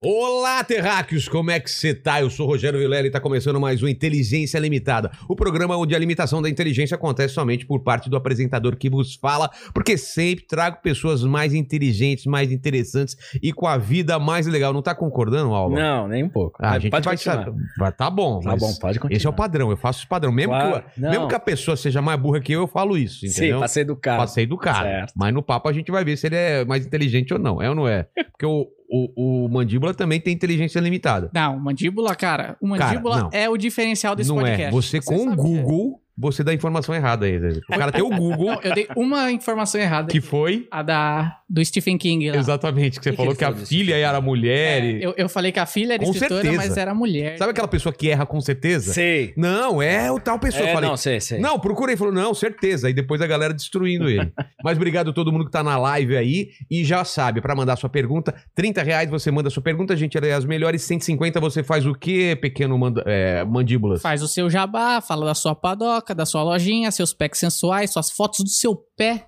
Olá, terráqueos! Como é que você tá? Eu sou o Rogério Vilela e tá começando mais um Inteligência Limitada, o programa onde a limitação da inteligência acontece somente por parte do apresentador que vos fala, porque sempre trago pessoas mais inteligentes, mais interessantes e com a vida mais legal. Não tá concordando, Alba? Não, nem um pouco. Ah, Mas a gente pode vai continuar. saber. Vai- Tá bom, Tá mas bom, pode continuar. Esse é o padrão, eu faço esse padrão. Mesmo, Claro, que, eu- mesmo não. que a pessoa seja mais burra que eu, eu falo isso, Sim, entendeu? passei do carro. Passei do cara. Certo. Mas no papo a gente vai ver se ele é mais inteligente ou não. É ou não é? Porque o, o, o mandíbula também tem inteligência limitada. Não, mandíbula, cara. O Cara, mandíbula não. é o diferencial desse não podcast. é. Você com o sabe que é. Google, você dá a informação errada aí. Zé. O cara tem o Google, Não, eu dei uma informação errada. que foi. A da do Stephen King lá. Exatamente, que você Que que falou ele que a falou disso? filha era mulher. É, e- eu, eu falei que a filha era Com escritora, certeza. mas era mulher. Sabe aquela pessoa que erra com certeza? Sei. Não, é o tal pessoa. Eu É, falei, não, sei, sei. Não, procurei. Falou, não, certeza. E depois a galera destruindo ele. Mas obrigado a todo mundo que tá na live aí. E já sabe, pra mandar sua pergunta, 30 reais você manda sua pergunta, a gente lê as melhores. 150 você faz o quê, pequeno manda, é, mandíbulas? Faz o seu jabá, fala da sua padoca, da sua lojinha, seus packs sensuais, suas fotos do seu pé.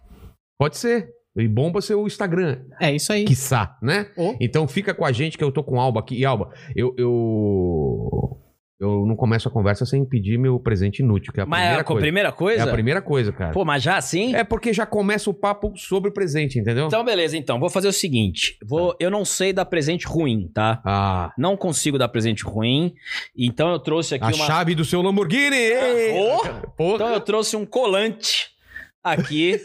Pode ser. E bomba seu Instagram, É isso aí. quiçá, né? Ô. Então fica com a gente que eu tô com Alba aqui. E Alba, eu... eu... Eu não começo a conversa sem pedir meu presente inútil, que é a Mas primeira a co- coisa. primeira coisa? É a primeira coisa, cara. Pô, mas já assim? É porque já começa o papo sobre o presente, entendeu? Então, beleza, então. Vou fazer o seguinte. Tá. Vou... Eu não sei dar presente ruim, tá? Ah, Não consigo dar presente ruim. Então eu trouxe aqui a uma. chave do seu Lamborghini! Ei! Oh! Porra! Então eu trouxe um colante aqui.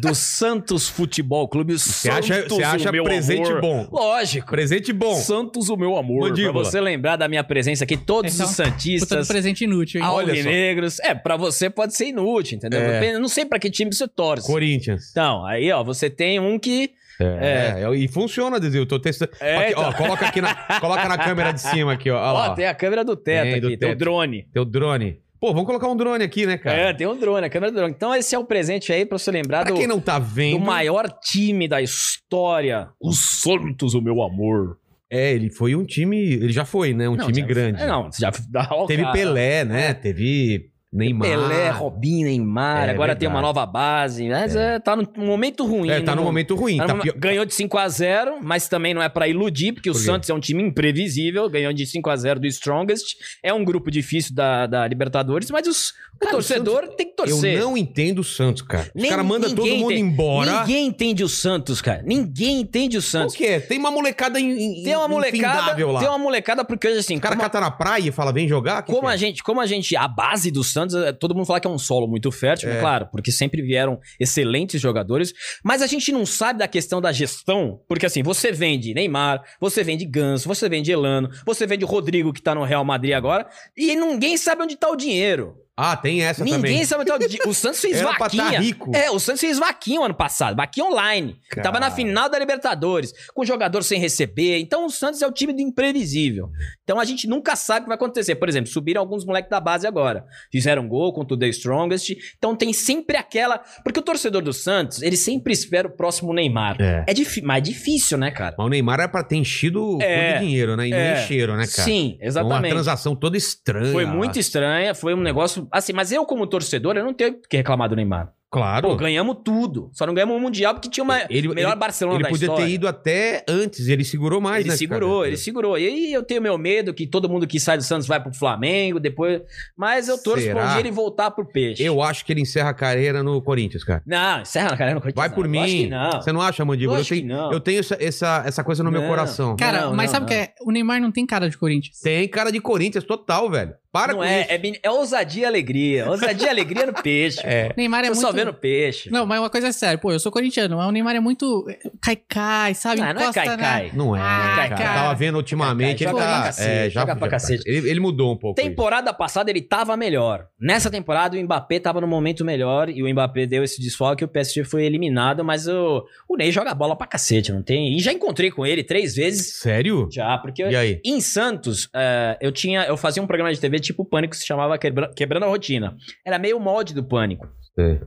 Do Santos Futebol Clube. Você acha, você acha presente bom. Lógico. Presente bom. Santos, o meu amor. Mandíbula. Pra você lembrar da minha presença aqui, todos Então, os Puta do Santistas, presente inútil, hein? Ah, olha só. Alvinegros. É, pra você pode ser inútil, entendeu? É. Depende- Eu não sei pra que time você torce. Corinthians. Então, aí, ó, você tem um que. É, e funciona, Adesivo. Eu tô testando. É, Aqui, então. ó, coloca aqui na, coloca na câmera de cima aqui, ó. Olha Ó, lá, ó. tem a câmera do teto Tem, aqui, do tem o teto. drone. Teu drone. Pô, vamos colocar um drone aqui, né, cara? É, tem um drone, a câmera do drone. Então, esse é o presente aí pra você lembrar Pra do, quem não tá do vendo. maior time da história. O Santos, o meu amor. É, ele foi um time. Ele já foi, né? Um Não, time já- grande. É, não, você já dá ó, Teve cara. Pelé, né? Teve Neymar. Pelé, Robinho, Neymar. É, agora tem uma verdade. nova base. Mas é, tá num momento ruim. É, né, tá num no- momento ruim. Tá Tá numa- pior- Ganhou de 5 a 0 mas também não é pra iludir, porque Por o quê? Santos é um time imprevisível, ganhou de 5 a 0 do Strongest. É um grupo difícil da, da Libertadores, mas os- o Cara, o torcedor tem que Eu torcer. não entendo o Santos, cara. Os Nem- caras mandam todo ninguém mundo tem- embora. Ninguém entende o Santos, cara. Ninguém entende o Por Santos. quê? Tem uma molecada em, em- Tem uma molecada, infindável lá. tem uma molecada porque hoje assim, O cara como, cata na praia e fala, vem jogar? Que como que a gente, como a gente, a base do Santos, é- todo mundo fala que é um solo muito fértil, É. claro, porque sempre vieram excelentes jogadores, mas a gente não sabe da questão da gestão, porque assim, você vende Neymar, você vende Ganso, você vende Elano, você vende Rodrigo que tá no Real Madrid agora, e ninguém sabe onde tá o dinheiro. Ah, tem essa ninguém também. sabe onde tá o dinheiro. O Santos fez Era pra vaquinha. tá rico. É, o Santos fez vaquinha o ano passado, vaquinha online. Cara. Tava na final da Libertadores, com jogador sem receber. Então o Santos é o time do imprevisível. Então a gente nunca sabe o que vai acontecer. Por exemplo, subiram alguns moleques da base agora. Fizeram gol contra o The Strongest. Então tem sempre aquela. Porque o torcedor do Santos, ele sempre espera o próximo Neymar. É. É, difí- mas é difícil, né, cara? Mas o Neymar era pra ter enchido o É. cu de dinheiro, né? E não É. encheram, né, cara? Sim, Então, Uma Ah. exatamente. transação toda estranha. Foi lá. muito estranha, foi um negócio. Assim, mas eu, como torcedor, eu não tenho o que reclamar do Neymar. Claro. Pô, ganhamos tudo. Só não ganhamos o Mundial porque tinha uma Ele- melhor ele- Barcelona ele da podia história. ter ido até antes, ele segurou mais, ele né? segurou, cara? ele segurou. E aí eu tenho meu medo que todo mundo que sai do Santos vai pro Flamengo, depois. Mas eu torço Será? pra um dia ele voltar pro peixe. Eu acho que ele encerra a carreira no Corinthians, cara. Não, encerra na carreira no Corinthians. Vai por não. mim. Eu acho que não. Você não acha, Mandíbula? Eu Eu acho que tenho, não. eu tenho essa, essa, essa coisa no meu Não. coração. Cara, Não, mas não, sabe o que é? O Neymar não tem cara de Corinthians. Tem cara de Corinthians total, velho. Para Não com é, isso. é, men- é ousadia e alegria. Ousadia e alegria no peixe. É. O Neymar é eu muito. só vendo peixe. Não, mas uma coisa é séria. Pô, eu sou corintiano, mas o Neymar é muito é, cai-cai, sabe? Ah, não é Encosta né? na- cai-cai. Não é, Ah, cara. cara. Eu Tava vendo ultimamente, ele Cara, joga tá... pra cacete, é, já, joga pra já- cacete. Ele, ele mudou um pouco isso. Temporada passada ele tava melhor. Nessa temporada o Mbappé tava no momento melhor e o Mbappé deu esse desfalque e o PSG foi eliminado, mas o, o Ney joga bola pra cacete, não tem? E já encontrei com ele três vezes Sério? já, porque Porque E aí? em Santos, eh, eu tinha, eu fazia um programa de TV tipo Pânico, que se chamava Quebra- Quebrando a Rotina. Era meio molde do Pânico. Sei.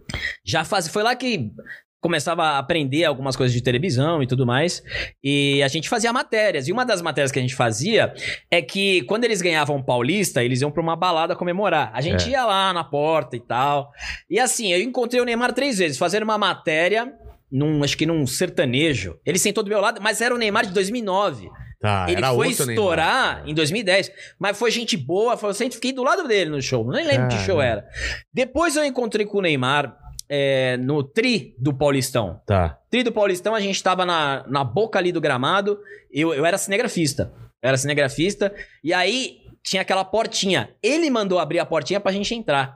Já faz, foi lá que começava a aprender algumas coisas de televisão e tudo mais. E a gente fazia matérias. E uma das matérias que a gente fazia é que quando eles ganhavam Paulista, eles iam pra uma balada comemorar. A gente É. ia lá na porta e tal. E assim, eu encontrei o Neymar três vezes, fazendo uma matéria num, acho que num sertanejo. Ele sentou do meu lado, mas era o Neymar de 2009 Tá, ele era foi outro Neymar. estourar em 2010, mas foi gente boa, foi, eu sempre fiquei do lado dele no show, nem lembro que Caramba. show era. Depois eu encontrei com o Neymar é, no Tri do Paulistão. Tá. Tri do Paulistão, a gente tava na, na boca ali do gramado, eu, eu era cinegrafista, eu era cinegrafista, e aí tinha aquela portinha, ele mandou abrir a portinha pra gente entrar.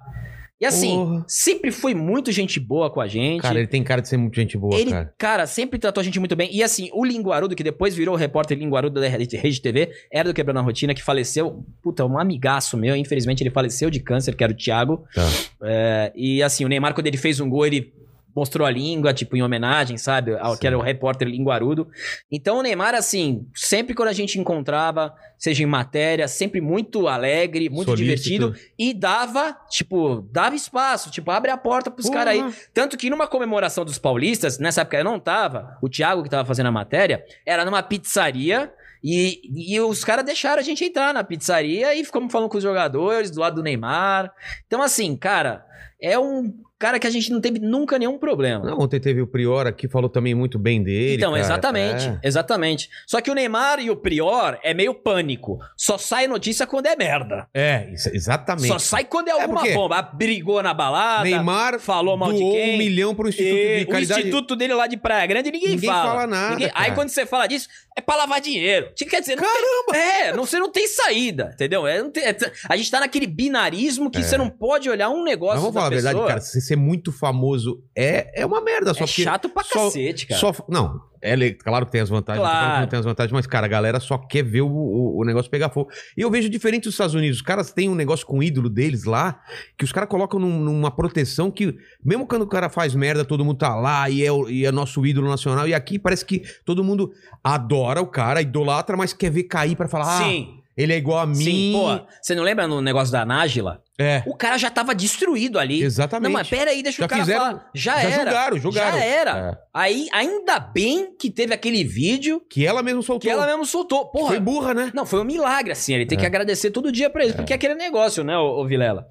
E assim, Porra. sempre foi muito gente boa com a gente Cara, ele tem cara de ser muito gente boa, ele, cara. cara. sempre tratou a gente muito bem. E assim, o Linguarudo, que depois virou repórter Linguarudo da Rede Rede TV, era do Quebrando a Rotina, que faleceu. Puta, um amigaço meu. Infelizmente, ele faleceu de câncer, que era o Thiago. Tá. É, e assim, o Neymar, quando ele fez um gol, ele mostrou a língua, tipo, em homenagem, sabe? Ao, que Sim. era o repórter Linguarudo. Então, o Neymar, assim, sempre quando a gente encontrava, seja em matéria, sempre muito alegre, é muito Solícito. divertido. E dava, tipo, dava espaço. Tipo, abre a porta pros Porra. caras aí. Tanto que numa comemoração dos paulistas, nessa época eu não tava, o Thiago que tava fazendo a matéria, era numa pizzaria e, e os caras deixaram a gente entrar na pizzaria e ficamos falando com os jogadores, do lado do Neymar. Então, assim, cara, é um cara que a gente não teve nunca nenhum problema. Não, ontem teve o Prior aqui, falou também muito bem dele. Então, cara. exatamente, É. exatamente. Só que o Neymar e o Prior é meio pânico. Só sai notícia quando é merda. É, isso- exatamente. Só sai quando é É, alguma porque bomba. Ah, Brigou na balada, Neymar falou mal de doou quem. um milhão pro Instituto E de o Caridade. instituto dele lá de Praia Grande, ninguém, Ninguém fala. fala nada, Aí cara. quando você fala disso, é pra lavar dinheiro. Quer dizer, não Caramba! é, não, você não tem saída, entendeu? É, não tem- é, a gente tá naquele binarismo que você não pode olhar um negócio. É. Mas vamos da falar a verdade, pessoa. cara, você ser muito famoso é, é uma merda. Só É porque chato pra só- cacete, cara. Só, não, é le- claro que tem as vantagens, Claro. não tô falando que não tem as vantagens, mas, cara, a galera só quer ver o, o- o negócio pegar fogo. E eu vejo diferente dos Estados Unidos. Os caras têm um negócio com o ídolo deles lá, que os caras colocam num- numa proteção que, mesmo quando o cara faz merda, todo mundo tá lá e é, o- e é nosso ídolo nacional. E aqui parece que todo mundo adora o cara, idolatra, mas quer ver cair pra falar, ah, Sim, ele é igual a mim. sim, pô. Você não lembra no negócio da Nájila? É, O cara já tava destruído ali. exatamente. Não, mas pera aí, deixa Já o cara fizeram- falar. Já, Já era. julgaram, julgaram. Já era. É. Aí, ainda bem que teve aquele vídeo Que ela mesmo soltou. que ela mesmo soltou. Que Porra, Foi burra, né? Não, foi um milagre, assim. Ele tem É. que agradecer todo dia pra eles, porque é aquele negócio, né, ô, ô Vilela?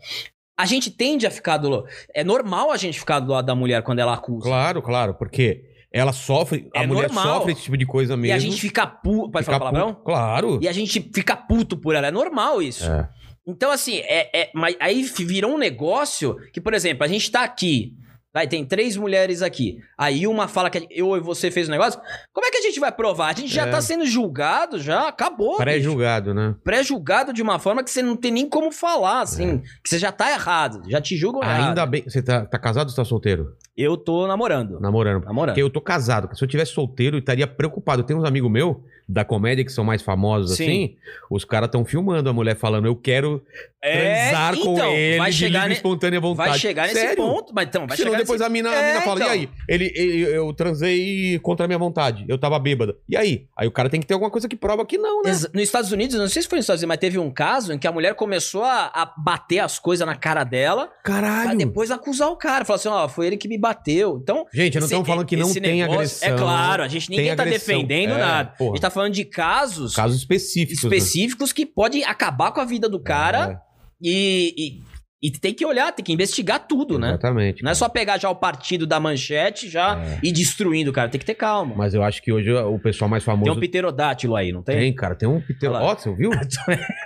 A gente tende a ficar do. lo- É normal a gente ficar do lado da mulher quando ela acusa. Claro, claro, porque ela sofre, a É mulher normal. sofre esse tipo de coisa e mesmo. a gente fica puto. Pode Fica falar palavrão? puto. Claro. E a gente fica puto por ela. É normal isso. É. Então, assim, é, é- mas aí fi- virou um negócio que, por exemplo, a gente tá aqui. Vai, tem três mulheres aqui. Aí uma fala que eu e você fez um negócio. Como é que a gente vai provar? A gente já É. tá sendo julgado, já acabou. bicho. Pré-julgado, né? pré-julgado de uma forma que você não tem nem como falar, assim. Que você já tá errado, já te julgam errado. É. Ainda bem. Você tá, tá casado ou tá solteiro? Eu tô namorando. Namorando. Namorando. Porque eu tô casado. cara. Se eu tivesse solteiro, eu estaria preocupado. Tem uns amigos meus da comédia que são mais famosos Sim. assim. Os caras estão filmando a mulher falando, eu quero transar com ele É, então, vai chegar, de ne- livre e espontânea vontade. vai chegar nesse Sério? ponto. Mas então, vai Senão chegar depois nesse... a mina, a É, mina fala, então. e aí? Ele, ele- eu transei contra a minha vontade. Eu tava bêbada. E aí? Aí o cara tem que ter alguma coisa que prova que não, né? Exa- Nos Estados Unidos, não sei se foi nos Estados Unidos, mas teve um caso em que a mulher começou a, a bater as coisas na cara dela pra Caralho. depois acusar o cara. Falar assim, ó, foi ele que me bateu. Então, Gente, eu não esse- estamos falando que não esse tem negócio- agressão. É claro, a gente ninguém Tem tá agressão. defendendo É, nada. A porra. gente tá falando de casos Casos específicos. né? específicos que pode acabar com a vida do É. cara e, e, e tem que olhar, tem que investigar tudo, né? Exatamente. Não é só pegar já o partido da manchete já É. e destruindo, cara. Tem que ter calma. Mas eu acho que hoje o pessoal mais tem famoso. um pterodátilo aí, não tem? Tem, cara. Tem um Peter. Olha lá. Ó, você ouviu?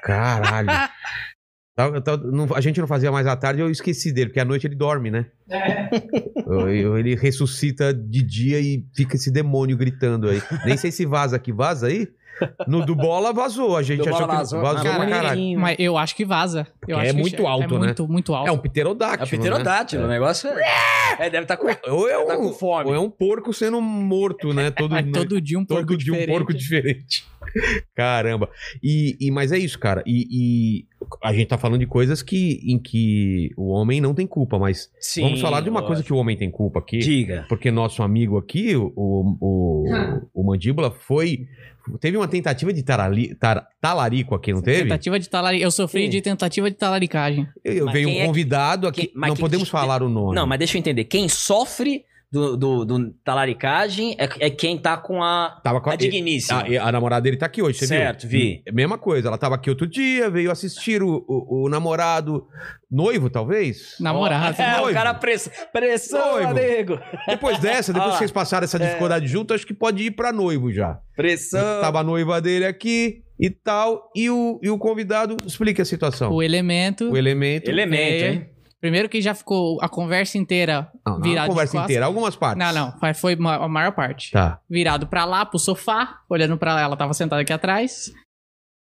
Caralho. Tá- tá- não- a gente não fazia mais à tarde, eu esqueci dele, porque à noite ele dorme, né? Eu- eu- ele ressuscita de dia e fica esse demônio gritando aí. Nem sei se vaza aqui. Vaza aí? No do bola vazou. A gente Do achou Bola que vazou. vazou pra Caralho. caralho. Mas eu acho que vaza. Eu é acho que muito alto, né? É muito, muito alto. É um né? É o pterodactilo. pterodátilo, o negócio é... é, deve estar com... Né? Ou é tá com um, fome. ou é um porco sendo morto, né? Todo, Mas todo dia um todo porco dia um porco diferente. Caramba. E, e- mas é isso, cara. E, e a gente tá falando de coisas que em que o homem não tem culpa, mas Sim, um- vamos falar de uma coisa que o homem tem culpa aqui. Diga. Porque nosso amigo aqui, o, o, o- o Mandíbula, foi. Teve uma tentativa de tarali- tar- talarico aqui, não teve? Tentativa de talaricagem. Eu sofri Sim. de tentativa de talaricagem. Eu, Mas veio quem um é- convidado aqui. quem- mas não quem- podemos falar o nome. Não, mas deixa eu entender. Quem sofre do, do, do talaricagem é, é quem tá com a, Tava com a a, digníssima. a, a namorada dele tá aqui hoje, você Certo, viu? É vi. Mesma coisa, ela tava aqui outro dia, veio assistir o, o- o namorado, noivo talvez? Namorado. É, o Noivo. cara press... pressão, Noivo. amigo. Depois dessa, depois Ah lá. que vocês passaram essa dificuldade junto, acho que pode ir pra noivo já. Pressão. Tava a noiva dele aqui e tal, e o, e o convidado, explica a situação. O elemento. então. O elemento. Elemento, É, hein? Primeiro que já ficou a conversa inteira Não, não, a virado conversa de costas. inteira, algumas partes. Não, não. foi- Foi ma- a maior parte. Tá. Virado pra lá, pro sofá, olhando pra lá. Ela tava sentada aqui atrás.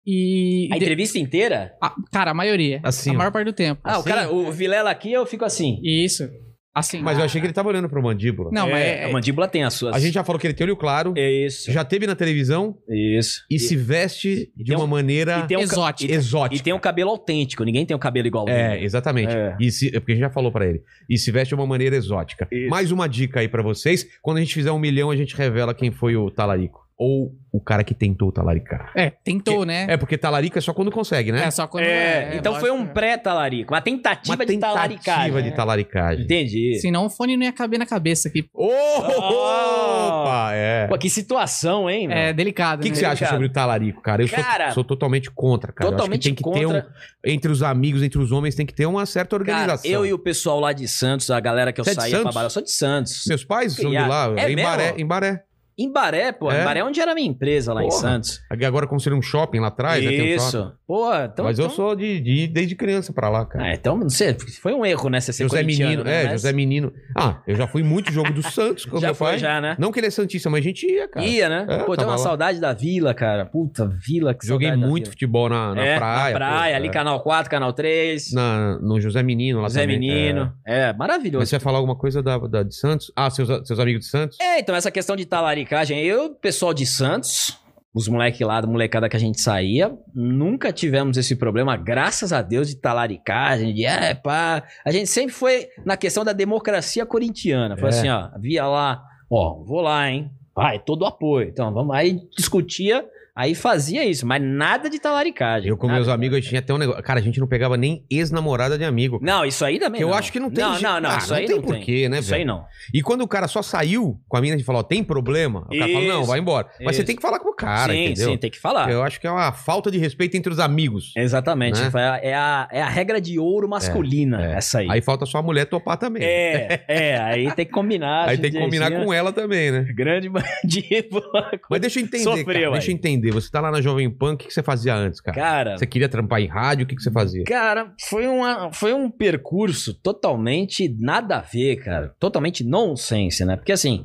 E. A entrevista inteira? Ah, cara, a maioria. Assim, É. a ó. maior parte do tempo. Ah, o cara, o Vilela aqui, eu fico assim. Isso. Assim. Mas eu achei que ele tava olhando pro mandíbula. Não, mas. É, é- a mandíbula tem as suas. A gente já falou que ele tem olho claro, É isso. já teve na televisão Isso. e, se veste e de tem uma um- maneira e tem um ca- Exótico. exótica. E tem um cabelo autêntico, ninguém tem o cabelo igual ao É, dele. exatamente. É. E se, é porque a gente já falou pra ele. E se veste de uma maneira exótica. Isso. Mais uma dica aí pra vocês. Quando a gente fizer um milhão, a gente revela quem foi o talarico. Ou o cara que tentou talaricar. É, tentou, né? É, porque talarica é só quando consegue, né? É, só quando. É, então foi um lógico. né? pré-talarico, uma tentativa, Uma de talaricagem. né? tentativa de talaricagem. Entendi. Senão o fone não ia caber na cabeça aqui. Oh, opa, é. Oh! Pô, que situação, hein? meu? É delicado. O que, que né? você acha Cara. sobre o talarico, cara? Eu sou- Cara, sou, totalmente contra, cara. Eu acho que Totalmente tem que ter contra. um- entre os amigos, entre os homens, tem que ter uma certa Cara, organização. eu e o pessoal lá de Santos, a galera que eu Você é de saía pra Santos? balada, eu sou de Santos. Meus pais são de lá, É em mesmo? Baré, em Baré. Em Baré, pô. É? Em Baré é onde era a minha empresa lá em Porra. Santos. Agora construíram um shopping lá atrás, né? Tem um shopping. Isso. Pô, então. Mas eu então- sou de, de- desde criança pra lá, cara. Ah, então, não sei, foi um erro, né? Você ser José corintiano, Menino, né? é, Mas José Menino. Ah, eu já fui muito jogo do Santos com Já meu foi, pai. já, né? Não que ele é santista, mas a gente ia, cara. Ia, né? É, pô, tem tava uma lá. saudade da vila, cara. Puta, vila que Joguei saudade da muito vila. futebol na, na É, praia. Na praia, pô, ali, é. canal 4, canal 3. Na- no José Menino lá José também. é. Menino. É, maravilhoso. Mas você ia falar alguma coisa da, da- de Santos? Ah, seus, seus amigos de Santos? É, então essa questão de talaricagem, eu, pessoal de Santos, os moleque lá, da molecada que a gente saía, nunca tivemos esse problema, graças a Deus, de talaricagem, de é, pá. A gente sempre foi na questão da democracia corintiana. Foi É. assim, ó, via lá, ó, vou lá, hein? Vai, todo apoio. Então, vamos aí, discutia, aí fazia isso, mas nada de talaricagem. Eu com nada meus de amigos, a gente tinha até um negócio. Cara, a gente não pegava nem ex-namorada de amigo. Não, isso aí também Que eu não. acho que não tem Não, jeito. não, não, Ah, isso não aí tem não tem. porquê, né, isso velho? aí não. E quando o cara só saiu com a mina, a gente falou, ó, tem problema? O cara fala, não, Isso. vai embora. Mas você Isso. tem que falar com o cara, sim, entendeu? sim, tem que falar. Eu acho que é uma falta de respeito entre os amigos. É Exatamente. Né? Foi a- É, a, é a regra de ouro masculina, é. essa aí. Aí falta só a mulher topar também. É, é, aí tem que combinar. Aí tem que combinar assim, com ela também, né? o grande bandido. Mas deixa eu entender, Sofreu, cara. aí. Deixa eu entender. Você tá lá na Jovem Pan, o que, que você fazia antes, cara? Cara, Você queria trampar em rádio, o que, que você fazia? cara, foi, uma, foi um percurso totalmente nada a ver, cara. Totalmente nonsense, né? Porque assim,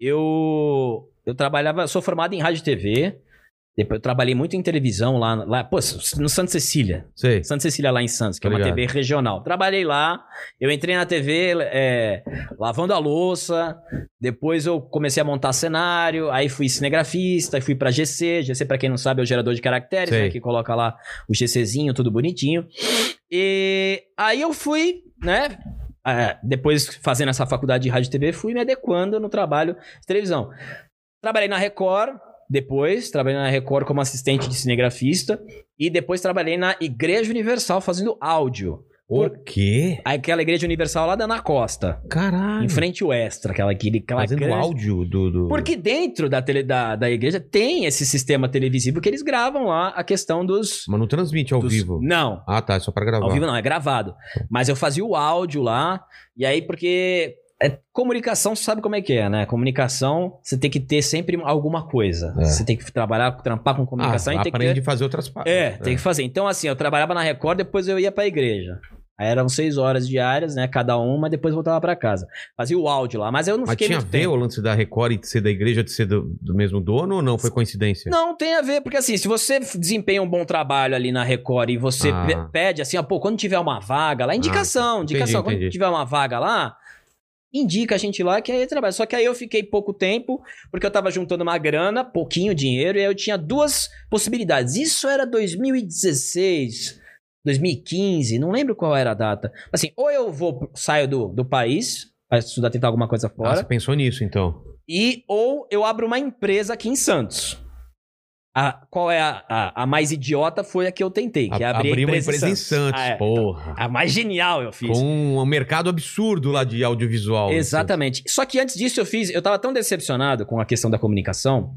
eu eu trabalhava, sou formado em rádio e TV. Depois eu trabalhei muito em televisão lá, lá pô, no Santa Cecília. Sei. Santa Cecília lá em Santos, que Tô é uma ligado. TV regional. Trabalhei lá, eu entrei na TV é, lavando a louça, depois eu comecei a montar cenário, aí fui cinegrafista, aí fui pra GC. GC, pra quem não sabe, é o gerador de caracteres, Sei. né, que coloca lá o GCzinho, tudo bonitinho. E aí eu fui, né, é, depois fazendo essa faculdade de rádio e TV, fui me adequando no trabalho de televisão. Trabalhei na Record, depois trabalhei na Record como assistente de cinegrafista e depois trabalhei na Igreja Universal fazendo áudio. O quê? Aquela Igreja Universal lá da Ana Costa, Caralho. em frente ao Extra, aquela aquele- aquela Ah, Fazendo é grande- áudio do. do... Porque dentro da, tele, da, da igreja tem esse sistema televisivo que eles gravam lá a questão dos... Mas não transmite ao dos- vivo. Não, Ah, tá. É só pra gravar. ao vivo não, é gravado. Mas eu fazia o áudio lá, e aí porque... é, comunicação, você sabe como é que é, né? Comunicação, você tem que ter sempre alguma coisa. É. Você tem que trabalhar, trampar com comunicação ah, e tem que ter... aprende a fazer outras partes. né? É, tem que fazer. Então, assim, eu trabalhava na Record, depois eu ia pra igreja. Aí eram seis horas diárias, né? Cada uma, depois voltava pra casa. Fazia o áudio lá, mas eu não Mas fiquei tinha a muito ver tempo. o lance da Record e de ser da igreja, de ser do, do mesmo dono ou não? Foi coincidência? Não, tem a ver, porque assim, se você desempenha um bom trabalho ali na Record e você Ah. pe- pede assim, ó, pô, quando tiver uma vaga lá, indicação, entendi, indicação, entendi. quando tiver uma vaga lá, indica a gente lá que aí trabalha. Só que aí eu fiquei pouco tempo, porque eu tava juntando uma grana, pouquinho dinheiro, e aí eu tinha duas possibilidades. Isso era 2016, 2015, não lembro qual era a data. Assim, ou eu vou, saio do, do país, pra estudar, tentar alguma coisa Ah, fora, você pensou nisso, então. e ou eu abro uma empresa aqui em Santos. A, qual é a, a, a mais idiota foi a que eu tentei, que é A- abrir Abrir uma empresa empresa em Santos, Ah, é. porra. A mais genial eu fiz. com um mercado absurdo lá de audiovisual. assim, Exatamente. Só que antes disso eu fiz, eu tava tão decepcionado com a questão da comunicação.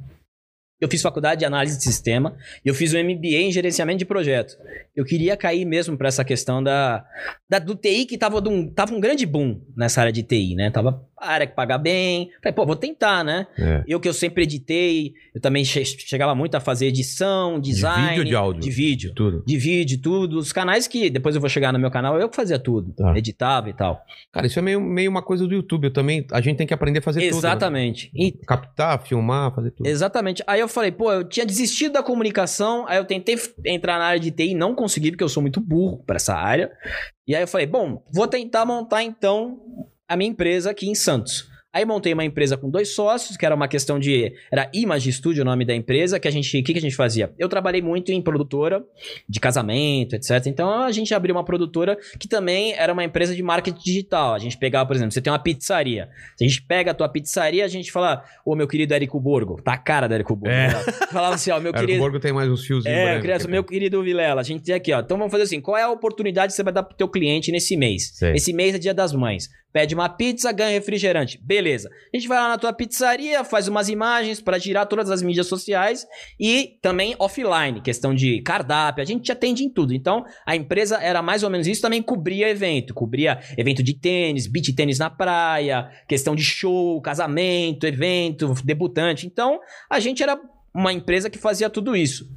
Eu fiz faculdade de análise de sistema e eu fiz um MBA em gerenciamento de projeto. Eu queria cair mesmo para essa questão da, da- do TI que tava, de um, tava um grande boom nessa área de TI, né? Tava a área que paga bem. Falei, pô, vou tentar, né? É. Eu que eu sempre editei, eu também che- chegava muito a fazer edição, design, vídeo ou de áudio? de vídeo Tudo. de vídeo, tudo. Os canais que depois eu vou chegar no meu canal, eu que fazia tudo. Tá. Editava e tal. Cara, isso é meio, meio uma coisa do YouTube. Eu também, a gente tem que aprender a fazer Exatamente. tudo. né? E- Captar, filmar, fazer tudo. exatamente. Aí eu falei, pô, eu tinha desistido da comunicação, aí eu tentei f- entrar na área de TI, não consegui, porque eu sou muito burro pra essa área. E aí eu falei, bom, vou tentar montar então a minha empresa aqui em Santos. Aí montei uma empresa com dois sócios, que era uma questão de. Era Image Studio o nome da empresa, que a gente. O que, que a gente fazia? Eu trabalhei muito em produtora de casamento, etc. Então a gente abriu uma produtora que também era uma empresa de marketing digital. A gente pegava, por exemplo, você tem uma pizzaria. Se a gente pega a tua pizzaria, a gente fala, ô meu querido Érico Borgo, tá a cara do Érico Borgo. É. né? Falava assim, ó, meu Era querido. O Borgo tem mais uns fiozinhos. É, brancos. criança, meu querido Vilela, a gente tem aqui, ó. Então vamos fazer assim: qual é a oportunidade que você vai dar pro teu cliente nesse mês? Sei. Esse mês é dia das mães. Pede uma pizza, ganha refrigerante. Beleza. A gente vai lá na tua pizzaria, faz umas imagens pra girar todas as mídias sociais e também offline, questão de cardápio. A gente te atende em tudo. Então, a empresa era mais ou menos isso, também cobria evento. Cobria evento de tênis, beach tênis na praia, questão de show, casamento, evento, debutante. Então, a gente era uma empresa que fazia tudo isso.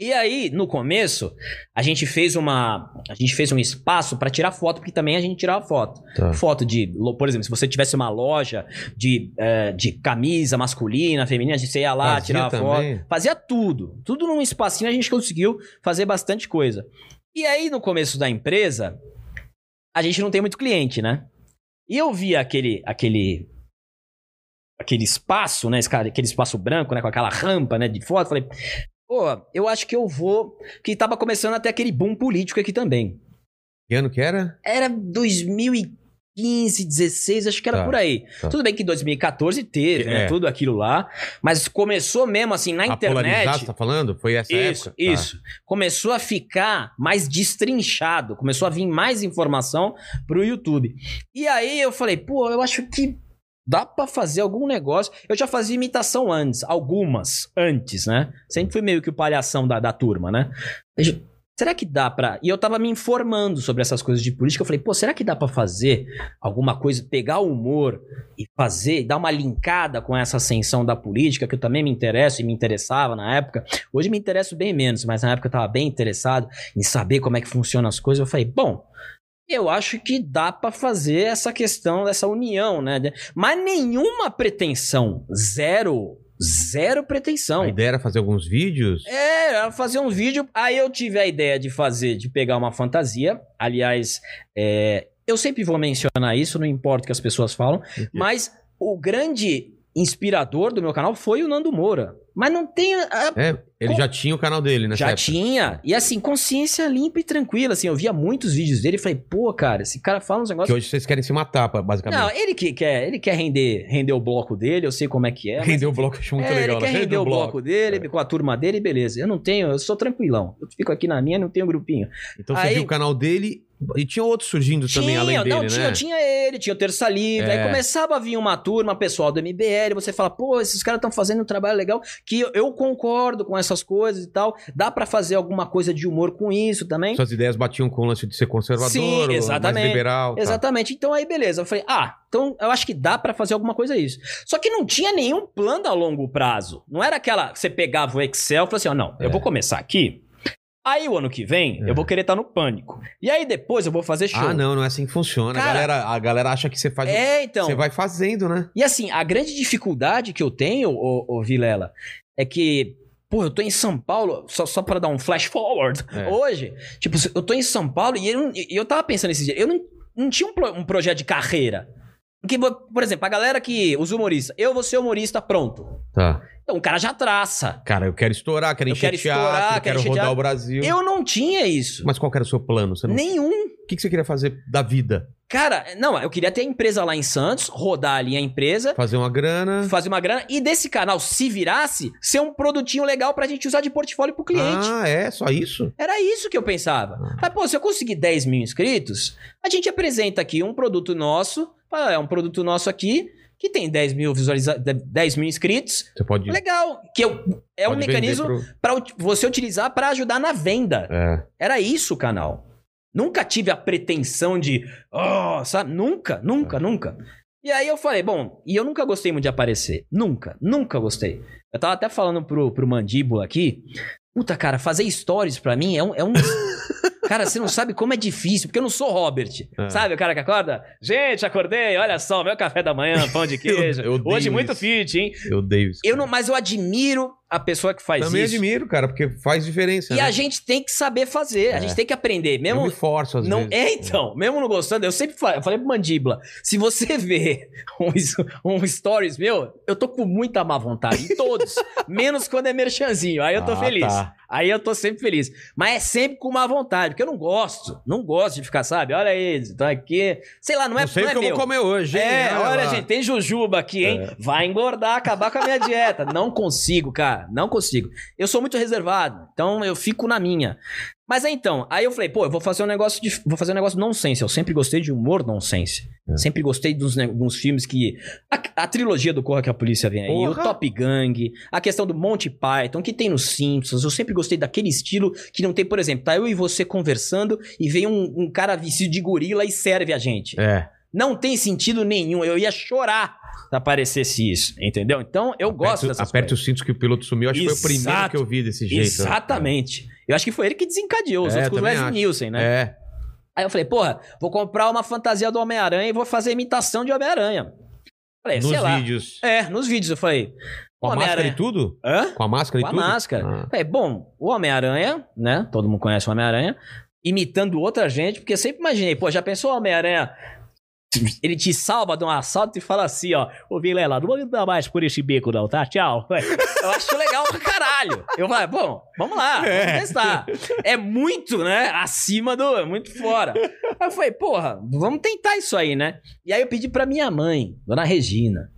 E aí, no começo, a gente fez uma, a gente fez um espaço para tirar foto, porque também a gente tirava foto. Tá. Foto de, lo- por exemplo, se você tivesse uma loja de, eh, de camisa masculina, feminina, a gente ia lá, Fazia tirava também? foto, fazia tudo. Tudo num espacinho a gente conseguiu fazer bastante coisa. E aí, no começo da empresa, a gente não tem muito cliente, né? E eu via aquele, aquele aquele espaço, né? esse cara- Aquele espaço branco, né? Com aquela rampa, né? De foto. Falei, pô, eu acho que eu vou. Que tava começando até aquele boom político aqui também. Que ano que era? Era 2015, 16, acho que era Tá, por aí. tá. Tudo bem que 2014 teve, né? É. Tudo aquilo lá. Mas começou mesmo assim na a internet. você tá falando? Foi essa época? Isso, Tá. isso. Começou a ficar mais destrinchado, começou a vir mais informação pro YouTube. E aí eu falei, pô, eu acho que dá pra fazer algum negócio. Eu já fazia imitação antes, algumas antes, né? Sempre fui meio que o palhação da, da turma, né? Eu já- Será que dá pra. E eu tava me informando sobre essas coisas de política. Eu falei, pô, será que dá pra fazer alguma coisa, pegar o humor e fazer, dar uma linkada com essa ascensão da política, que eu também me interesso e me interessava na época. Hoje me interesso bem menos, mas na época eu tava bem interessado em saber como é que funcionam as coisas. Eu falei, bom, eu acho que dá pra fazer essa questão dessa união, né? De- Mas nenhuma pretensão, zero, zero pretensão. A ideia era fazer alguns vídeos? É, era fazer um vídeo. Aí eu tive a ideia de fazer, de pegar uma fantasia. Aliás, é, eu sempre vou mencionar isso, não importa o que as pessoas falam. Mas o grande inspirador do meu canal foi o Nando Moura. Mas não tem. a- É, ele já tinha o canal dele, né? já tinha. E assim, consciência limpa e tranquila. Assim, eu via muitos vídeos dele e falei, pô, cara, esse cara fala uns Que negócios. hoje é vocês querem se matar, pra- basicamente. Não, é, ele que quer, ele quer render, render o bloco dele, eu sei como é que é. mas- Render o bloco, eu acho muito é, legal. Ele quer né? render o bloco, dele, com a turma dele, beleza. Eu não tenho, eu sou tranquilão. Eu fico aqui na minha, não tenho grupinho. Então você Aí- viu o canal dele e tinha outro surgindo também além dele, não, né? tinha, tinha ele, tinha o Terça Livre. É. Aí começava a vir uma turma, pessoal do MBL, você fala, pô, esses caras estão fazendo um trabalho legal, que eu, eu concordo com essas coisas e tal. Dá pra fazer alguma coisa de humor com isso também. Suas ideias batiam com o lance de ser conservador, Sim, ou mais exatamente. liberal. tá. Exatamente. Então aí, beleza. Eu falei, ah, então eu acho que dá pra fazer alguma coisa isso. Só que não tinha nenhum plano a longo prazo. Não era aquela que você pegava o Excel e falava assim, ó, não, É. eu vou começar aqui. Aí o ano que vem, É. eu vou querer estar no pânico. E aí depois eu vou fazer show. Ah, não, não é assim que funciona. a, Cara- galera, a galera acha que você faz. o- É, então. Você vai fazendo, né? E assim, a grande dificuldade que eu tenho, ô, ô Vilela, é que, pô, eu tô em São Paulo, só, só para dar um flash forward, É. hoje, tipo, eu tô em São Paulo e eu, não- e eu tava pensando esses dias, eu não, não tinha um, pro- um projeto de carreira. Porque, por exemplo, a galera que. Os humoristas. Eu vou ser humorista, pronto. Tá. Então o cara já traça. Cara, eu quero estourar, quero Eu encher quero teatro, estourar, eu quero quero encher rodar teatro. o Brasil. Eu não tinha isso. Mas qual que era o seu plano? Você não- Nenhum. O que, que você queria fazer da vida? Cara, não, eu queria ter a empresa lá em Santos, rodar ali a empresa, Fazer uma grana? fazer uma grana e desse canal, se virasse, ser um produtinho legal pra gente usar de portfólio pro cliente. Ah, é? Só isso? Era isso que eu pensava. Mas, pô, se eu conseguir 10 mil inscritos, a gente apresenta aqui um produto nosso, fala, é um produto nosso aqui, que tem 10 mil, visualiza 10 mil inscritos. Você pode. Legal. Que eu, é um pode vender mecanismo pro- pra ut- você utilizar pra ajudar na venda. É. Era isso o canal. Nunca tive a pretensão de, oh, sabe? Nunca, É. nunca, nunca. E aí eu falei, bom, e eu nunca gostei muito de aparecer. Nunca, nunca gostei. Eu tava até falando pro, pro Mandíbula aqui, puta, cara, fazer stories pra mim é um... É um... Cara, você não sabe como é difícil, porque eu não sou Robert. É. Sabe o cara que acorda? Gente, acordei, olha só, meu café da manhã, pão de queijo. eu odeio Hoje muito isso. fit, hein? Eu odeio isso. Eu cara. não, mas eu admiro a pessoa que faz Também isso. admiro, cara, porque faz diferença. E né? a gente tem que saber fazer, É. a gente tem que aprender. Eu Mesmo, me forço às não, vezes. né? é, então, mesmo não gostando, eu sempre falei, eu falei pro Mandíbula, se você vê um, is- um stories meu, eu tô com muita má vontade, em todos, menos quando é merchanzinho, aí eu tô Ah, feliz, tá. aí eu tô sempre feliz, mas é sempre com má vontade, porque eu não gosto, não gosto de ficar, sabe, olha eles, estão aqui, sei lá, não é, Não sei o não é que eu meu. vou comer hoje. hein? É, olha, lá. É. gente, tem jujuba aqui, hein? Vai engordar, acabar com a minha dieta. Não consigo, cara, não consigo. Eu sou muito reservado, então eu fico na minha. Mas aí, então, aí eu falei, pô, eu vou fazer um negócio de, vou fazer um negócio nonsense. Eu sempre gostei de humor nonsense. É. Sempre gostei dos, ne- dos filmes que a, a trilogia do Corra que a polícia vem aí, Porra! o Top Gang, a questão do Monty Python, que tem nos Simpsons. Eu sempre gostei daquele estilo que não tem, por exemplo, tá eu e você conversando e vem um, um cara vestido de gorila e serve a gente. É. Não tem sentido nenhum. Eu ia chorar se aparecesse isso, entendeu? Então eu gosto Aperta- dessa Aperta os cintos que o piloto sumiu. Acho que foi o primeiro Exato. que eu vi desse jeito. né? Exatamente. Eu acho que foi ele que desencadeou, os É, outros com o também Leslie acho. Nielsen, né? É. Aí eu falei, porra, vou comprar uma fantasia do Homem-Aranha e vou fazer imitação de Homem-Aranha. Falei, Nos sei lá. vídeos. É, nos vídeos eu falei. Com a máscara Homem-Aranha. e tudo? Hã? Com a máscara e Com a tudo? máscara. Ah. Falei, É bom, o Homem-Aranha, né? Todo mundo conhece o Homem-Aranha, imitando outra gente, porque eu sempre imaginei, pô, já pensou o Homem-Aranha? Ele te salva de um assalto e fala assim, ó, ô Vilela, não vou dar mais por esse bico não, tá? Tchau. Eu acho legal pra caralho. Eu falei, bom, vamos lá, É. vamos testar. É muito, né, acima do, é muito fora. Aí eu falei, porra, vamos tentar isso aí, né? E aí eu pedi pra minha mãe, dona Regina,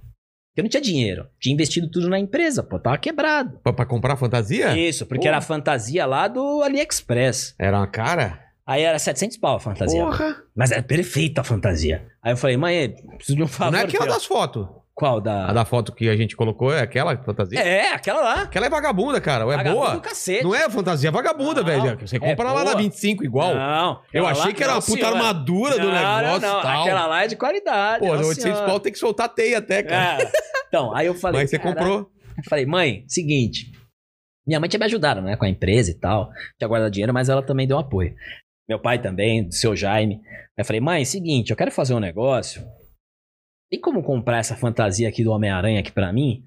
que eu não tinha dinheiro, tinha investido tudo na empresa, pô, tava quebrado. Pra, pra comprar fantasia? Isso, porque Porra. era a fantasia lá do AliExpress. Era uma cara? Aí era 700 pau a fantasia. Porra. Mas era perfeita a fantasia. Aí eu falei, mãe, preciso de um favor. Não é aquela teu. das fotos. Qual da... A da foto que a gente colocou é aquela fantasia? É, aquela lá. Aquela é vagabunda, cara. Ou é Vagabundo boa? do cacete. Não é fantasia vagabunda, Não, velho. Você é compra lá na boa. 25 igual. Não. Eu aquela achei lá- que era uma não, puta senhora. armadura do Não, não, negócio não. e tal. Aquela lá é de qualidade. Pô, não, 800 senhora. pau tem que soltar a teia até, cara. É. Então, aí eu falei... Mas você "Caralho, comprou. Eu Falei, mãe, seguinte. Minha mãe tinha me ajudado, né? Com a empresa e tal. Tinha guardado dinheiro, mas ela também deu um apoio. Meu pai também, do seu Jaime. Aí eu falei, mãe, seguinte, eu quero fazer um negócio. Tem como comprar essa fantasia aqui do Homem-Aranha aqui pra mim?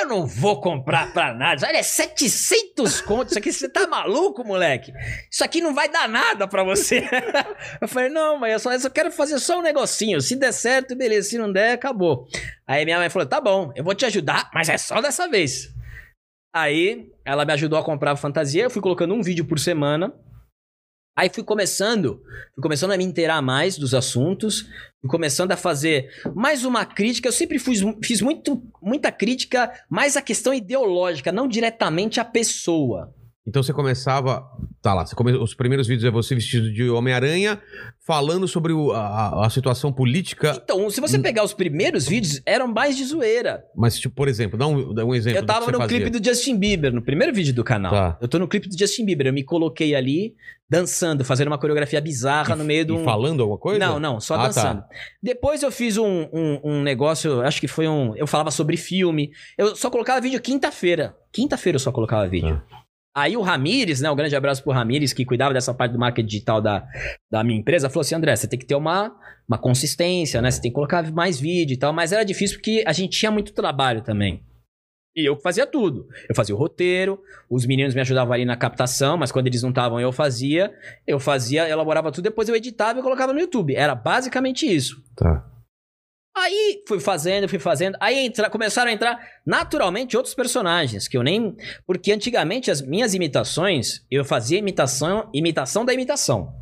Eu não vou comprar pra nada. Olha, é 700 contos. Isso aqui você tá maluco, moleque? Isso aqui não vai dar nada pra você. Eu falei, não, mãe, eu só, eu só quero fazer só um negocinho. Se der certo, beleza. Se não der, acabou. Aí minha mãe falou: tá bom, eu vou te ajudar, mas é só dessa vez. Aí ela me ajudou a comprar a fantasia, eu fui colocando um vídeo por semana. Aí fui começando, fui começando a me inteirar mais dos assuntos, fui começando a fazer mais uma crítica. Eu sempre fiz, fiz muito, muita crítica, mais a questão ideológica, não diretamente a pessoa. Então você começava. Tá lá, você come- os primeiros vídeos é você vestido de Homem-Aranha, falando sobre o- a, a- a situação política. Então, se você pegar os primeiros vídeos, eram mais de zoeira. Mas, tipo, por exemplo, dá um, dá um exemplo. Eu tava no clipe do Justin Bieber, no primeiro vídeo do canal. Tá. Eu tô no clipe do Justin Bieber. Eu me coloquei ali, dançando, fazendo uma coreografia bizarra no meio de um. E falando alguma coisa? Não, não, só Ah, tá. dançando. Depois eu fiz um, um, um negócio, acho que foi um. Eu falava sobre filme. Eu só colocava vídeo quinta-feira. Quinta-feira eu só colocava vídeo. Tá. Aí o Ramires, né? Um grande abraço pro Ramires, que cuidava dessa parte do marketing digital da, da minha empresa, falou assim: André, você tem que ter uma, uma consistência, né? Você tem que colocar mais vídeo e tal. Mas era difícil porque a gente tinha muito trabalho também. E eu que fazia tudo. Eu fazia o roteiro, os meninos me ajudavam ali na captação, mas quando eles não estavam, eu fazia. Eu fazia, elaborava tudo, depois eu editava e colocava no YouTube. Era basicamente isso. Tá. Aí fui fazendo, fui fazendo. Aí entra, começaram a entrar naturalmente outros personagens, que eu nem. Porque antigamente as minhas imitações, eu fazia imitação, imitação da imitação.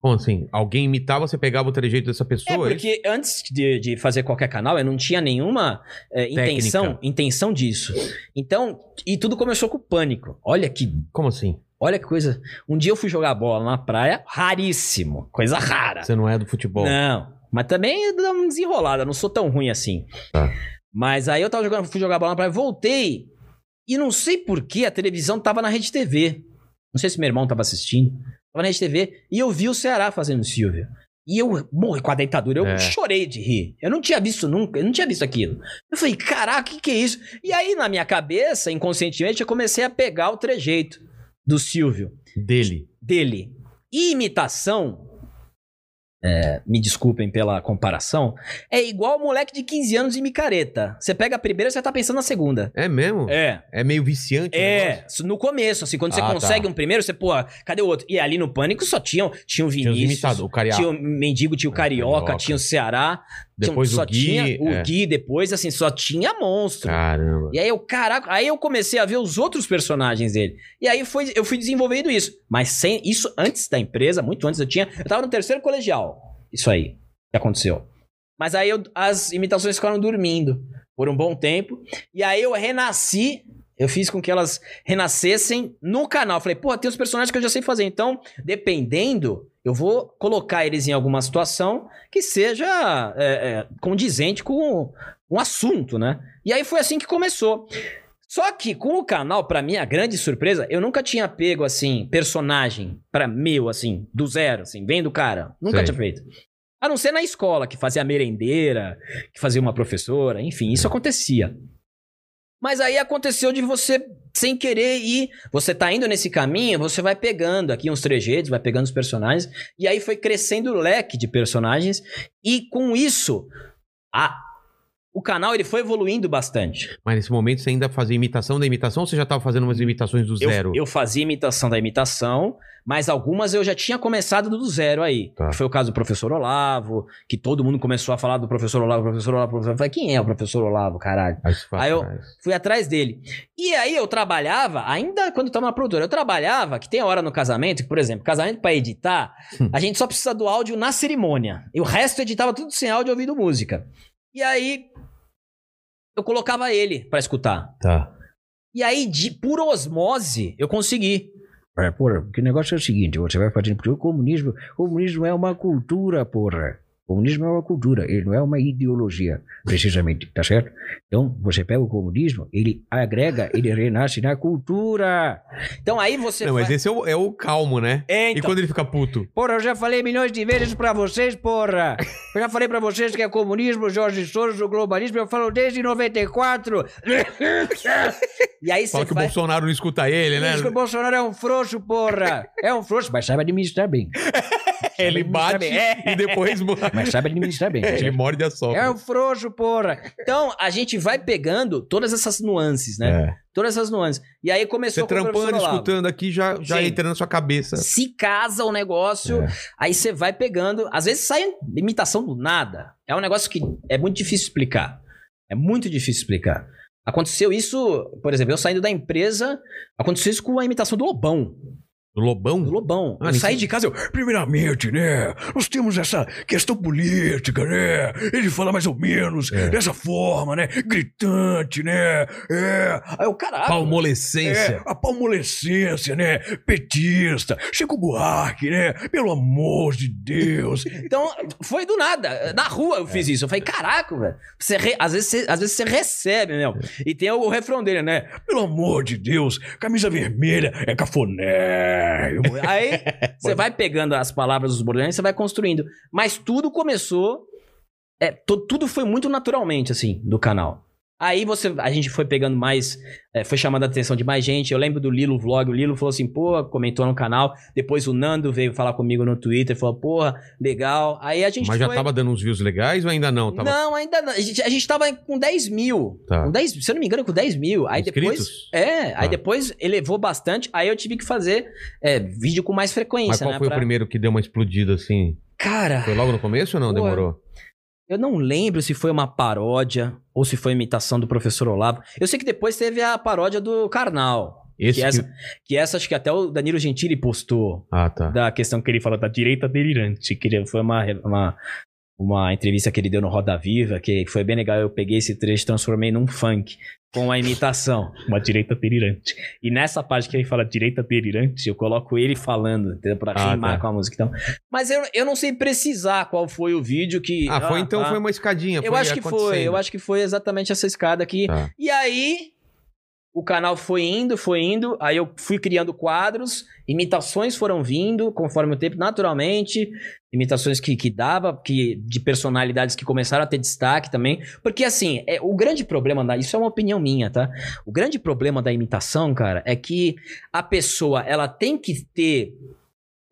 Como assim? Alguém imitava, você pegava o trejeito dessa É, pessoa? isso? porque antes de, de fazer qualquer canal, eu não tinha nenhuma é, Técnica. intenção, intenção disso. Então, e tudo começou com o pânico. Olha que Como assim? Olha que coisa. Um dia eu fui jogar bola na praia, raríssimo, coisa rara. Você não é do futebol. Não, mas também dá uma desenrolada, não sou tão ruim assim. Tá. Mas aí eu tava jogando, fui jogar bola na praia, voltei e não sei por que a televisão tava na Rede TV. Não sei se meu irmão tava assistindo. Tava na Rede TV e eu vi o Ceará fazendo o Silvio. E eu morri com a dentadura, eu É. chorei de rir. Eu não tinha visto nunca, eu não tinha visto aquilo. Eu falei, caraca, o que, que é isso? E aí, na minha cabeça, inconscientemente, eu comecei a pegar o trejeito do Silvio Dele. dele. E imitação, é, me desculpem pela comparação, é igual moleque de 15 anos de micareta. Você pega a primeira, você tá pensando na segunda. É mesmo? É, É. meio viciante. o negócio? É, isso no começo, assim, quando você Ah, tá. consegue um primeiro, você, pô, cadê o outro? E ali no Pânico só tinham, tinha Tinha o os Vinícius, imitadores. O Cariá. tinha o Mendigo, tinha o É, Carioca, Carioca. tinha o Ceará, tinha- Depois só o Gui. tinha o é. Gui, depois, assim, só tinha monstro. Caramba. E aí eu, caraca, aí eu comecei a ver os outros personagens dele. E aí foi, eu fui desenvolvendo isso. Mas sem isso antes da empresa, muito antes eu tinha, eu tava no terceiro colegial. Isso aí que aconteceu. Mas aí eu- as imitações ficaram dormindo por um bom tempo. E aí eu renasci, eu fiz com que elas renascessem no canal. Eu Falei, pô, tem os personagens que eu já sei fazer, então, dependendo, eu vou colocar eles em alguma situação que seja é, é, condizente com um assunto, né? E aí foi assim que começou. Só que com o canal, pra minha grande surpresa, eu nunca tinha pego assim personagem pra meu assim, do zero, assim, vem do cara, nunca Sei. tinha feito. A não ser na escola, que fazia merendeira, que fazia uma professora, enfim, isso acontecia. Mas aí aconteceu de você, sem querer, ir. Você tá indo nesse caminho, você vai pegando aqui uns trejeitos, vai pegando os personagens. E aí foi crescendo o leque de personagens. E com isso, a- o canal ele foi evoluindo bastante. Mas nesse momento você ainda fazia imitação da imitação ou você já tava fazendo umas imitações do Eu- zero? Eu, fazia imitação da imitação, mas algumas eu já tinha começado do zero aí. Tá. Que Foi o caso do professor Olavo, que todo mundo começou a falar do professor Olavo, professor Olavo, professor Olavo. Eu falei, quem é o professor Olavo, caralho? Aí você fala, "Ah, Aí eu- "Mas Fui atrás dele. E aí eu trabalhava, ainda quando eu tava na produtora, eu trabalhava, que tem hora no casamento, que, por exemplo, casamento pra editar, Hum. a gente só precisa do áudio na cerimônia. E o resto eu editava tudo sem áudio ouvindo música. E aí eu colocava ele pra escutar. Tá. E aí, de, por osmose, eu consegui. É, porra, porque o negócio é o seguinte, você vai fazendo... Porque o comunismo, o comunismo é uma cultura, porra. O comunismo é uma cultura, ele não é uma ideologia, precisamente, tá certo? Então, você pega o comunismo, ele agrega, ele renasce na cultura. Então aí você. Não, mas vai- esse é o, é o calmo, né? É, E então. quando ele fica puto? Porra, eu já falei milhões de vezes pra vocês, porra. Eu já falei pra vocês que é comunismo, Jorge Soros, o globalismo, eu falo desde 94. E aí Fala você que o vai. Bolsonaro não escuta ele, né? Diz que o Bolsonaro é um frouxo, porra. É um frouxo, mas sabe administrar bem. Ele bate é. e depois Mas sabe administrar bem. tá certo? ele morde a sopa. É um frouxo, porra. Então, a gente vai pegando todas essas nuances, né? É. Todas essas nuances. E aí Você começou com o trampando, professor Olavo. escutando aqui, já, já Sim. entra na sua cabeça. Se casa o negócio, É. aí você vai pegando. Às vezes sai imitação do nada. É um negócio que é muito difícil explicar. É muito difícil explicar. Aconteceu isso, por exemplo, eu saindo da empresa, aconteceu isso com a imitação do Lobão. Do Lobão? Do Lobão. Ah, eu nem saí sei. de casa, eu. Primeiramente, né? Nós temos essa questão política, né? Ele fala mais ou menos É. dessa forma, né? Gritante, né? É. Aí eu, caralho. É, Palmolescência. a palmolescência, né? Petista, Chico Buarque, né? Pelo amor de Deus. Então, foi do nada. Na rua eu É. fiz isso. Eu falei, caraca, velho. Você re- Às, vezes você- às vezes você recebe, meu. É. E tem o refrão dele, né? Pelo amor de Deus. Camisa vermelha é cafoné. Aí você vai pegando as palavras dos bordões e você vai construindo. Mas tudo começou. É, to- tudo foi muito naturalmente, assim, do canal. Aí você, a gente foi pegando mais, é, foi chamando a atenção de mais gente. Eu lembro do Lilo Vlog, o Lilo falou assim, pô, comentou no canal. Depois o Nando veio falar comigo no Twitter, falou, porra, legal. Aí a gente Mas já foi... tava dando uns views legais ou ainda não? Tava... Não, ainda não. A gente, a gente tava com 10 mil. Tá. Com 10, se eu não me engano, com 10 mil. Aí Inscritos? depois. É, Tá. aí depois elevou bastante. Aí eu tive que fazer é, vídeo com mais frequência, Mas qual né? foi pra- o primeiro que deu uma explodida assim? Cara, Foi logo no começo ou não? Pô, Demorou? Eu não lembro se foi uma paródia ou se foi imitação do professor Olavo. Eu sei que depois teve a paródia do Karnal. Esse que, essa, que essa acho que até o Danilo Gentili postou. Ah, tá. Da questão que ele falou da direita delirante. Que ele- foi uma, uma, uma entrevista que ele deu no Roda Viva, que foi bem legal. Eu peguei esse trecho e transformei num funk. Com a imitação. Uma direita delirante. E nessa parte que ele fala direita delirante, eu coloco ele falando, entendeu? Pra Ah, rimar tá. com a música. Então, mas eu, eu não sei precisar qual foi o vídeo que. Ah, foi então, tá. foi uma escadinha. Eu acho que foi, eu acontecendo. acho que foi exatamente essa escada aqui. Tá. E aí, o canal foi indo, foi indo, aí eu fui criando quadros, imitações foram vindo conforme o tempo, naturalmente, imitações que, que dava, que de personalidades que começaram a ter destaque também, porque assim, é, o grande problema da, isso é uma opinião minha, tá? O grande problema da imitação, cara, é que a pessoa, ela tem que ter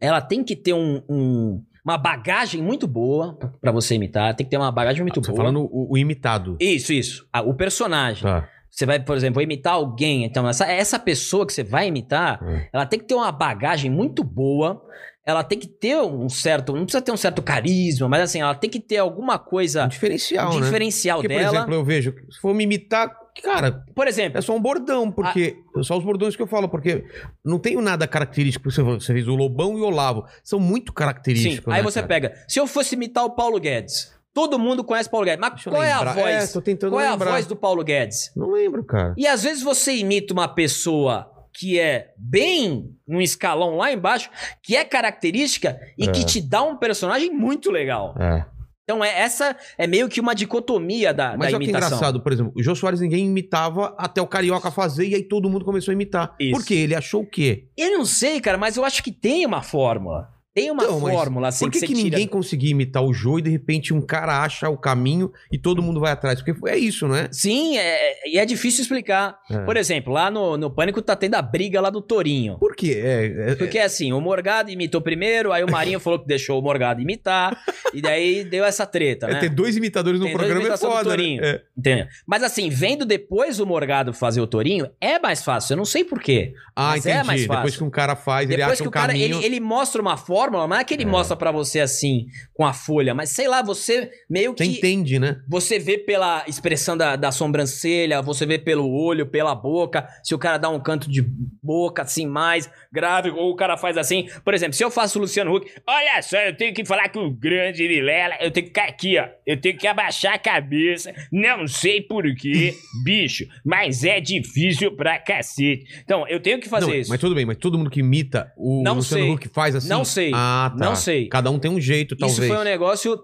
ela tem que ter um- um- uma bagagem muito boa pra você imitar, tem que ter uma bagagem muito Ah, Você boa. falando o, o imitado. Isso, isso. Ah, o personagem. Tá. Você vai, por exemplo, imitar alguém. Então, essa, essa pessoa que você vai imitar, É. ela tem que ter uma bagagem muito boa. Ela tem que ter um certo. Não precisa ter um certo carisma, mas assim, ela tem que ter alguma Um coisa. diferencial, um né? diferencial Porque, por dela. exemplo, eu vejo, se for me imitar, cara, por exemplo, é só um Ah. bordão, porque. Só os bordões que eu falo, porque não tenho nada característico. Você você fez o Lobão e o Olavo. São muito sim. característicos. Aí né, você cara? pega. Se eu fosse imitar o Paulo Guedes, todo mundo conhece o Paulo Guedes. Mas Deixa eu qual é a lembrar. voz? tô tentando qual é a lembrar. voz do Paulo Guedes? Não lembro, cara. E às vezes você imita uma pessoa que é bem num escalão lá embaixo, que é característica e É. que te dá um personagem muito legal. É. Então é essa é meio que uma dicotomia Ah, da, Mas da olha que imitação. engraçado, por exemplo, o Jô Soares ninguém imitava até o Carioca fazer e aí todo mundo começou a imitar. Isso. Por quê? Ele achou o quê? Eu não sei, cara, mas eu acho que tem uma fórmula. Tem uma Então, mas fórmula assim por que, você que tira- ninguém conseguia imitar o Jô e de repente um cara acha o caminho e todo mundo vai atrás? Porque é isso, né? Sim, é- e é difícil explicar. É. Por exemplo, lá no, no Pânico tá tendo a briga lá do Torinho. Por quê? É, é- Porque assim, o Morgado imitou primeiro, aí o Marinho falou que deixou o Morgado imitar, e daí deu essa treta, é né? ter dois imitadores no Tem dois programa é imitação do foda. Torinho. né? É. Entendeu? Mas assim, vendo depois o Morgado fazer o Torinho, é mais fácil. Eu não sei porquê. Ah, Mas é entendi. mais fácil. Depois que um cara faz, ele Depois acha um que o cara, caminho. ele, ele mostra uma fórmula, não é que ele É. mostra pra você assim, com a folha, mas sei lá, você meio Você que... entende, né? Você vê pela expressão da, da sobrancelha, você vê pelo olho, pela boca, se o cara dá um canto de boca assim mais grave, ou o cara faz assim. Por exemplo, se eu faço o Luciano Huck, olha só, eu tenho que falar com o grande Vilela, eu tenho que ficar aqui, ó, eu tenho que abaixar a cabeça, não sei porquê, bicho, mas é difícil pra cacete. Então, eu tenho que fazer Não, isso. Mas tudo bem, mas todo mundo que imita o Não Luciano sei. Huck faz assim. Não sei. Ah, tá. Não sei. Cada um tem um jeito, talvez. Isso foi um negócio.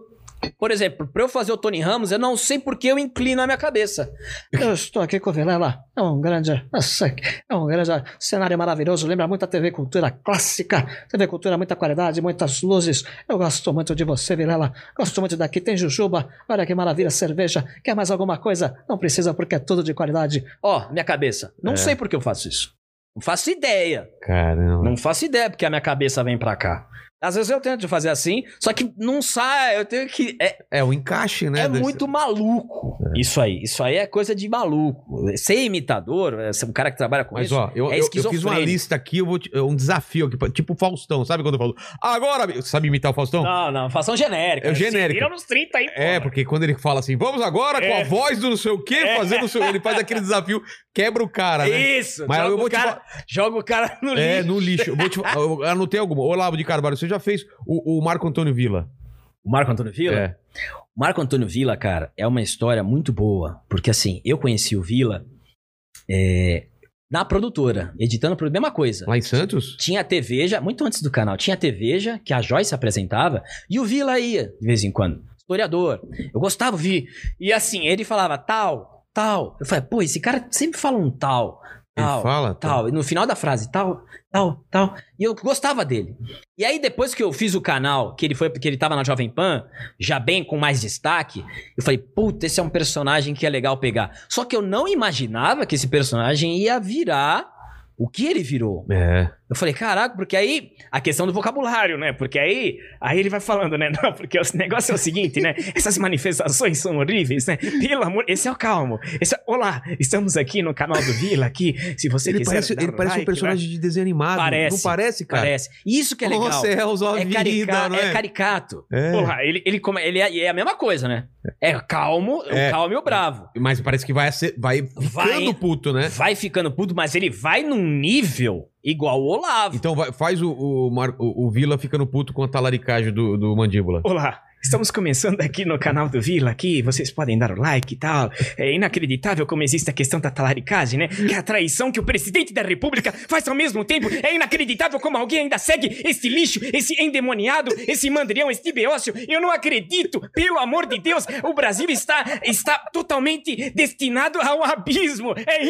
Por exemplo, pra eu fazer o Tony Ramos, eu não sei porque eu inclino a minha cabeça. Eu estou aqui com o Vilela. É um grande. Nossa, é um grande cenário maravilhoso. Lembra muito a TV Cultura clássica. TV Cultura, muita qualidade, muitas luzes. Eu gosto muito de você, Vilela. Gosto muito daqui. Tem Jujuba. Olha que maravilha, cerveja. Quer mais alguma coisa? Não precisa, porque é tudo de qualidade. Ó, minha cabeça. Não É. sei por que eu faço isso. Não faço ideia. Caramba. Não faço ideia porque a minha cabeça vem pra cá. Às vezes eu tento fazer assim, só que não sai. Eu tenho que. É, É, o encaixe, né? é desse- muito maluco. Isso aí. Isso aí é coisa de maluco. Ser imitador, é ser um cara que trabalha com Mas isso. ó, eu, é eu- eu fiz uma esquizofrênico. lista aqui, eu vou te- é um desafio aqui, tipo Faustão, sabe quando eu falo? Agora, meu-" sabe imitar o Faustão? Não, não, façam genérica. É o genérico. Viram nos 30 aí, É, porra. porque quando ele fala assim, vamos agora com É. a voz do não sei o quê, fazendo o seu. Ele faz aquele desafio, quebra o cara, né? Isso, Mas joga, eu vou o te cara, joga o cara no É, lixo. no lixo. Eu, vou te fa- eu anotei alguma. Olavo de Carvalho, você já fez o, o Marco Antônio Villa. O Marco Antônio Vila? É. Marco Antônio Villa, cara, é uma história muito boa, porque assim, eu conheci o Villa é, na produtora, editando a mesma coisa. Lá em Santos? Tinha a TVja, muito antes do canal, tinha a TVja, que a Joyce apresentava, e o Vila ia, de vez em quando. Historiador. Eu gostava de E assim, ele falava tal, tal. Eu falei, pô, esse cara sempre fala um tal, Ele tal fala? tá? tal. E no final da frase, tal, tal, tal. E eu gostava dele. E aí, depois que eu fiz o canal, que ele foi, porque ele tava na Jovem Pan, já bem com mais destaque, eu falei, puta, esse é um personagem que é legal pegar. Só que eu não imaginava que esse personagem ia virar o que ele virou. É. Eu falei, caraca, porque aí a questão do vocabulário, né? Porque aí, aí ele vai falando, né? Não, porque o negócio é o seguinte, né? Essas manifestações são horríveis, né? Pelo amor, esse é o calmo. Esse é- Olá, estamos aqui no canal do Vila aqui. Se você Ele quiser parece, dar ele um parece um like, personagem de desenho animado. Parece. Não parece, vai- cara? parece. Isso que é legal. Nossa, é Elza é, Avenida, carica- não é é? caricato. É. Porra, ele, ele, come- ele é, e é a mesma coisa, né? É calmo, É. o calmo e o bravo. Mas parece que vai, ser- vai ficando Vai. puto, né? Vai ficando puto, mas ele vai num nível igual o Olavo. Então vai- faz o, o, Mar- o- o Vila ficando puto com a talaricagem do, do Mandíbula. Olá, estamos começando aqui no canal do Vila, aqui vocês podem dar o like e tal. É inacreditável como existe a questão da talaricagem, né? Que é a traição que o presidente da república faz ao mesmo tempo. É inacreditável como alguém ainda segue esse lixo, esse endemoniado, esse mandrião, esse beócio. Eu não acredito, pelo amor de Deus, o Brasil está, está totalmente destinado ao abismo. É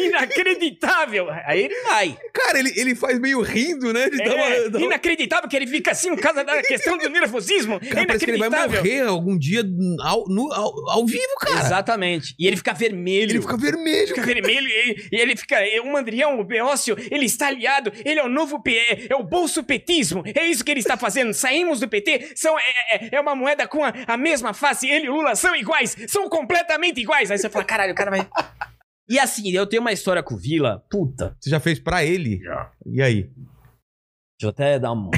inacreditável. Aí ele vai. Cara, ele, ele faz meio rindo, né? Ele dá uma- É dá uma- inacreditável que ele fica assim por causa da questão do nervosismo. é Cara, parece que ele vai inacreditável. morrer algum dia ao, no- ao, ao vivo, cara. Exatamente. E ele fica vermelho. Ele fica vermelho. fica vermelho e, e ele fica. é, O Mandrião, o Beócio, ele está aliado, ele é o novo PE, é o bolso petismo, é isso que ele está fazendo. Saímos do PT, são, é, é- é uma moeda com a, a mesma face, ele e o Lula são iguais, são completamente iguais. Aí você fala, caralho, o cara vai. E assim, eu tenho uma história com o Vila. Puta. Você já fez pra ele? E aí? Deixa eu até dar um.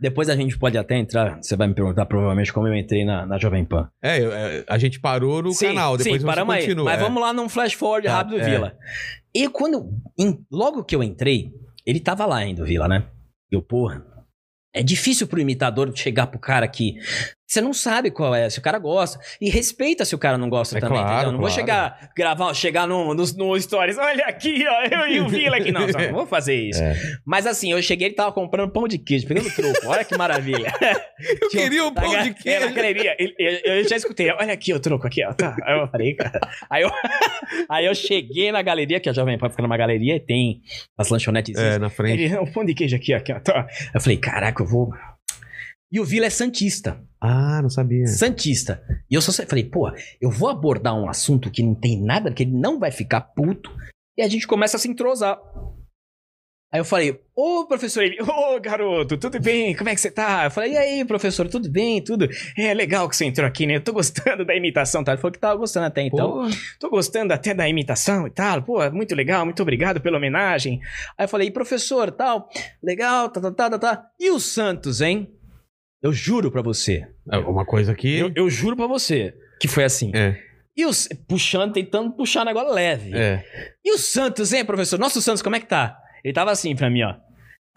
Depois a gente pode até entrar. Você vai me perguntar, provavelmente, como eu entrei na, na Jovem Pan. É, eu- é, a gente parou no canal, depois você paramos aí. continua. Mas é. vamos lá num flash forward Tá, rápido, é. Vila. E quando. em- logo que eu entrei, ele tava lá ainda, o Vila, né? Eu, porra. É difícil pro imitador chegar pro cara que. Você não sabe qual é, se o cara gosta. E respeita se o cara não gosta É também, claro, entendeu? Não vou claro. chegar, gravar, chegar no, no, no Stories. Olha aqui, ó, eu e o Vila aqui. Não, só não vou fazer isso. É. Mas assim, eu cheguei, ele tava comprando pão de queijo, pegando troco. Olha que maravilha. Eu queria um pão de Ela queijo. quereria. ele- Eu, eu já escutei, olha aqui o troco aqui, ó. Tá. Ah, Aí eu falei, cara. Aí eu, aí eu cheguei na galeria, que a Jovem Pan fica numa galeria e tem as lanchonetes. É, na frente. Ele, um o pão de queijo aqui, ó, aqui, ó. É. Tá. Eu falei, caraca, eu vou. E o Vila é Santista. Ah, não sabia. Santista. E eu só sa- falei, pô, eu vou abordar um assunto que não tem nada, que ele não vai ficar puto. E a gente começa a se entrosar. Aí eu falei, ô professor, ele, Ô, garoto, tudo bem? Como é que você tá? Eu falei, e aí, professor, tudo bem? Tudo? É legal que você entrou aqui, né? Eu tô gostando da imitação, tá? Ele falou que tava gostando até então. Porra. Tô gostando até da imitação e tal. Pô, é muito legal, muito obrigado pela homenagem. Aí eu falei, e professor, tal, legal, tá, tá, tá, tá, tá. E o Santos, hein? Eu juro pra você, É uma coisa que. Eu, eu juro pra você que foi assim. É. E os, puxando, tentando puxar um negócio leve. É. E o Santos, hein, professor? Nosso Santos, como é que tá? Ele tava assim pra mim, ó.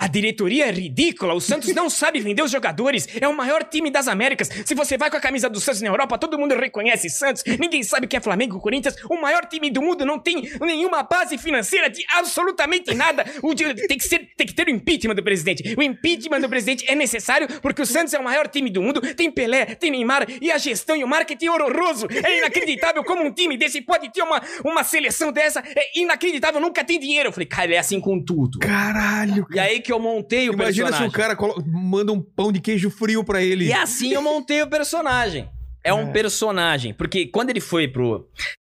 A diretoria é ridícula, o Santos não sabe vender os jogadores, é o maior time das Américas. Se você vai com a camisa do Santos na Europa, todo mundo reconhece Santos, ninguém sabe que é Flamengo, Corinthians, o maior time do mundo não tem nenhuma base financeira de absolutamente nada. O de- tem, que ser, tem que ter o impeachment do presidente. O impeachment do presidente é necessário porque o Santos é o maior time do mundo, tem Pelé, tem Neymar e a gestão e o marketing é horroroso. É inacreditável como um time desse pode ter uma, uma seleção dessa, é inacreditável, nunca tem dinheiro. Eu falei, Cara, ele é assim com tudo. Caralho. E aí que eu montei o Imagina se personagem. o cara colo- manda um pão de queijo frio pra ele. E assim eu montei o personagem. É um personagem. Porque quando ele foi pro.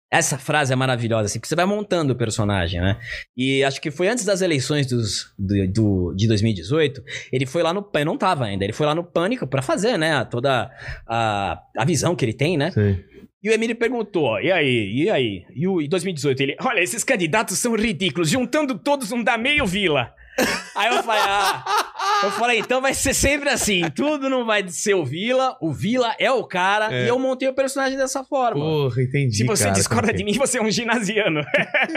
Essa frase é maravilhosa, assim, porque você vai montando o personagem, né? E acho que foi antes das eleições dos, do, do- de 2018, ele foi lá no Pânico, não tava ainda, ele foi lá no Pânico pra fazer, né, toda a, a visão que ele tem, né? Sim. E o Emílio perguntou, Pô, e aí, e aí? E o e 2018, ele, olha, esses candidatos são ridículos, juntando todos um não dá meio vila. Aí eu falei, ah. Eu falei, então vai ser sempre assim. Tudo não vai ser o Vila, o Vila é o cara. É. E eu montei o personagem dessa forma. Porra, entendi. Se você cara, discorda como de que- mim, você é um ginasiano.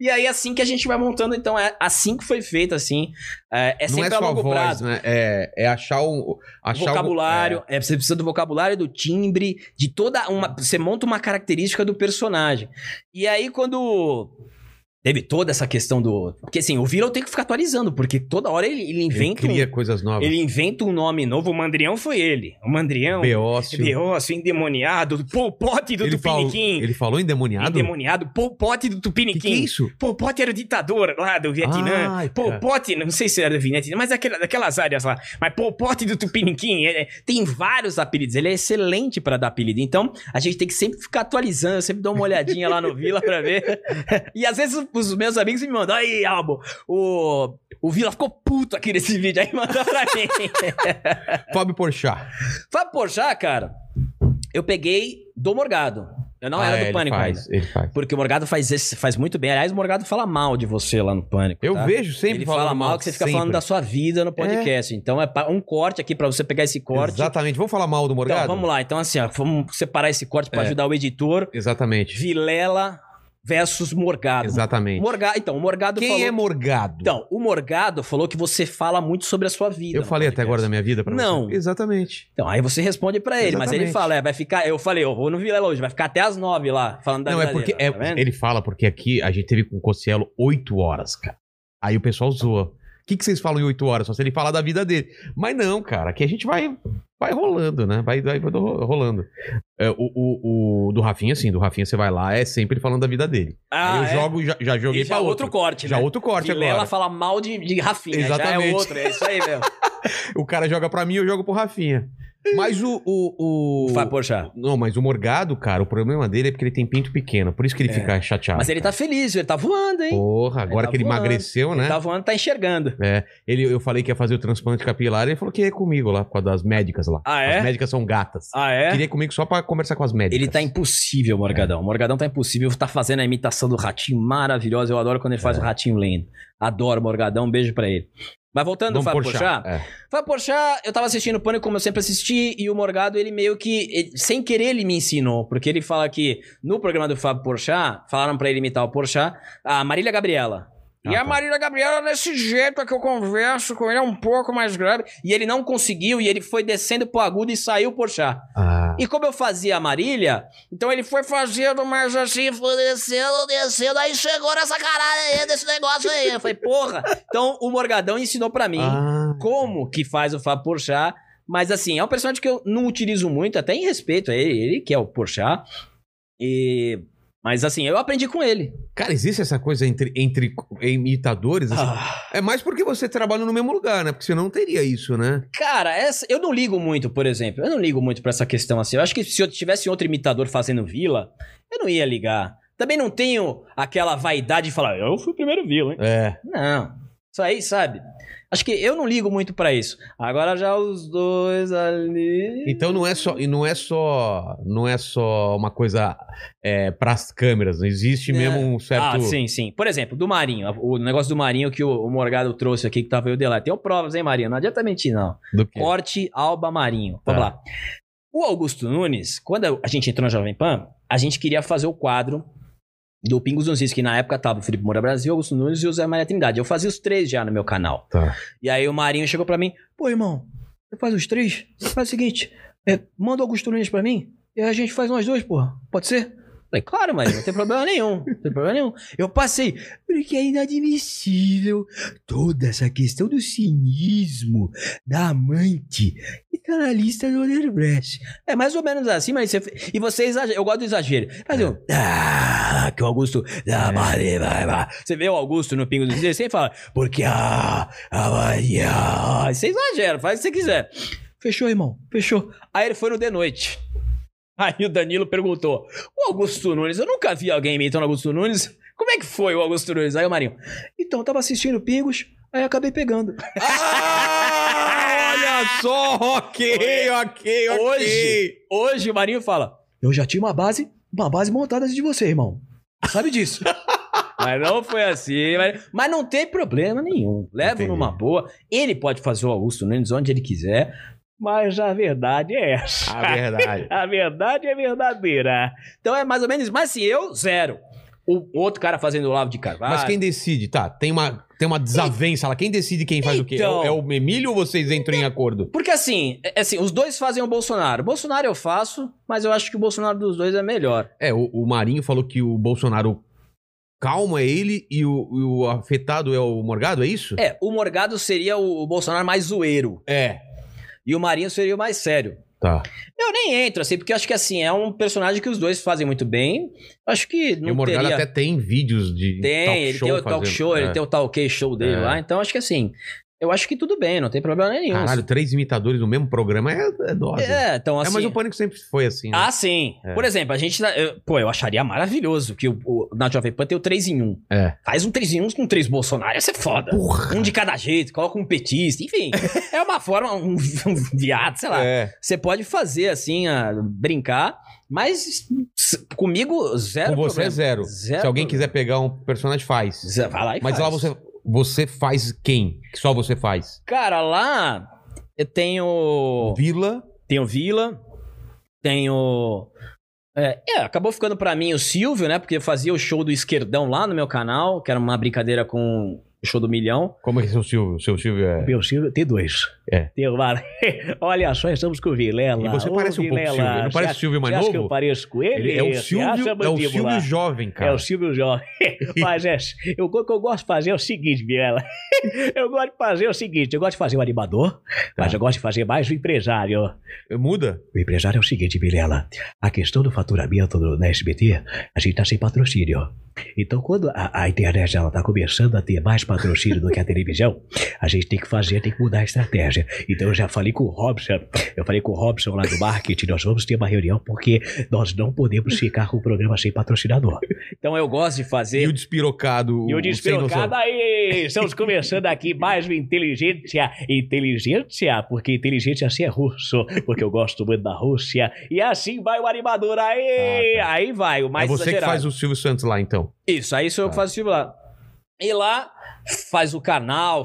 E aí, assim que a gente vai montando, então, é assim que foi feito, assim. É, é Não é sempre a só a longo voz, prazo. né? É, é achar um. Achar algum- vocabulário, é, você precisa do vocabulário, do timbre, de toda uma. Você monta uma característica do personagem. E aí, quando. Teve toda essa questão do. Porque assim, o Vila eu tenho que ficar atualizando, porque toda hora ele, ele é, Ele inventa. um- cria coisas novas. ele é um, inventa um nome novo. Novo o Mandrião foi ele. O Mandrião, Beócio. Beócio, endemoniado, polpote do Ele falou, Tupiniquim. ele falou endemoniado? Endemoniado, polpote Que, do que é Tupiniquim. isso? Pol Pot era o ditador lá do Vietnã. Ai, Pol cara. Pot, não sei se era do Vietnã, é mas daquela- daquelas áreas lá. Mas Pol Pot do Tupiniquim, é- é- Tem vários apelidos, ele é excelente pra dar apelido. Então, a gente tem que sempre ficar atualizando, eu sempre dou uma olhadinha lá no Vila pra ver. E às vezes os meus amigos me mandam, aí, Albo, o, o Vila ficou puto aqui nesse vídeo, aí mandou pra mim. Fábio Porchat. Fala, pô, já, cara, eu peguei do Morgado. Eu não Ah, era é, do ele Pânico faz, ainda. Ele faz. Porque o Morgado faz, esse, faz muito bem. Aliás, o Morgado fala mal de você lá no Pânico. Eu tá? vejo sempre Ele falar fala mal que você fica falando sempre. da sua vida no podcast. Então é pa- um corte aqui pra você pegar esse corte. Exatamente. Vamos falar mal do Morgado? Então vamos lá. Então assim, ó, vamos separar esse corte pra tá É. ajudar o editor. Exatamente. Vilela versus Morgado. Exatamente. Morgado, então, o Morgado Quem falou é Morgado? Então, o Morgado falou que você fala muito sobre a sua vida. eu no falei até podcast. agora da minha vida pra Não. você? Exatamente. Então, aí você responde pra ele, mas ele Exatamente. fala, é, vai ficar. Eu falei, eu vou no Vilela hoje, vai ficar até as nove lá, falando da Não, vida é porque dele, é- tá vendo? ele fala porque aqui a gente teve com o Cossielo oito horas, cara. Aí o pessoal zoa. O que, que vocês falam em oito horas? Só se ele falar da vida dele. Mas não, cara, aqui a gente vai, vai rolando, né? Vai, vai ro- rolando. É, o, o- o do Rafinha, sim, do Rafinha você vai lá, é sempre falando da vida dele. Ah, Aí eu é. jogo, já, já joguei E já pra outro outro. corte, já né? outro corte Vilela agora. fala mal de, de Rafinha, já é Exatamente. outro, é isso aí mesmo. O cara joga pra mim, eu jogo pro Rafinha. Mas o. o, o- Vai, poxa. Não, mas o Morgado, cara, o problema dele é porque ele tem pinto pequeno. Por isso que ele fica chateado. É. Mas ele tá feliz, ele tá voando, hein? Porra, agora tá que ele voando. emagreceu, né? Tá voando, tá enxergando. Ele, eu falei que ia fazer o transplante capilar, ele falou que ia comigo lá, por causa das médicas lá. Ah, é? As médicas são gatas. Ah, é? Queria ir comigo só pra conversar com as médicas. Ele tá impossível, Morgadão. O Morgadão tá impossível. Tá fazendo a imitação do ratinho maravilhosa. Eu adoro quando É. ele faz o ratinho lendo. Adoro, Morgadão. Um beijo pra ele. Mas voltando ao Fábio puxar. Porchat. É. Fábio Porchat, eu tava assistindo o Pânico como eu sempre assisti. E o Morgado, ele meio que... ele- sem querer, ele me ensinou. Porque ele fala que no programa do Fábio Porchat, falaram pra ele imitar o Porchat, a Marília Gabriela. E Ah, tá. a Marília Gabriela, desse jeito é que eu converso com ele, é um pouco mais grave. E ele não conseguiu. E ele foi descendo pro agudo e saiu o Porchat. Ah, E como eu fazia a Marília, então ele foi fazendo mais assim, foi descendo, descendo, aí chegou nessa caralho aí, desse negócio aí. Eu falei, porra! Então o Morgadão ensinou pra mim ah, como que faz o Fábio Porchat, mas assim, é um personagem que eu não utilizo muito, até em respeito a ele, ele que é o Porchat, e... Mas assim, eu aprendi com ele. Cara, existe essa coisa entre, entre imitadores? Ah. assim? É mais porque você trabalha no mesmo lugar, né? Porque senão não teria isso, né? Cara, essa, eu não ligo muito, por exemplo. Eu não ligo muito pra essa questão assim. Eu acho que se eu tivesse outro imitador fazendo vila, eu não ia ligar. Também não tenho aquela vaidade de falar, eu fui o primeiro vila, hein? É. Não. Isso aí, sabe? Acho que eu não ligo muito pra isso. Agora já os dois ali. Então não é só, e não é só, não é só uma coisa é, pras câmeras. Não existe É. mesmo um certo. Ah, sim, sim. Por exemplo, do Marinho. O negócio do Marinho que o o Morgado trouxe aqui, que tava eu de lá. Tenho provas, hein, Marinho? Não adianta mentir, não. Do que? Corte Alba Marinho. Vamos Tá. lá. O Augusto Nunes, quando a gente entrou na Jovem Pan, a gente queria fazer o quadro do Pingos nos Is, que na época tava o Felipe Moura Brasil, Augusto Nunes e o Zé Maria Trindade. Eu fazia os três já no meu canal. Tá. E aí o Marinho chegou pra mim, pô, irmão, você faz os três? Faz o seguinte, é, manda o Augusto Nunes pra mim e aí a gente faz nós dois, porra. Pode ser? Falei, claro, Marinho, não tem problema nenhum. Não tem problema nenhum. Eu passei, porque é inadmissível toda essa questão do cinismo da amante que tá na lista do Odebrecht. É mais ou menos assim, mas você... E você exagera. Eu gosto do exagero. Mas eu... Ah, que o Augusto... Ah, vai, vai, vai. Você vê o Augusto no Pingo dos Dias, você fala... Porque a... a Maria... ah." Você exagera, faz o que você quiser. Fechou, irmão. Fechou. Aí ele foi no de noite. Aí o Danilo perguntou: O Augusto Nunes, eu nunca vi alguém imitando o Augusto Nunes. Como é que foi o Augusto Nunes? Aí o Marinho. Então, eu tava assistindo Pingos, aí acabei pegando. Ah, olha só, ok, ok, ok. Hoje, hoje o Marinho fala: Eu já tinha uma base, uma base montada antes de você, irmão. Sabe disso. mas não foi assim. Mas, mas não tem problema nenhum. Levo Entendi. numa boa. Ele pode fazer o Augusto Nunes onde ele quiser. Mas a verdade é essa. A Ah, verdade. A verdade é verdadeira. Então é mais ou menos. Mas assim, eu, zero. O outro cara fazendo o Lavo de Carvalho. Mas quem decide? Tá, tem uma, tem uma desavença lá. Quem decide quem faz o quê? É o- Então. É o Memílio ou vocês entram em acordo? Porque assim, é- é assim, os dois fazem o Bolsonaro. Bolsonaro eu faço, mas eu acho que o Bolsonaro dos dois é melhor. É, o, o Marinho falou que o Bolsonaro calma é ele e o, e o afetado é o Morgado, é isso? É, o Morgado seria o, o Bolsonaro mais zoeiro. É. E o Marinho seria o mais sério. Tá. Eu nem entro, assim, porque eu acho que assim, é um personagem que os dois fazem muito bem. Acho que não e o Morgado teria... até tem vídeos de Tem, ele tem o talk fazendo. show, ele É. tem o talk show dele É. lá. Então acho que assim, Eu acho que tudo bem, não tem problema nenhum. Caralho, três imitadores no mesmo programa é, é dose. É, é, então assim. mas o Pânico sempre foi assim. né? Ah, sim. É. Por exemplo, a gente. tá- eu- pô, eu acharia maravilhoso que o, o- na Jovem Pan tem o 3 em 1. É. Faz um 3 em 1 com três Bolsonaro, ia ser foda. Um de cada jeito, coloca um petista, enfim. é uma forma, um, um viado, sei lá. É. Você pode fazer assim, a- brincar, mas s- comigo, zero. Com você é problema. zero. Zero Se alguém problema. quiser pegar um personagem, faz. Zé- Vai lá e Mas faz. lá você, você faz quem? Que só você faz? Cara, lá eu tenho. Vila. Tenho Vila, tenho. É, é, acabou ficando pra mim o Silvio, né? Porque eu fazia o show do Esquerdão lá no meu canal, que era uma brincadeira com o show do Milhão. Como é que é seu Silvio? Seu Silvio é. Meu Silvio tem dois. É. Tem o Mar- Olha só, estamos com o Vilela. E você Ô, parece um pouco Vilela, Silvio. Não você parece acha- o Silvio mais você acha que novo? eu pareço com ele? Ele é o Você Silvio, acha, é o mandíbula? Silvio jovem, cara. É o Silvio Jovem. Mas é, eu, o que eu gosto de fazer é o seguinte, Vilela. Eu gosto de fazer o seguinte: eu gosto de fazer o animador, Tá. mas eu gosto de fazer mais o empresário. Muda? O empresário é o seguinte, Vilela. A questão do faturamento do- na SBT, a gente tá sem patrocínio. Então, quando a, a internet ela tá começando a ter mais patrocínio do que a televisão, a gente tem que fazer, tem que mudar a estratégia. Então, eu já falei com o Robson, eu falei com o Robson lá do marketing, nós vamos ter uma reunião porque nós não podemos ficar com o programa sem patrocinador. Então eu gosto de E o fazer. despirocado. E o sem despirocado noção. aí, estamos começando aqui mais uma inteligência. Inteligência, porque inteligência assim é russo, porque eu gosto muito da Rússia. E assim vai o animador, aí, Ah, aí vai, o É mais você que exagerado. faz o Silvio Santos lá, então. Isso, aí Ah. sou eu que faço o Silvio lá. E lá faz o canal,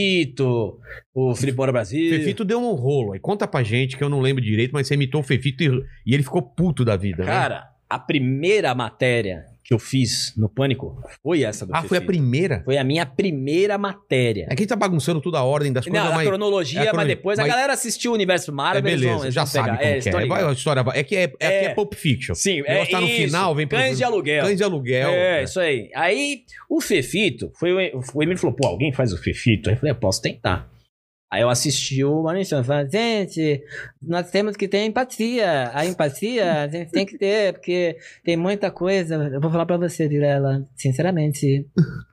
Fefito, o Felipe Mora Brasil. Fefito deu um rolo. Aí conta pra gente, que eu não lembro direito, mas você imitou o Fefito e, e ele ficou puto da vida. né? Cara, a primeira matéria que eu fiz no Pânico foi essa do Ah, foi a Fefito. primeira? Foi a minha primeira matéria. É que a gente tá bagunçando toda a ordem das Não, coisas, a mas. cronologia, é a mas cronologia. depois a Mas- galera assistiu o universo É, Marvel. eles vão- beleza, eles já vão sabe pegar. como eles que é. estão Vai, ligados. a história vai- É que é, é, É. que é Pulp Fiction. Sim, O é negócio tá no isso. final, vem pro- Cães de aluguel. Cães de aluguel. É, né? isso aí. Aí o Fefito, foi, o- o Emílio falou, pô, alguém faz o Fefito? Aí eu falei, eu posso tentar. Aí eu assisti o Maurício e falei, gente, nós temos que ter empatia. A empatia a gente tem que ter, porque tem muita coisa. Eu vou falar pra você, Vilela, sinceramente.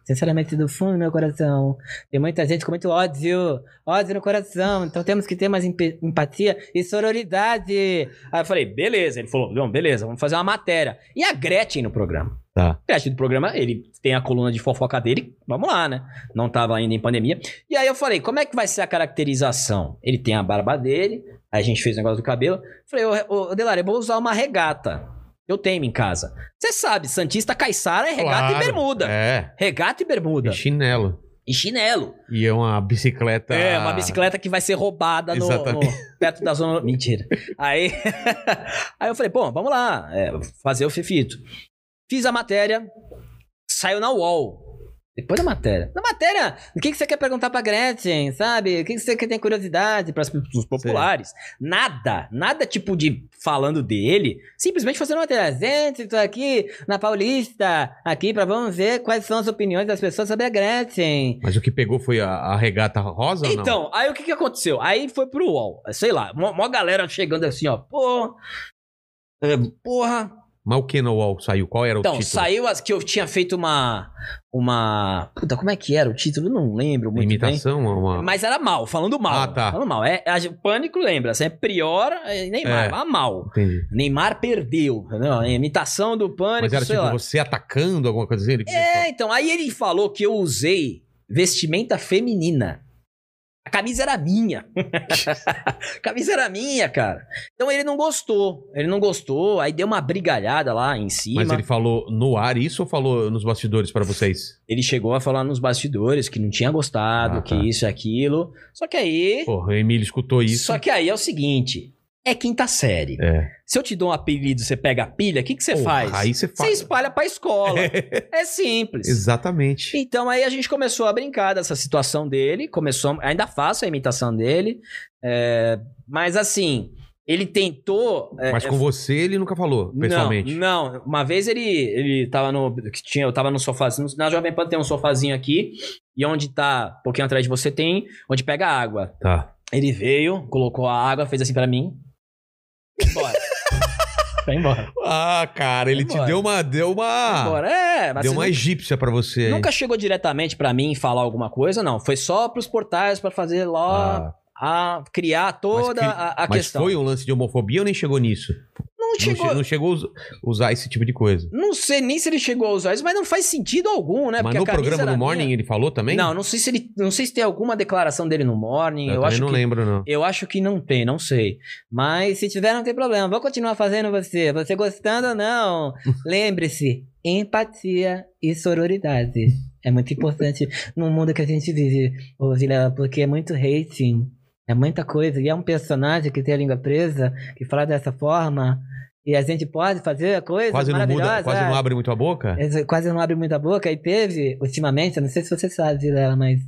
Sinceramente, do fundo do meu coração. Tem muita gente com muito ódio. Ódio no coração. Então temos que ter mais empe- empatia e sororidade. Aí eu falei, beleza. Ele falou, não, beleza, vamos fazer uma matéria. E a Gretchen no programa? Tá. Crash do programa, ele tem a coluna de fofoca dele, vamos lá, né? Não tava ainda em pandemia. E aí eu falei, como é que vai ser a caracterização? Ele tem a barba dele, aí a gente fez o negócio do cabelo. Falei, ô, ô Delari, eu vou usar uma regata. Eu tenho em casa. Você sabe, Santista Caissara é regata Claro, e bermuda. É. Regata e bermuda. E chinelo. E chinelo. E é uma bicicleta. É, uma bicicleta que vai ser roubada no, Tá. Exatamente. no- perto da zona. Mentira. Aí, aí eu falei, bom, vamos lá, é, fazer o Fefito. Fiz a matéria, saiu na UOL. Depois da matéria. Na matéria, o que, que você quer perguntar pra Gretchen, sabe? O que, que você que tem curiosidade para os populares? Nada, nada tipo de falando dele. Simplesmente fazendo uma matéria. Gente, tô aqui na Paulista, aqui pra vamos ver quais são as opiniões das pessoas sobre a Gretchen. Mas o que pegou foi a, a regata rosa ou não? Então, aí o que, que aconteceu? Aí foi pro UOL, sei lá, mó, mó galera chegando assim, ó, pô. é, Porra. Mas o que no UOL saiu? Qual era o Então, título? saiu as que eu tinha feito uma. Uma. Puta, como é que era o título? Eu não lembro muito bem. Imitação? Uma... Mas era mal, falando mal. Ah, tá. Falando mal. É, a gente- pânico lembra, assim, é Prior, é Neymar, É. mas mal. Entendi. Neymar perdeu, entendeu? A imitação do pânico, Mas era sei tipo lá. você atacando alguma coisa assim? Ele quis dizer, É, então, aí ele falou que eu usei vestimenta feminina. A camisa era minha. a camisa era minha, cara. Então ele não gostou. Ele não gostou, aí deu uma brigalhada lá em cima. Mas ele ele... falou no ar isso ou falou nos bastidores pra vocês? chegou a falar nos bastidores que não tinha gostado, Ah, que tá. isso e aquilo. Só que aí. Porra, o Emílio escutou isso. Só que aí é o seguinte: é quinta série. É. Se eu te dou um apelido, você pega a pilha, o que, que você Porra, faz? Aí você Você faz. espalha pra escola. é simples. Exatamente. Então aí a gente começou a brincar dessa situação dele, começou, ainda faço a imitação dele, é, mas assim, ele tentou. é, Mas com você ele nunca falou, pessoalmente. Não, não. Uma vez ele, ele tava no. Que tinha, eu tava no sofazinho. Na Jovem Pan tem um sofazinho aqui. E onde tá, um pouquinho atrás de você, tem onde pega a água. Tá. Ele veio, colocou a água, fez assim pra mim. e Bora. Vai embora. Ah, cara, ele te Vambora. deu uma. Deu uma. Agora, é, mas Ah, deu você uma egípcia pra você. nunca, hein? nunca chegou diretamente pra mim falar alguma coisa, não. Foi só pros portais pra fazer lá. A criar toda cri- a, a Ah, Mas questão. foi um lance de homofobia ou nem chegou nisso? Não Não chegou. che- Não chegou, a us- usar esse tipo de coisa. Não sei nem se ele chegou a usar isso, mas não faz sentido algum, né? Mas Porque a no camisa programa era do Morning minha. ele falou também? Não, não sei se ele. Não sei se tem alguma declaração dele no Morning. Eu, eu, também acho não que. lembro, não. Eu acho que não tem, não sei. Mas se tiver, não tem problema. Vou continuar fazendo você. Você gostando ou não. Lembre-se: empatia e sororidade. É muito importante no mundo que a gente vive, ô, Vilela, porque é muito hating. É muita coisa. E é um personagem que tem a língua presa, que fala dessa forma. E a gente pode fazer coisas Quase não maravilhosas. é. muda, quase não abre muito a boca? Eles quase não abre muita boca. E teve, ultimamente, eu não sei se você sabe, Vilela, mas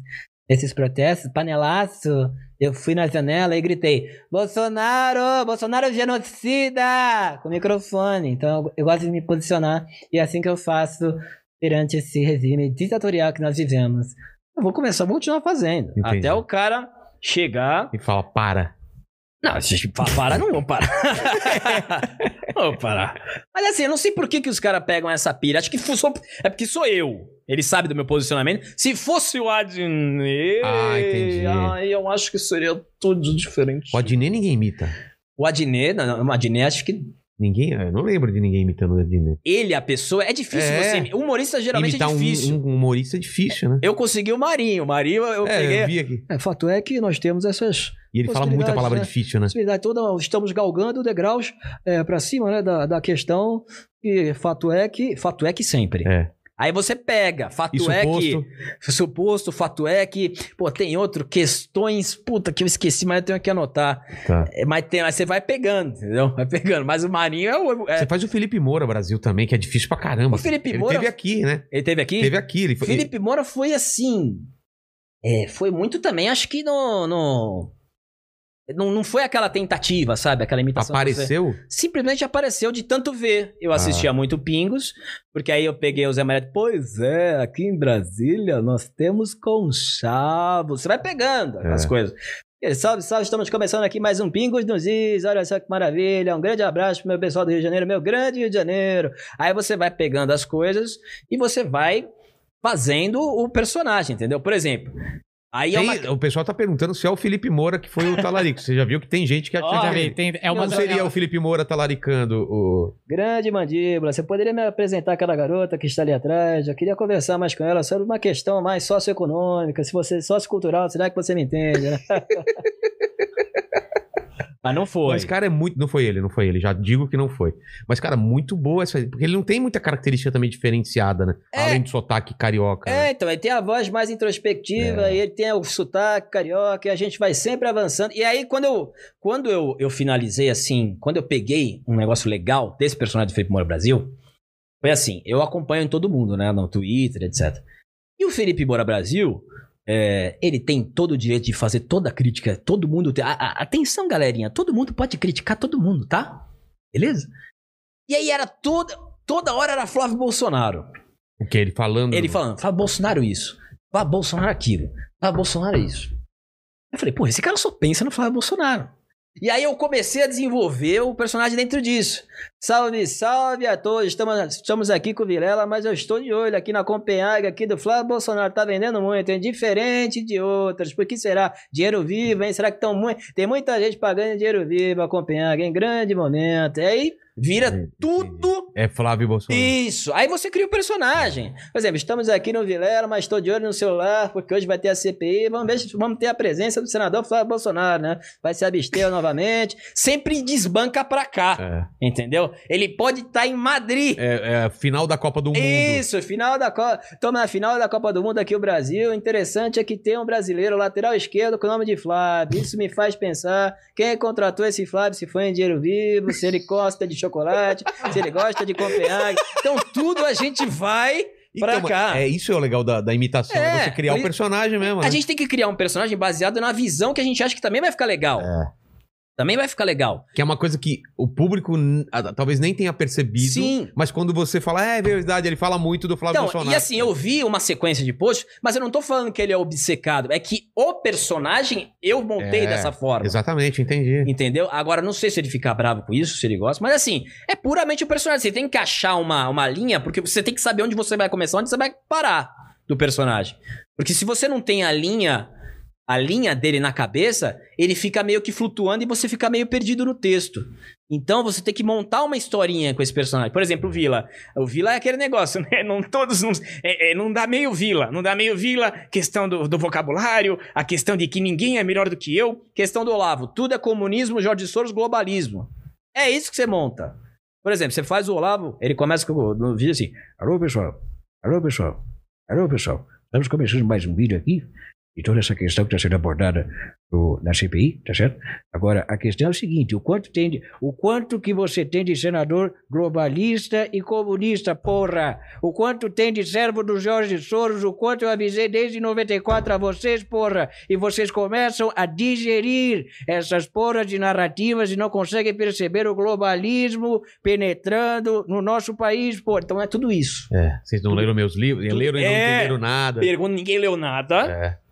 esses protestos, panelaço, eu fui na janela e gritei: Bolsonaro, Bolsonaro é um genocida! Com o microfone. Então eu, eu gosto de me posicionar e é assim que eu faço perante esse regime ditatorial que nós vivemos. Eu vou começar, vou continuar fazendo. Entendi. Até o cara chegar. E fala, para. Não, gente, pa- para, não vou parar. vou parar. Mas assim, eu não sei por que, que os caras pegam essa pira. Acho que fu- sou- é porque sou eu. Ele sabe do meu posicionamento. Se fosse o Adnet. Ah, entendi. Aí eu acho que seria tudo diferente. Pode nem ninguém imita. O Adnet, não, não, o Adnet, acho que Ninguém, eu não lembro de ninguém imitando o Adnet. ele, a pessoa. É difícil É. você. Humorista geralmente Imitar é um- difícil. um, humorista é difícil, né? Eu consegui o Marinho. O Marinho, eu peguei. É, eu vi aqui. É, fato é que nós temos essas E ele fala muita Possibilidades, palavra né? difícil, né? possibilidades todas, estamos galgando degraus é, para cima né, da, da questão. E fato é que. Fato é que sempre. É. Aí você pega, fato Isso é que. posto. Suposto, fato é que, pô, tem outro, questões, puta, que eu esqueci, mas eu tenho que anotar. Tá. É, Mas, tem, mas você vai pegando, entendeu? Vai pegando. Mas o Marinho é o. é- Você faz o Felipe Moura Brasil também, que é difícil pra caramba. O Felipe ele Moura- teve aqui, né? ele teve aqui? Teve aqui. Ele foi, Felipe Moura foi assim. é, foi muito também, acho que no. no- não, não foi aquela tentativa, sabe? Aquela imitação. que você- apareceu. simplesmente apareceu de tanto ver. Eu Ah. assistia muito Pingos, porque aí eu peguei o Zé Maria. Pois é, aqui em Brasília nós temos conchavo. Você vai pegando as É. coisas. Ele, salve, salve, estamos começando aqui mais um Pingos nos Is. Olha só que maravilha. Um grande abraço pro meu pessoal do Rio de Janeiro, meu grande Rio de Janeiro. Aí você vai pegando as coisas e você vai fazendo o personagem, entendeu? Por exemplo. Aí é Tem- uma... O pessoal tá perguntando se é o Felipe Moura que foi o talarico. Você já viu que tem gente que acha Ó, que Já é vi, ele. tem, é uma Não seria o Felipe Moura talaricando o. Grande mandíbula, você poderia me apresentar aquela garota que está ali atrás? Eu queria conversar mais com ela sobre uma questão mais socioeconômica, se você sociocultural, será que você me entende, né? ah, não foi. Mas, cara, é muito. Não foi ele, não foi ele. Já digo que não foi. Mas, cara, muito boa essa. Porque ele não tem muita característica também diferenciada, né? É. Além do sotaque carioca. né? É, então, ele tem a voz mais introspectiva, e ele tem o sotaque carioca, e a gente vai sempre avançando. E aí, quando eu, quando eu, eu finalizei, assim, quando eu peguei um negócio legal desse personagem do Felipe Moura Brasil, foi assim, eu acompanho em todo mundo, né, no Twitter, etc. E o Felipe Moura Brasil, é, ele tem todo o direito de fazer toda a crítica, todo mundo tem... a- a- atenção, galerinha, todo mundo pode criticar todo mundo, tá? Beleza? E aí era toda... Toda hora era Flávio Bolsonaro. O que? Ele falando. Ele falando, fala Bolsonaro isso, fala Bolsonaro aquilo, fala Bolsonaro isso. Eu falei, pô, esse cara só pensa no Flávio Bolsonaro. E aí eu comecei a desenvolver o personagem dentro disso. Salve, salve a todos. Estamos, estamos aqui com o Vilela, mas eu estou de olho aqui na Copenhague, aqui do Flávio Bolsonaro. Tá vendendo muito, é diferente de outras. Por que será? Dinheiro vivo, hein? Será que estão muito. Tem muita gente pagando dinheiro vivo a Copenhague, em grande momento. E aí vira Entendi. tudo É Flávio Bolsonaro. isso. Aí você cria o personagem. Por exemplo, estamos aqui no Vilela, mas estou de olho no celular, porque hoje vai ter a CPI. Vamos ver, se- vamos ter a presença do senador Flávio Bolsonaro, né? Vai se abster novamente. Sempre desbanca pra cá, É. entendeu? Ele pode estar em Madrid. É, é final da Copa do Mundo. Isso, final da Copa. Toma na final da Copa do Mundo aqui o Brasil. O interessante é que tem um brasileiro lateral esquerdo com o nome de Flávio. Isso me faz pensar quem contratou esse Flávio, se foi em dinheiro vivo, se ele gosta de chocolate, se ele gosta de Copenhague. Então tudo a gente vai pra Então, cá. É, isso é o legal da, da imitação. É, É, você criar ele- o personagem mesmo. A né? É. gente tem que criar um personagem baseado na visão que a gente acha que também vai ficar legal. Também vai ficar legal. Que é uma coisa que o público n- ah, talvez nem tenha percebido. Sim. Mas quando você fala, é, é verdade, ele fala muito do Flávio Então, Bolsonaro. e assim, eu vi uma sequência de posts, mas eu não tô falando que ele é obcecado. É que o personagem eu montei É, dessa forma. Exatamente, entendi. Entendeu? Agora, não sei se ele fica bravo com isso, se ele gosta, mas assim, é puramente o personagem. Você tem que achar uma, uma linha, porque você tem que saber onde você vai começar, onde você vai parar do personagem. Porque se você não tem a linha, a linha dele na cabeça, ele fica meio que flutuando e você fica meio perdido no texto. Então você tem que montar uma historinha com esse personagem. Por exemplo, o Vila. O Vila é aquele negócio, né? Não todos não, é, é, não dá meio Vila, não dá meio Vila. Questão do, do vocabulário, a questão de que ninguém é melhor do que eu. Questão do Olavo, tudo é comunismo, Jorge Soros, globalismo. É isso que você monta. Por exemplo, você faz o Olavo, ele começa com, no vídeo assim. Alô, pessoal. Alô, pessoal. Alô, pessoal. Estamos começando mais um vídeo aqui e toda essa questão que está sendo abordada no- na CPI, tá certo? Agora, a questão é o seguinte, o quanto, tem de- o quanto que você tem de senador globalista e comunista, porra? O quanto tem de servo do Jorge Soros? O quanto eu avisei desde 94 a vocês, porra? E vocês começam a digerir essas porras de narrativas e não conseguem perceber o globalismo penetrando no nosso país, porra. Então é tudo isso. É, vocês não leram meus livros, leram e não É. entenderam nada. Pergunta, ninguém leu nada. É.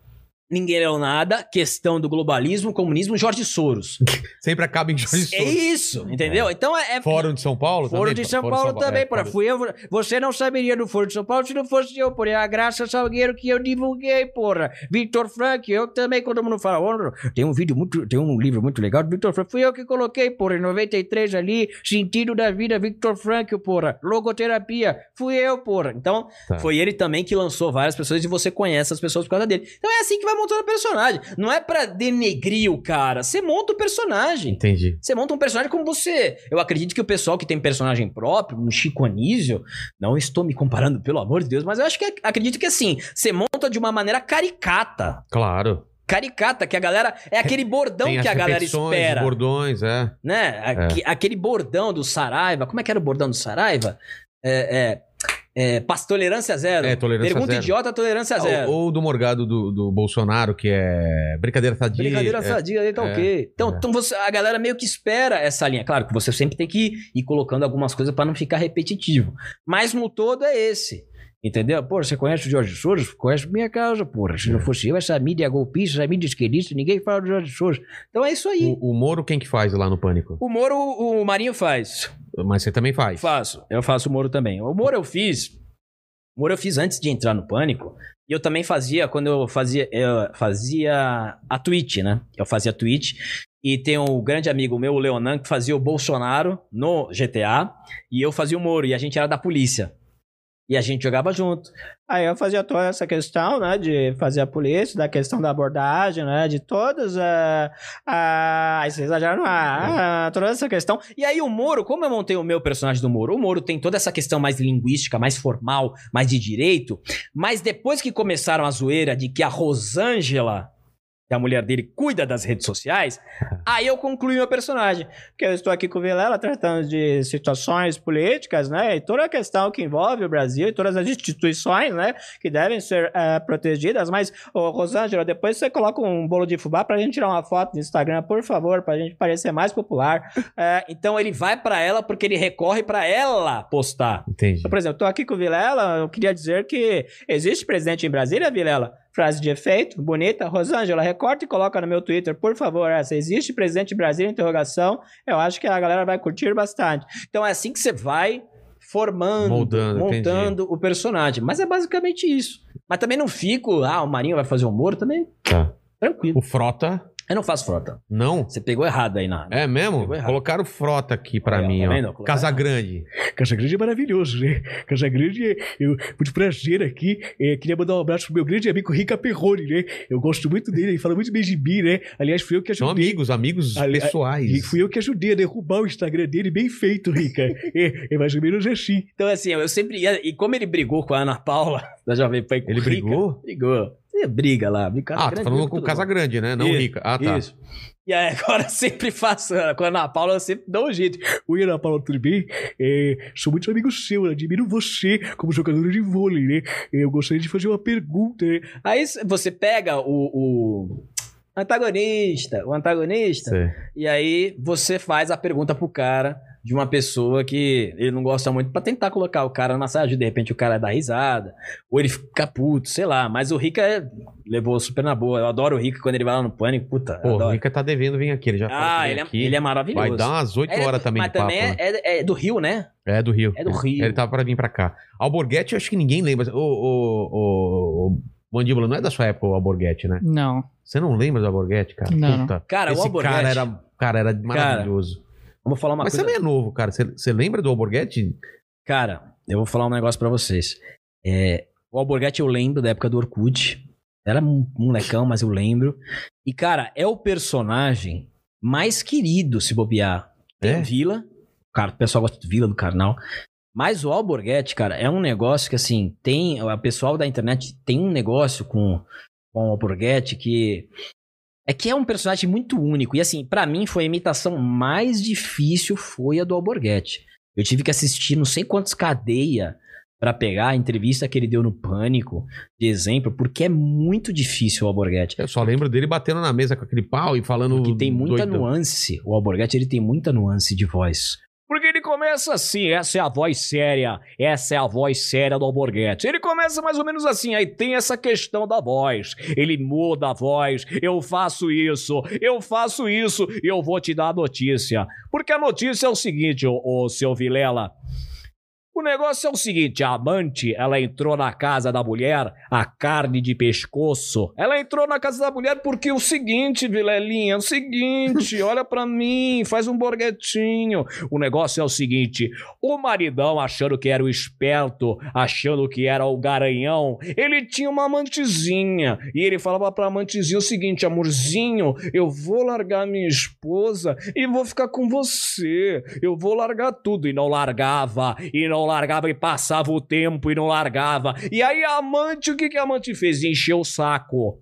Ninguém leu nada. Questão do globalismo, comunismo, Jorge Soros. Sempre acaba em Jorge É Soros. isso, entendeu? Então é. é- Fórum de São Paulo Foro também? de São Fórum Paulo também, é, porra. Fórum- Fui eu. Você não saberia do Foro de São Paulo se não fosse eu, porra. É a graça Salgueiro que eu divulguei, porra. Victor Frank, eu também, quando todo mundo fala, "Oh, tem um vídeo muito, tem um livro muito legal do Victor Frank. Fui eu que coloquei, porra, em 93 ali, Sentido da Vida, Victor Frank, porra. Logoterapia, fui eu, porra. Então, Tá. foi ele também que lançou várias pessoas e você conhece as pessoas por causa dele. Então é assim que vai montando o personagem. Não é pra denegrir o cara. Você monta o personagem. Entendi. Você monta um personagem como você. Eu acredito que o pessoal que tem personagem próprio, um Chico Anísio, não estou me comparando, pelo amor de Deus, mas eu acho que acredito que assim, você monta de uma maneira caricata. Claro. caricata, que a galera. É aquele bordão Tem que as a galera repetições, espera. bordões, é. Né? Aque- Aquele bordão do Saraiva. Como é que era o bordão do Saraiva? É. é, é, pas- tolerância zero. É, tolerância Pergunta zero. idiota, tolerância Ah, zero. Ah, Ou, ou do Morgado do, do Bolsonaro, que é brincadeira sadia. Brincadeira é, sadia, aí tá é, ok. Então, é. então você, a galera meio que espera essa linha. Claro que você sempre tem que ir colocando algumas coisas pra não ficar repetitivo. Mas no todo é esse. Entendeu? Pô, você conhece o Jorge Soros? Conhece minha causa, porra. Se não fosse eu, essa mídia golpista, essa mídia esquerdista, ninguém fala do Jorge Soros. Então é isso aí. O, o Moro, quem que faz lá no Pânico? O, Moro, o o Marinho faz. Mas você também faz. Faço. Eu faço o Moro também. O Moro eu fiz. O Moro eu fiz antes de entrar no Pânico. E eu também fazia, quando eu fazia, eu fazia a Twitch, né? Eu fazia a Twitch. E tem um grande amigo meu, o Leonan, que fazia o Bolsonaro no GTA. E eu fazia o Moro. E a gente era da polícia. E a gente jogava junto. Aí eu fazia toda essa questão, né, de fazer a polícia, da questão da abordagem, né, de todas a... a aí vocês exageraram, ah, ah, toda essa questão. E aí o Moro, como eu montei o meu personagem do Moro, o Moro tem toda essa questão mais linguística, mais formal, mais de direito, mas depois que começaram a zoeira de que a Rosângela, que é a mulher dele, cuida das redes sociais, aí eu concluí meu personagem. Porque eu estou aqui com o Vilela tratando de situações políticas, né, e toda a questão que envolve o Brasil e todas as instituições, né, que devem ser eh, protegidas. Mas, ô, Rosângela, depois você coloca um bolo de fubá pra gente tirar uma foto no Instagram, por favor, pra gente parecer mais popular. Eh, É, então ele vai pra ela porque ele recorre pra ela postar. Entendi. Então, Por exemplo, estou aqui com o Vilela, eu queria dizer que existe presidente em Brasília, Vilela? Frase de efeito, bonita. Rosângela, recorta e coloca no meu Twitter, por favor, essa. Existe presidente em Brasília? Interrogação. Eu acho que a galera vai curtir bastante. Então é assim que você vai formando, Moldando, montando o personagem. Mas é basicamente isso. Mas também não fico, ah, o Marinho vai fazer o Moro também. Tá. Tranquilo. O Frota, Eu não faço frota. não. Você pegou errado aí na. É mesmo? Pegou errado. Colocaram Frota aqui pra Aí, ó, mim, tá ó. vendo? Colocaram Casagrande. Casagrande é maravilhoso, né? Casagrande, é- eu, muito prazer aqui. É, queria mandar um abraço pro meu grande amigo Rica Perrone, né? Eu gosto muito dele, ele fala muito bem de mim, né? Aliás, fui eu que São ajudei. amigos, amigos Ali- E pessoais. fui eu que ajudei a derrubar o Instagram dele, bem feito, Rica. é, é mais ou menos assim. Então, assim, eu sempre ia. E como ele brigou com a Ana Paula, da Jovem Pan e com Ele o Rica, brigou? Brigou. Ele briga lá. Briga Ah, tá falando com o Casagrande, né? Não o Isso, Rica. Ah, tá. Tá. Isso. E aí, agora eu sempre faço. Com a Ana Paula, eu sempre dou um jeito. Oi, Ana Paula, tudo bem? É, sou muito amigo seu, admiro você como jogador de vôlei, né? Eu gostaria de fazer uma pergunta, né? Aí s- você pega o. o... Antagonista, o antagonista. E aí você faz a pergunta pro cara de uma pessoa que ele não gosta muito pra tentar colocar o cara na saia, de repente o cara dá risada, ou ele fica puto, sei lá, mas o Rica é- levou super na boa. Eu adoro o Rica quando ele vai lá no pânico, puta, eu Pô, o adoro. Rica tá devendo vir aqui, ele já falou Ah, que vem ele é, aqui. ele é maravilhoso. Vai dar umas 8 É, horas também Mas de papo. também é, né? é- é do Rio, né? É do Rio. É do Rio. Ele tava pra vir pra cá. Alborguete, eu acho que ninguém lembra. Ô, ô, ô, ô, Mandíbula, não é da sua época o Alborguete, né? Não. Você não lembra do Alborguete, cara? Não, Puta. Cara, Esse o Alborguete. cara era, cara era maravilhoso. Vou falar uma Mas coisa. você também é novo, cara. Você, você lembra do Alborguete? Cara, eu vou falar um negócio pra vocês. É, o Alborguete eu lembro da época do Orkut. Era um molecão, mas eu lembro. E, cara, é o personagem mais querido, se bobear. Tem É? Vila. Cara, o pessoal gosta de Vila do Carnal. Mas o Alborguete, cara, é um negócio que, assim, tem. O pessoal da internet tem um negócio com, com o Alborguete que. É que é um personagem muito único. E, assim, pra mim foi a imitação mais difícil foi a do Alborguete. Eu tive que assistir não sei quantos cadeia pra pegar a entrevista que ele deu no Pânico, de exemplo, porque é muito difícil o Alborguete. Eu só lembro dele batendo na mesa com aquele pau e falando. Porque tem muita doidão. nuance. O Alborguete, ele tem muita nuance de voz. Porque ele começa assim, essa é a voz séria, essa é a voz séria do Alborguete. Ele começa mais ou menos assim, aí tem essa questão da voz. Ele muda a voz, eu faço isso, eu faço isso, e eu vou te dar a notícia. Porque a notícia é o seguinte, ô, ô seu Vilela. O negócio é o seguinte, a amante, ela entrou na casa da mulher, a carne de pescoço. Ela entrou na casa da mulher porque o seguinte, Vilelinha, é o seguinte, olha pra mim, faz um borguetinho. O negócio é o seguinte, o maridão achando que era o esperto, achando que era o garanhão, ele tinha uma amantezinha. E ele falava pra amantezinha o seguinte, amorzinho, eu vou largar minha esposa e vou ficar com você. Eu vou largar tudo. E não largava, e não largava, e passava o tempo e não largava. E aí a amante, o que, que a amante fez? Encheu o saco.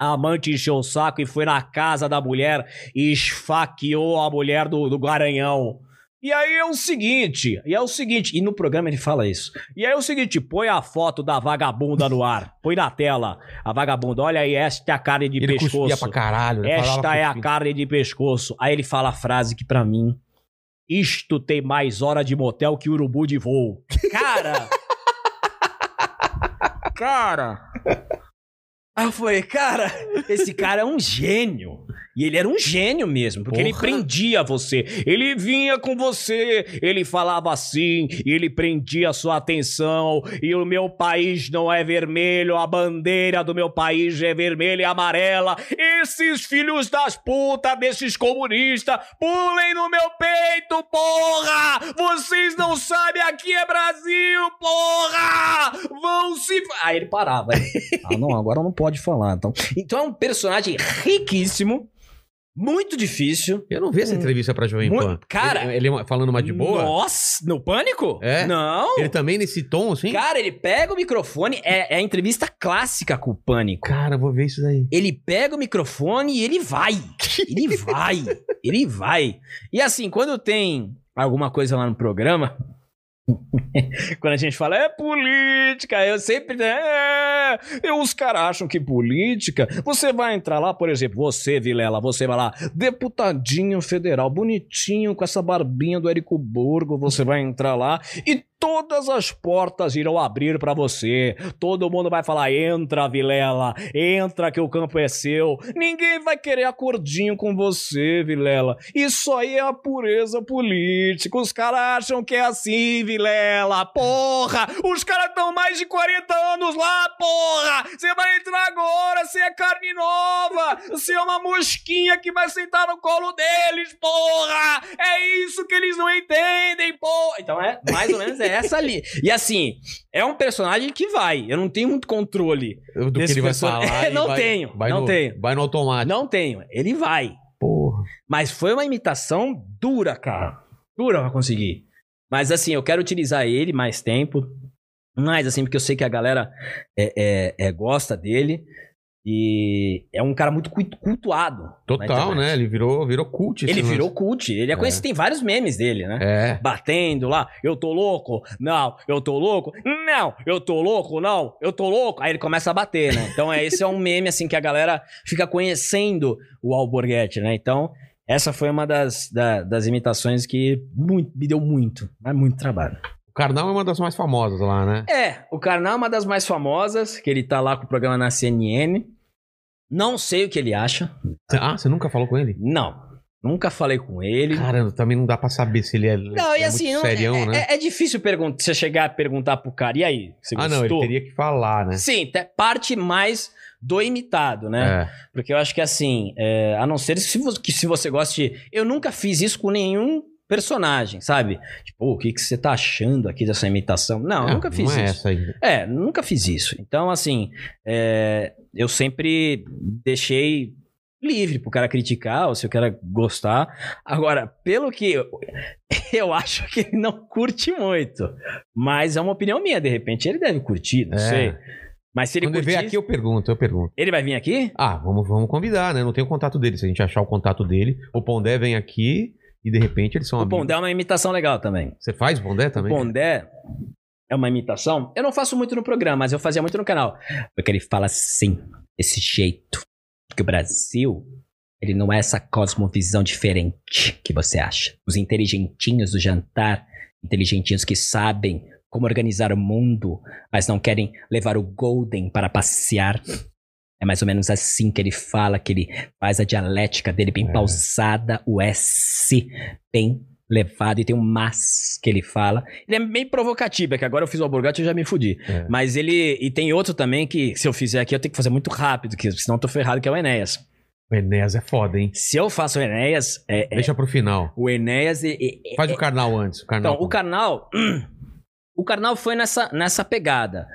A amante encheu o saco e foi na casa da mulher e esfaqueou a mulher do, do Garanhão. E aí é o seguinte, e é o seguinte, e no programa ele fala isso. E aí é o seguinte, põe a foto da vagabunda no ar, põe na tela a vagabunda. Olha aí, esta é a cara de Ele pescoço. cuspia pra caralho. ele Esta falava é a cuspindo. carne de pescoço. Aí ele fala a frase que pra mim. Isto tem mais hora de motel que urubu de voo. Cara! cara! Aí eu falei, cara, esse cara é um gênio. E ele era um gênio mesmo, porque ele Porra. prendia você. Ele vinha com você, ele falava assim, e ele prendia a sua atenção. E o meu país não é vermelho, a bandeira do meu país é vermelha e amarela. Esses filhos das putas, desses comunistas, pulem no meu peito, porra! Vocês não sabem, aqui é Brasil, porra! Vão se. fa-" Aí ele parava. Ah, não, agora não pode falar. Então, então é um personagem riquíssimo, muito difícil. Eu não vi essa entrevista pra Jovem Muito- Pan. Hum. cara- Ele, ele falando uma de boa? Nossa, no pânico? É? Não. Ele também nesse tom, assim? Cara, ele pega o microfone, é, é a entrevista clássica com o pânico. Cara, eu vou ver isso daí. Ele pega o microfone e ele vai. Ele vai. ele vai. E assim, quando tem alguma coisa lá no programa. quando a gente fala, é política, eu sempre. É, E né, os caras acham que política. Você vai entrar lá, por exemplo, você, Vilela, você vai lá, deputadinho federal, bonitinho, com essa barbinha do Érico Borgo, você vai entrar lá e todas as portas irão abrir pra você. Todo mundo vai falar: entra, Vilela, entra que o campo é seu. Ninguém vai querer acordinho com você, Vilela. Isso aí é a pureza política. Os caras acham que é assim, Vilela. Porra! Os caras estão mais de 40 anos lá, porra! Você vai entrar agora, você é carne nova! Você é uma mosquinha que vai sentar no colo deles, porra! É isso que eles não entendem, porra! então é mais ou menos é essa ali. E assim, é um personagem que vai. Eu não tenho muito controle. Do que Desse ele vai personagem- falar. É, e não vai- tenho, vai não no- tenho. Vai no automático. Ah, Não tenho. Ele vai. Porra. Mas foi uma imitação dura, cara. Dura pra conseguir. Mas assim, eu quero utilizar ele mais tempo. Mas assim, porque eu sei que a galera é, é- é, gosta dele. E é um cara muito cu- cultuado. na Total, internet. né? Ele virou, virou cult. esse Ele lance. virou cult. Ele é conhecido, tem vários memes dele, né? É. Batendo lá, eu tô louco, não, eu tô louco, não, eu tô louco, não, eu tô louco. Aí ele começa a bater, né? Então é, esse é um meme, assim, que a galera fica conhecendo o Alborguete, né? Então, essa foi uma das, da- das imitações que muito- me deu muito, mas muito trabalho. O Karnal é uma das mais famosas lá, né? É, o Karnal é uma das mais famosas, que ele tá lá com o programa na CNN. Não sei o que ele acha. Cê- Ah, você nunca falou com ele? Não. Nunca falei com ele. Caramba, também não dá pra saber se ele é, não, é e assim, muito não- serião, é, né? é- é difícil pergun- você chegar a perguntar pro cara, e aí, você ah, não, gostou? ele teria que falar, né? Sim, te- parte mais do imitado, né? É. Porque eu acho que assim, é, a não ser se vo- que se você goste... Eu nunca fiz isso com nenhum personagem, sabe? Tipo, "Ô, o que, que você tá achando aqui dessa imitação? Não, eu Ah, nunca fiz não é isso. essa ainda. É, nunca fiz isso. Então, assim, é, eu sempre deixei livre pro cara criticar ou se o cara gostar. Agora, pelo que eu, eu acho que ele não curte muito, mas é uma opinião minha. De repente, ele deve curtir, não É. sei. Mas se ele Quando ele curtir, vier aqui, eu pergunto, eu pergunto. ele vai vir aqui? Ah, vamos, vamos convidar, né? Não tem o contato dele. Se a gente achar o contato dele, o Pondé vem aqui e de repente eles são O amigos. Pondé é uma imitação legal também. Você faz Pondé também? Pondé é uma imitação. Eu não faço muito no programa, mas eu fazia muito no canal. Porque ele fala assim, desse jeito. Porque o Brasil, ele não é essa cosmovisão diferente que você acha. Os inteligentinhos do jantar, inteligentinhos que sabem como organizar o mundo, mas não querem levar o Golden para passear. É mais ou menos assim que ele fala, que ele faz a dialética dele bem É. pausada, o S bem levado e tem um mas que ele fala. Ele é meio provocativo, é que agora eu fiz o alborgate e eu já me fudi. É. Mas ele. E tem outro também que, se eu fizer aqui, eu tenho que fazer muito rápido, que senão eu tô ferrado, que é o Enéas. O Enéas é foda, hein? Se eu faço o Enéas, é, é- Deixa pro final. o Enéas. é- é- é- Faz o Karnal antes. O Karnal. então, o Karnal. O Karnal foi nessa, nessa pegada.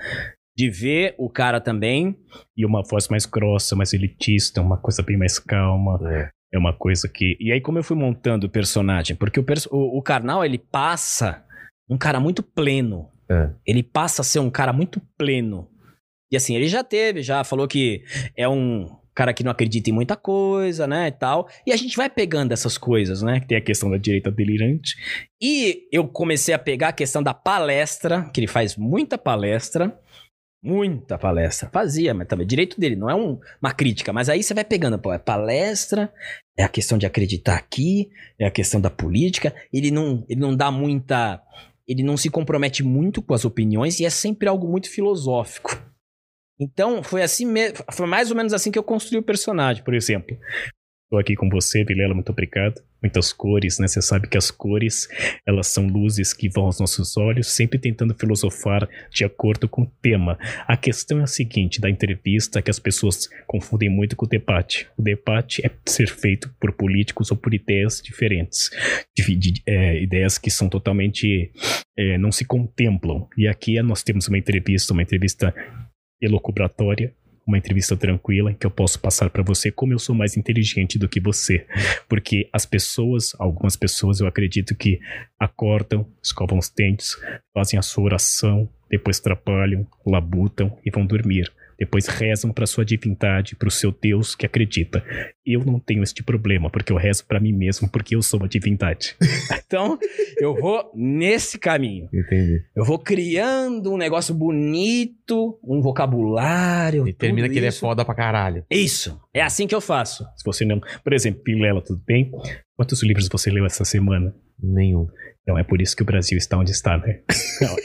De ver o cara também. e uma voz mais grossa, mais elitista, uma coisa bem mais calma. É. É uma coisa que. E aí, como eu fui montando o personagem? Porque o, perso- o, o Karnal, ele passa um cara muito pleno. É. Ele passa a ser um cara muito pleno. E assim, ele já teve, já falou que é um cara que não acredita em muita coisa, né, e tal. E a gente vai pegando essas coisas, né? Tem a questão da direita delirante. E eu comecei a pegar a questão da palestra, que ele faz muita palestra. Muita palestra. Fazia, mas também direito dele, não é um- uma crítica. Mas aí você vai pegando, pô, é palestra, é a questão de acreditar aqui, é a questão da política. Ele não, ele não dá muita. Ele não se compromete muito com as opiniões e é sempre algo muito filosófico. Então, foi assim mesmo. Foi mais ou menos assim que eu construí o personagem. Por exemplo, estou aqui com você, Vilela, muito obrigado. Muitas cores, né? Você sabe que as cores, elas são luzes que vão aos nossos olhos, sempre tentando filosofar de acordo com o tema. A questão é a seguinte da entrevista, que as pessoas confundem muito com o debate. O debate é ser feito por políticos ou por ideias diferentes. De- de- é, ideias que são totalmente... é, não se contemplam. E aqui é, nós temos uma entrevista, uma entrevista elocubratória, uma entrevista tranquila que eu posso passar para você como eu sou mais inteligente do que você. Porque as pessoas, algumas pessoas, eu acredito que acordam, escovam os dentes, fazem a sua oração, depois trabalham, labutam e vão dormir. Depois rezam para sua divindade, para o seu Deus que acredita. Eu não tenho este problema, porque eu rezo para mim mesmo, porque eu sou uma divindade. Então, eu vou nesse caminho. Entendi. Eu vou criando um negócio bonito, um vocabulário. E termina tudo que ele é isso. foda pra caralho. Isso. É assim que eu faço. Se você não. Por exemplo, Vilela, tudo bem? Quantos livros você leu essa semana? Nenhum. Então é por isso que o Brasil está onde está, né? Não,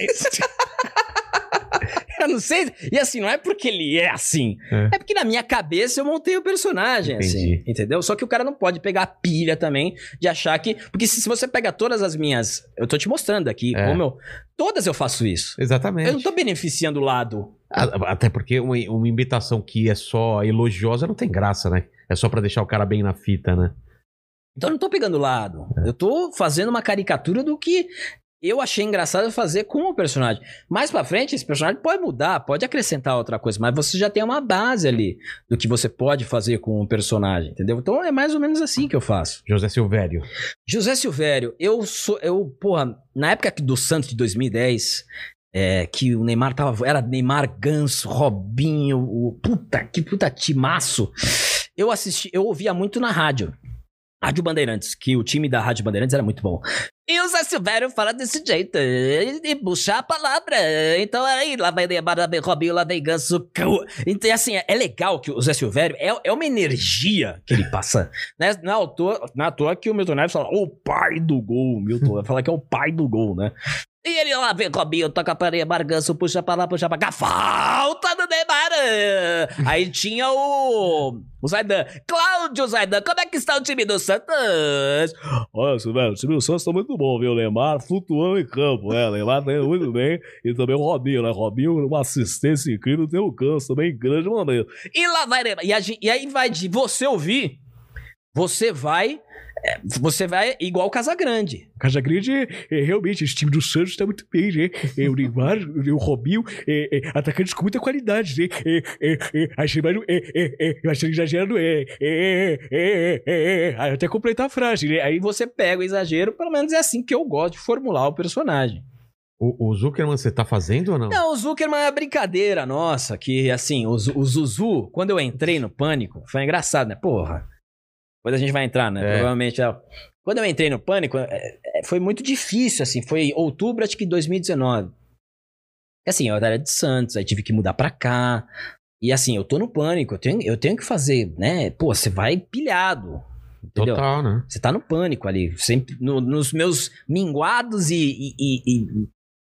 Eu não sei. E assim, não é porque ele é assim. É, porque na minha cabeça eu montei o personagem, Entendi. assim. Entendeu? Só que o cara não pode pegar a pilha também de achar que. Porque se, se você pega todas as minhas. Eu tô te mostrando aqui É. como eu. Todas eu faço isso. Eu não Exatamente. tô beneficiando o lado. A- Até porque uma, uma imitação que é só elogiosa não tem graça, né? É só pra deixar o cara bem na fita, né? Então eu não tô pegando lado. Eu tô fazendo uma caricatura do que eu achei engraçado fazer com o personagem. Mais pra frente, esse personagem pode mudar, pode acrescentar outra coisa, mas você já tem uma base ali do que você pode fazer com o personagem, entendeu? Então é mais ou menos assim que eu faço. José Silvério. José Silvério, eu sou. Eu, porra, na época que- do Santos de 2010, é, que o Neymar tava. Era Neymar Ganso, Robinho, o puta que puta timaço. Eu assisti, eu ouvia muito na rádio. Rádio Bandeirantes, que o time da Rádio Bandeirantes era muito bom. E o Zé Silvério fala desse jeito, e, e puxar a palavra. Então aí, lá vai Neymar, lá vem Robinho, lá vem Ganso. cão. Então assim, é, é legal que o Zé Silvério, é, é uma energia que ele passa. né? Não é à toa- não é à toa que o Milton Neves fala, o pai do gol, Milton. Vai falar que é o pai do gol, né? E ele lá vem Robinho, toca pra Neymar, Ganso, puxa pra lá, puxa pra cá. Falta do Neymar! eh. Aí tinha o. O Zaidan. Cláudio Zaidan, como é que está o time do Santos? Olha, Silvério, o time do Santos tá muito bom, viu? Neymar flutuando em campo, né? Neymar tá indo muito bem. E também o Robinho, né? Robinho, uma assistência incrível, tem um o Ganso também, grande maneiro. E lá vai Neymar. E, a gen- e aí vai de você ouvir, você vai. é, Você vai igual o Casagrande. Casa Grande, é, realmente, esse time do Santos tá muito bem, né? É, o Neymar, o, o Robinho, é, é, atacantes com muita qualidade, né? É, é, é, achei mais. um- É, é, é, eu achei exagerado, é, é, é, é, é, é, até completar a frase, né? Aí E você pega o exagero, pelo menos é assim que eu gosto de formular o personagem. O, o Zuckerman, você tá fazendo ou não? Não, o Zuckerman é uma brincadeira nossa, que assim, o, Zu- o Zuzu, quando eu entrei no Pânico, foi engraçado, né? Porra. Depois a gente vai entrar, né? É. Provavelmente. é. Quando eu entrei no Pânico, é, é, foi muito difícil, assim. Foi em outubro, acho que 2019. E, Assim, eu era de Santos, aí tive que mudar pra cá. E assim, eu tô no Pânico, eu tenho, eu tenho que fazer, né? Pô, você vai pilhado. Entendeu? Total, né? Você tá no pânico ali. Sempre no- nos meus minguados e, e- e- e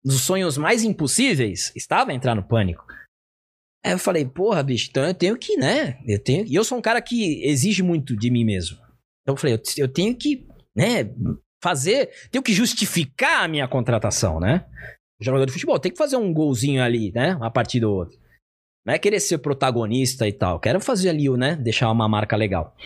nos sonhos mais impossíveis, estava a entrar no pânico. Aí eu falei, porra, bicho, então eu tenho que, né? Eu tenho, e eu sou um cara que exige muito de mim mesmo. Então eu falei, eu, te- eu tenho que, né, fazer, tenho que justificar a minha contratação, né? O jogador de futebol tem que fazer um golzinho ali, né? Uma partida ou outra. Não é querer ser protagonista e tal. Quero fazer ali, o, né? Deixar uma marca legal.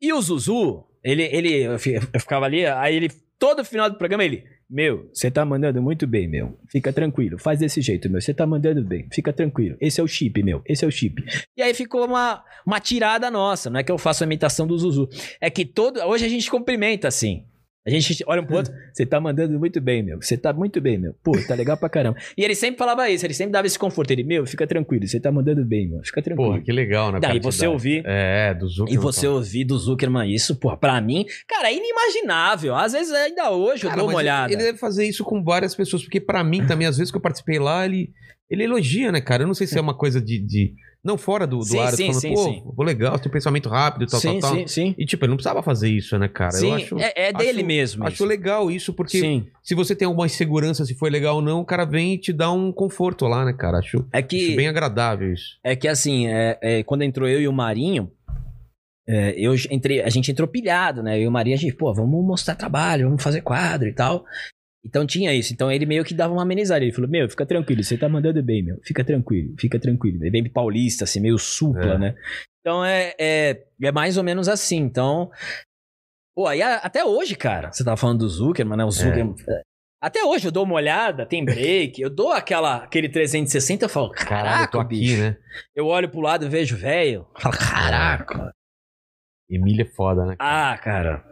E o Zuzu, ele, ele eu, fi- eu ficava ali, aí ele, todo final do programa, ele. Meu, você tá mandando muito bem, meu. Fica tranquilo, faz desse jeito, meu. Você tá mandando bem, fica tranquilo. Esse é o chip, meu. Esse é o chip. E aí ficou uma, uma tirada nossa, não é que eu faço a imitação do Zuzu. É que todo. Hoje a gente cumprimenta assim. A gente olha um pro outro, Você tá mandando muito bem, meu. Você tá muito bem, meu. Pô, tá legal pra caramba. e ele sempre falava isso, ele sempre dava esse conforto. Ele, meu, fica tranquilo, você tá mandando bem, mano, fica tranquilo. Porra, que legal, né? Daí cara, você cidade. ouvir. É, do E Zuckerman. você ouvir do Zuckerman isso, porra, pra mim, cara, é inimaginável. Às vezes ainda hoje eu Cara, dou mas uma olhada. Ele é- deve fazer isso com várias pessoas, porque pra mim também, às vezes que eu participei lá, ele, ele elogia, né, cara? Eu não sei se é uma coisa de. de- não fora do, do Sim, ar, sim, falando, sim, pô, sim. pô, legal, tem um pensamento rápido, tal, tal, sim, tal. sim, sim. E tipo, ele não precisava fazer isso, né, Tá, cara? sim, eu acho, é, é dele acho- mesmo. acho isso. legal isso, porque Sim. se você tem alguma insegurança, se foi legal ou não, o cara vem e te dá um conforto lá, né, cara? Acho, É acho que bem agradável isso. É que assim, é, é, quando entrou eu e o Marinho, é, eu j- entrei, a gente entrou pilhado, né? Eu e o Marinho, a gente, pô, vamos mostrar trabalho, vamos fazer quadro e tal. Então tinha isso. Então ele meio que dava uma amenizada. Ele falou: Meu, fica tranquilo, você tá mandando bem, meu. Fica tranquilo, fica tranquilo. Ele é bem paulista, assim, meio supla, É. né? Então é, é, é mais ou menos assim. Então. Pô, aí a- até hoje, cara, você tava falando do Zuckerman, né? O Zuckerman. é. Até hoje eu dou uma olhada, tem break, eu dou aquela, aquele 360 eu falo, caraca, Caralho, eu tô aqui, bicho. né? Eu olho pro lado e vejo velho. Falo, Caraca. Emília é foda, né? Ah, cara.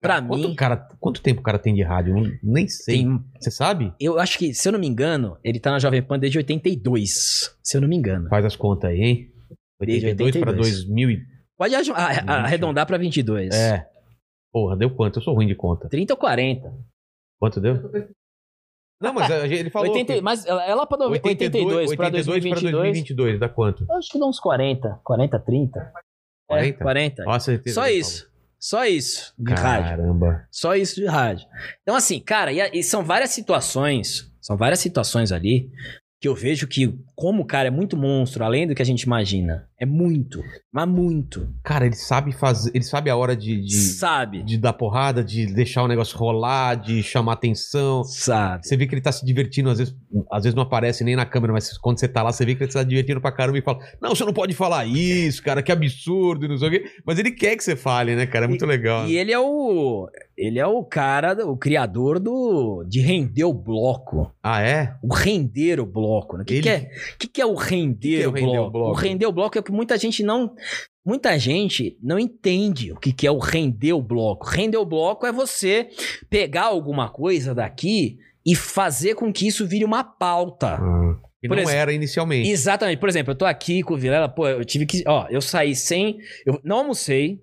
Pra Quanto, mim, cara, quanto tempo o cara tem de rádio? Eu não- nem sei. tem- Você sabe? eu acho que, se eu não me engano, ele tá na Jovem Pan desde 82. Se eu não me engano. Faz as contas aí, hein? Desde 82 pra 82. 2000 e... Pode aj- a- a- arredondar pra 22. É. Porra, deu quanto? Eu sou ruim de conta. 30 ou 40. Quanto deu? Não, mas a gente- ele falou 80 que mas ela ela pra 82, 82 pra 82 pra 2022. 2022, dá quanto? Eu acho que dá uns 40. 40, 30. 40? É, 40. Nossa, ele Só ele isso. Só isso de falou. rádio. Caramba. Só isso de rádio. Então, assim, cara, e, a- e são várias situações, são várias situações ali que eu vejo que, como o cara é muito monstro, além do que a gente imagina. É muito, mas muito. Cara, ele sabe fazer, ele sabe a hora de, de, Sabe? de dar porrada, de deixar o negócio rolar, de chamar atenção. Sabe. Você vê que ele tá se divertindo, às vezes, às vezes não aparece nem na câmera, mas quando você tá lá, você vê que ele tá se divertindo pra caramba e fala: Não, você não pode falar isso, cara, que absurdo, e não sei o quê. Mas ele quer que você fale, né, cara? É muito legal. E ele é o. Ele é o cara, o criador do. de render o bloco. Ah, é? O render o bloco. né? O que, Ele- que é, o que que é o render, que é o o, render o bloco? bloco? O render o bloco é o que muita gente não. Muita gente não entende o que, que é o render o bloco. Render o bloco é você pegar alguma coisa daqui. e e fazer com que isso vire uma pauta. Que Por não exemplo- era inicialmente. Exatamente. Por exemplo, eu tô aqui com o Vilela, pô, eu tive que. Ó, eu saí sem. Eu não almocei.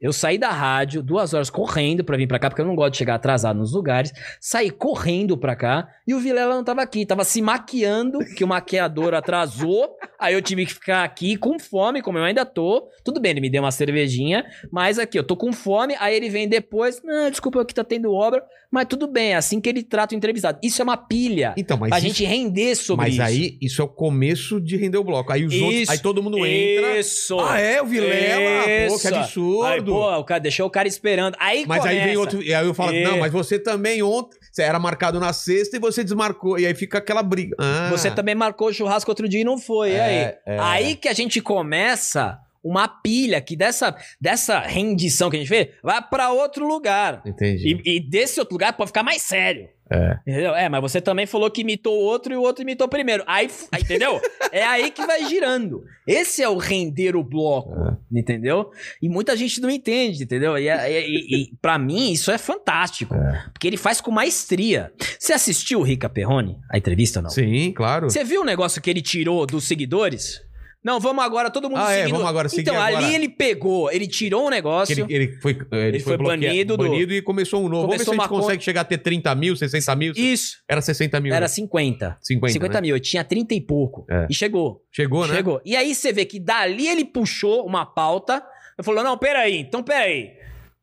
Eu saí da rádio, duas horas correndo pra vir pra cá, porque eu não gosto de chegar atrasado nos lugares. Saí correndo pra cá e o Vilela não tava aqui. Tava se maquiando, que o maquiador atrasou. Aí eu tive que ficar aqui com fome, como eu ainda tô. Tudo bem, ele me deu uma cervejinha, mas aqui eu tô com fome. Aí ele vem depois. Não, desculpa, aqui tá tendo obra. Mas tudo bem, é assim que ele trata o entrevistado. Isso é uma pilha. Então, mas pra isso- gente render sobre mas isso. aí isso é o começo de render o bloco. Aí os outros, Isso. aí todo mundo entra. Isso. Ah, é, o Vilela, pô, que Isso. absurdo. Aí, pô, o cara deixou o cara esperando. Aí mas aí vem começa. outro, e aí eu falo, É. não, mas você também ontem, você era marcado na sexta e você desmarcou, e aí fica aquela briga. Ah, Você também marcou o churrasco outro dia e não foi. e aí? É, é. Aí que a gente começa uma pilha que dessa, dessa rendição que a gente fez vai pra outro lugar. Entendi. E, e desse outro lugar pode ficar mais sério. É. Entendeu? É, mas você também falou que imitou o outro e o outro imitou primeiro. Aí, f- aí, entendeu? é aí que vai girando. Esse é o render o bloco, É. entendeu? E muita gente não entende, entendeu? E, é- e, e- e pra mim isso é fantástico. Porque ele faz com maestria. Você assistiu o Rica Perrone, a entrevista ou não? Sim, claro. Você viu o negócio que ele tirou dos seguidores? Não, vamos agora, todo mundo Ah, é, seguindo- vamos agora, seguir Então, agora. ali ele pegou, ele tirou Que um negócio. Ele, ele foi, ele foi bloqueado- banido do- e começou um novo. Começou Vamos ver se a gente uma consegue chegar a ter 30 mil, 60 mil. Isso, Era 60 mil. era né? 50. 50, 50 né? mil, eu tinha 30 e pouco. É. E chegou. Chegou, né? Chegou. E aí você vê que dali ele puxou uma pauta. Ele falou: não, peraí, então peraí.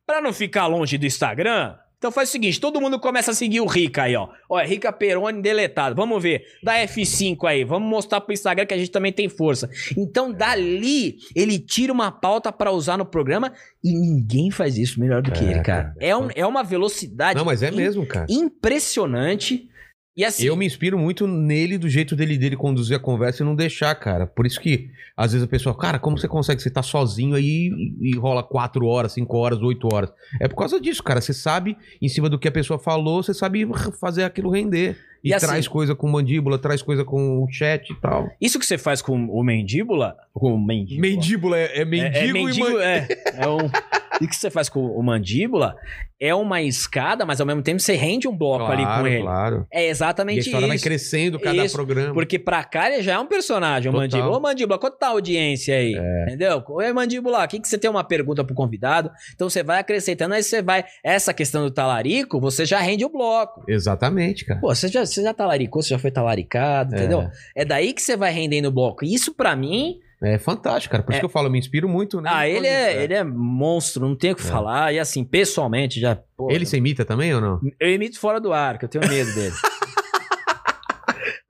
Pra não ficar longe do Instagram, então faz o seguinte: todo mundo começa a seguir o Rica aí, ó. Ó, é Rica Peroni deletado. Vamos ver. Dá F5 aí, vamos mostrar pro Instagram que a gente também tem força. Então, dali, ele tira uma pauta pra usar no programa e ninguém faz isso melhor do que É, ele, cara. É, um- é uma velocidade Não, mas é im- mesmo, cara. impressionante. E assim, Eu me inspiro muito nele, do jeito dele, dele conduzir a conversa e não deixar, cara. Por isso que, às vezes, a pessoa, cara, como você consegue? Você tá sozinho aí e rola 4 horas, 5 horas, 8 horas. É por causa disso, cara. Você sabe, em cima do que a pessoa falou, você sabe fazer aquilo render. E, E assim- traz coisa com mandíbula, traz coisa com o chat e tal. Isso que você faz com o mandíbula? Com o mandíbula. Mendíbula é, é É, mendigo é, e mendigo, mandíbula. é, é um... E que você faz com o mandíbula é uma escada, mas ao mesmo tempo você rende um bloco ali com ele. Claro. É E a exatamente história vai isso. crescendo cada Isso, programa. Porque pra cá ele já é um personagem, o Total. É. mandíbula. Ô, mandíbula, quanto tá a audiência aí? Entendeu? Oi, mandíbula, aqui que você tem uma pergunta pro convidado. Então você vai acrescentando, aí você vai. Essa questão do talarico, você já rende o bloco. Exatamente, cara. Pô, você já, você já talaricou, você já foi talaricado, entendeu? É daí que você vai rendendo o bloco. E isso pra mim É fantástico, cara. Por isso que eu falo, eu me inspiro muito, né? Ah, ele é, ele é monstro, não tem o que É. falar. E assim, pessoalmente, já. pô, Ele se imita também ou não? Eu imito fora do ar, que eu tenho medo dele.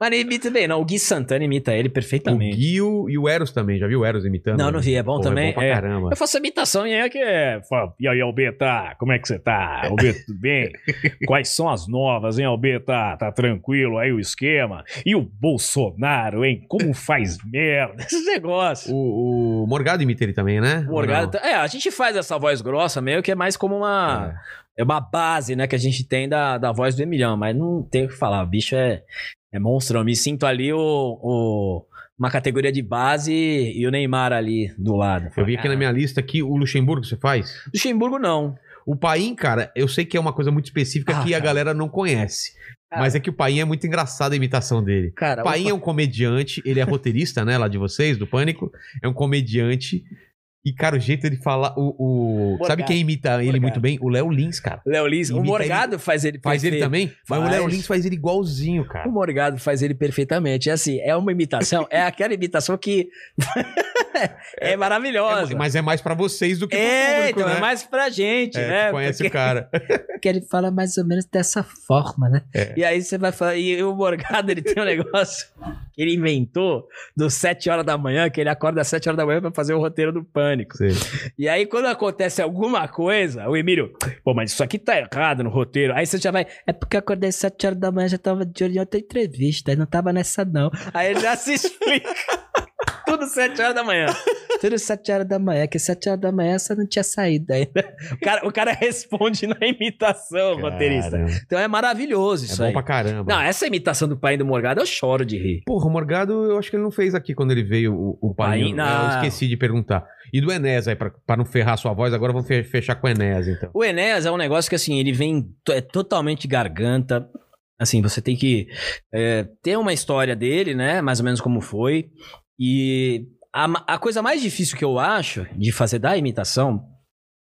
Mas ele imita bem, não. O Gui Santana imita ele O perfeitamente. Gui e o- e o Eros também. Já viu o Eros imitando? Não, não vi, é bom Pô, também. É bom pra É. caramba. Eu faço imitação e é que. É, fala, e aí, Albeta, como é que você tá? Albeta, tudo bem? Quais são as novas, hein, Albeta? Tá tranquilo aí o esquema? E o Bolsonaro, hein? Como faz merda? Esses negócios. O, o Morgado imita ele também, né? O Morgado. tá- É, a gente faz essa voz grossa meio que é mais como uma. É uma base, né, que a gente tem da, da voz do Emilhão, mas não tem o que falar. O bicho é, é monstrão. Me sinto ali o, o- uma categoria de base e o Neymar ali do lado. Eu vi aqui na minha lista que o Luxemburgo você faz. Luxemburgo não. O Paim, cara, eu sei que é uma coisa muito específica Ah, que a cara. galera não conhece. Cara. Mas é que o Paim é muito engraçada a imitação dele. Cara, O Paim é um comediante, ele é roteirista, né, lá de vocês, do Pânico. É um comediante. E, cara, o jeito de falar. O, o- Morgado. Sabe quem imita ele Morgado. muito bem? O Léo Lins, cara. Léo Lins, o Imita Morgado faz ele Faz ele perfeito. também? Mas o Faz. Léo Lins faz ele igualzinho, cara. O Morgado faz ele perfeitamente. É assim, é uma imitação, é aquela imitação que é maravilhosa. É, mas é mais pra vocês do que pro É, público, então né? é mais pra gente, É, né? que conhece Porque- o cara. Porque ele fala mais ou menos dessa forma, né? É. E aí você vai falar. E o Morgado, ele tem um negócio que ele inventou dos 7 horas da manhã, que ele acorda às 7 horas da manhã pra fazer o roteiro do pânico. Sim. E aí, quando acontece alguma coisa, o Emílio, pô, mas isso aqui tá errado no roteiro. Aí você já vai, é porque eu acordei às 7 horas da manhã, já tava de olho em outra entrevista, aí não tava nessa não. Aí ele já se explica. Tudo 7 horas da manhã. Tudo 7 horas da manhã, que 7 horas da manhã você não tinha saído ainda. O cara, o cara responde na imitação, um roteirista. Caramba. Então é maravilhoso É isso bom aí. pra caramba. Não, essa imitação do pai do Morgado, eu choro de rir. Porra, o Morgado, eu acho que ele não fez aqui quando ele veio o, o Paim, Painho. não. Eu esqueci de perguntar. E do Enéas aí, pra, pra não ferrar sua voz, agora vamos fe- fechar com o Enéas, então. O Enéas é um negócio que, assim, ele vem to- é totalmente garganta. Assim, você tem que é, ter uma história dele, né? Mais ou menos como foi. E a, ma- a coisa mais difícil que eu acho de fazer da imitação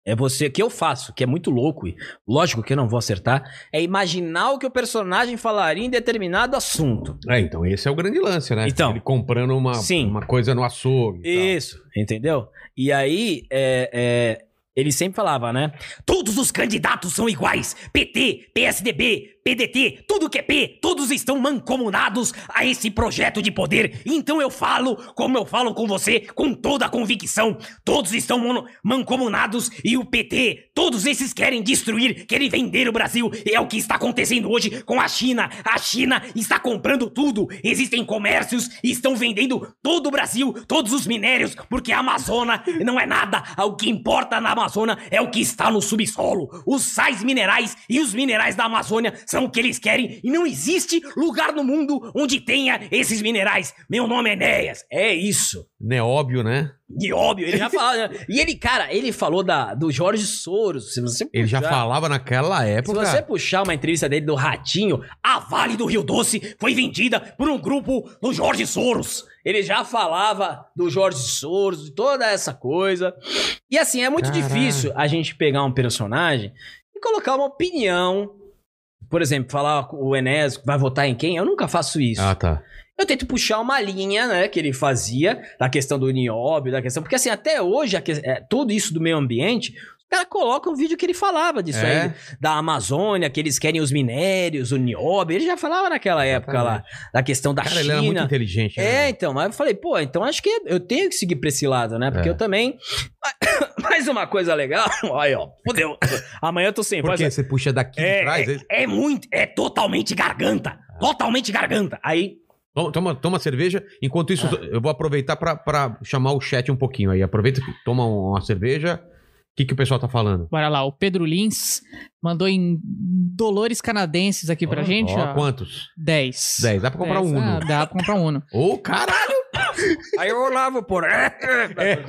é você, que eu faço, que é muito louco, e lógico que eu não vou acertar, é imaginar o que o personagem falaria em determinado assunto. É, então esse é o grande lance, né? Então. Ele comprando uma, Sim. uma coisa no açougue. E... Isso, entendeu? E aí, é, é, ele sempre falava, né? Todos os candidatos são iguais. PT, PSDB, PDT, tudo que é P, todos estão mancomunados a esse projeto de poder. Então eu falo, como eu falo com você, com toda a convicção. Todos estão mono- mancomunados e o PT, todos esses querem destruir, querem vender o Brasil. E é o que está acontecendo hoje com a China. A China está comprando tudo. Existem comércios, estão vendendo todo o Brasil, todos os minérios, porque a Amazônia não é nada. O que importa na Amazônia é o que está no subsolo. Os sais minerais e os minerais da Amazônia são o que eles querem e não existe lugar no mundo onde tenha esses minerais. Meu nome é Enéas. É isso. Né, óbvio, né? E óbvio, Ele já falava, né? E ele, cara, ele falou da, do Jorge Soros. Se você Ele já puxar- falava naquela Se época. você puxar uma entrevista dele do Ratinho, a Vale do Rio Doce foi vendida por um grupo do Jorge Soros. ele já falava do Jorge Soros, de toda essa coisa. E assim, é muito Caraca. difícil a gente pegar um personagem e colocar uma opinião. Por exemplo, falar o Enes vai votar em quem? Eu nunca faço isso. Ah, tá. Eu tento puxar uma linha, né, que ele fazia, da questão do nióbio, da questão. Porque assim, até hoje, a que- é, tudo isso do meio ambiente, os caras colocam o vídeo que ele falava disso É. aí, da Amazônia, que eles querem os minérios, o nióbio. Ele já falava naquela época lá, da questão da Cara, ele China. era muito inteligente. É, né? então, mas eu falei, pô, então acho que eu tenho que seguir pra esse lado, né? Porque É. eu também. Mais uma coisa legal. Aí, ó, fodeu. Amanhã eu tô sem Porque voz. você puxa daqui de trás. ele- É muito, é totalmente garganta. Totalmente garganta. Aí, Toma, toma, toma cerveja. Enquanto isso, É. eu vou aproveitar pra, pra chamar o chat um pouquinho aí. Aproveita, toma um, uma cerveja. O que, que o pessoal tá falando? Bora lá, o Pedro Lins mandou em dolores canadenses aqui pra gente, Ó, ó. quantos? 10. 10. Dá pra comprar um Ah, Uno. dá pra comprar um Uno. Ô, caralho! aí eu olhava, pô.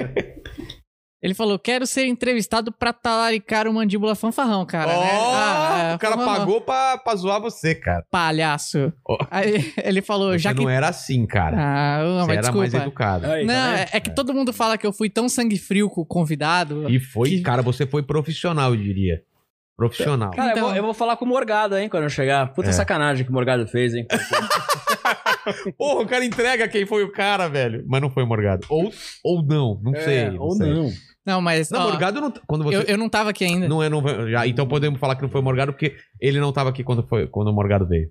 Ele falou, quero ser entrevistado pra talaricar o Mandíbula Fanfarrão, cara. né? Ó, Ah, é, o cara fanfarrão, pagou pra, pra zoar você, cara. Palhaço. Ó. Aí ele falou, Você já que... não era assim, cara. Ah, você mas era desculpa. mais educado. né? Aí, tá Não, vendo? é, é que todo mundo fala que eu fui tão sangue frio com o convidado. E foi, Que- cara, você foi profissional, eu diria. Profissional. Cara, eu, Então. vou, eu vou falar com o Morgado, hein, quando eu chegar. Puta É. sacanagem que o Morgado fez, hein. Porra, o cara entrega quem foi o cara, velho. Mas não foi o Morgado. Ou, ou não, não sei. Não sei. É, Não, mas. Não, ó, Morgado não. tá- Quando eu, você. eu não tava aqui ainda. Não é, não foi- já, então podemos falar que não foi o Morgado, porque ele não tava aqui quando, foi, quando o Morgado veio.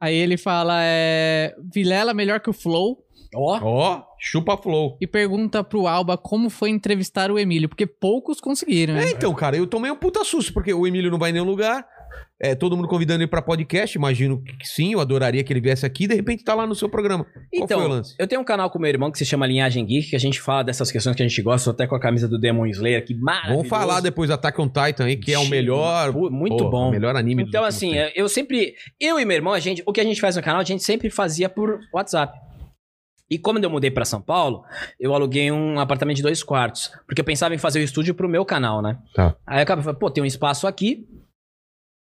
Aí ele fala, é. Vilela melhor que o Flow. Ah. Ó. Ó, chupa flow. E pergunta pro Alba como foi entrevistar o Emílio, porque poucos conseguiram. É, né? então, cara, eu tomei um puta susto, porque o Emílio não vai em nenhum lugar. É, todo mundo convidando ele pra podcast, imagino que sim, eu adoraria que ele viesse aqui e de repente tá lá no seu programa. Qual foi o Então, lance? eu tenho um canal com meu irmão que se chama Linhagem Geek, que a gente fala dessas questões que a gente gosta, tô até com a camisa do Demon Slayer, que maravilhoso. Vamos falar depois do Attack on Titan aí, que é o Sim, melhor. pu- Muito Pô, bom. O melhor anime dos Então, últimos assim, tempos. eu sempre. Eu e meu irmão, a gente, o que a gente faz no canal, a gente sempre fazia por WhatsApp. E como eu mudei pra São Paulo, eu aluguei um apartamento de dois quartos. Porque eu pensava em fazer o estúdio pro meu canal, né? Tá. Aí eu acabei falando, pô, tem um espaço aqui.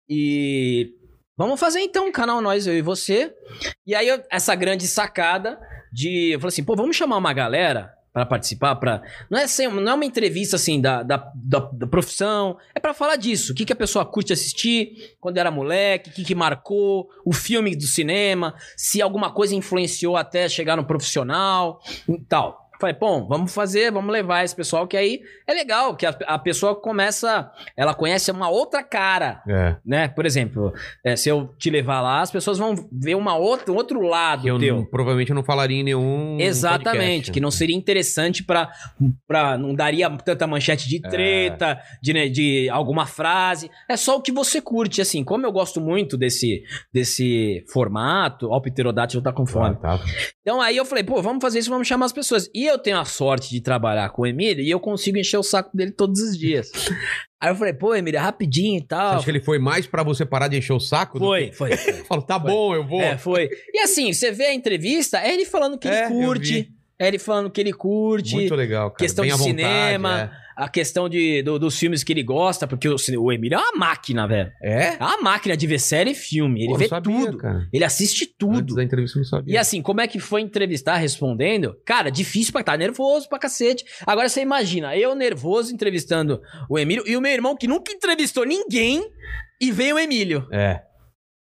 E. Vamos fazer então um canal nós, eu e você. E aí, eu- essa grande sacada de. Eu falei assim, pô, vamos chamar uma galera pra participar, pra. Não é, assim, não é uma entrevista assim da, da, da, da profissão, é pra falar disso. O que, que a pessoa curte assistir quando era moleque, o que, que marcou, o filme do cinema, se alguma coisa influenciou até chegar no profissional e tal. Falei, bom, vamos fazer, vamos levar esse pessoal, que aí é legal, que a, a pessoa começa, ela conhece uma outra cara, É. né? Por exemplo, é, se eu te levar lá, as pessoas vão ver uma outra, um outro lado Que eu teu. não- provavelmente eu não falaria em nenhum. um Exatamente, podcast. que não seria interessante pra, pra não daria tanta manchete de É. treta, de, né, de alguma frase. É só o que você curte, assim. Como eu gosto muito desse desse formato, ó, o pterodátilo tá com Ah, fome. tá. Então aí eu falei, pô, vamos fazer isso, vamos chamar as pessoas. E eu tenho a sorte de trabalhar com o Emílio e eu consigo encher o saco dele todos os dias. aí eu falei, pô, Emílio, é rapidinho e tal. Acho que ele foi mais pra você parar de encher o saco? do Foi, foi. que- Falou, tá Foi. bom, eu vou. É, foi. E assim, você vê a entrevista, é ele falando que É, ele eu vi. curte. É ele falando que ele curte. Muito legal, cara. questão Bem de à vontade, cinema. A questão de, do- dos filmes que ele gosta, porque o, cine- o Emílio é uma máquina, velho. É? é? É uma máquina de ver série e filme. Ele Pô, não vê sabia, tudo. Cara. Ele assiste Antes tudo. da entrevista eu não sabia. E assim, como é que foi entrevistar respondendo? Cara, difícil pra tá nervoso pra cacete. Agora você imagina, eu nervoso entrevistando o Emílio e o meu irmão que nunca entrevistou ninguém e veio o Emílio. É.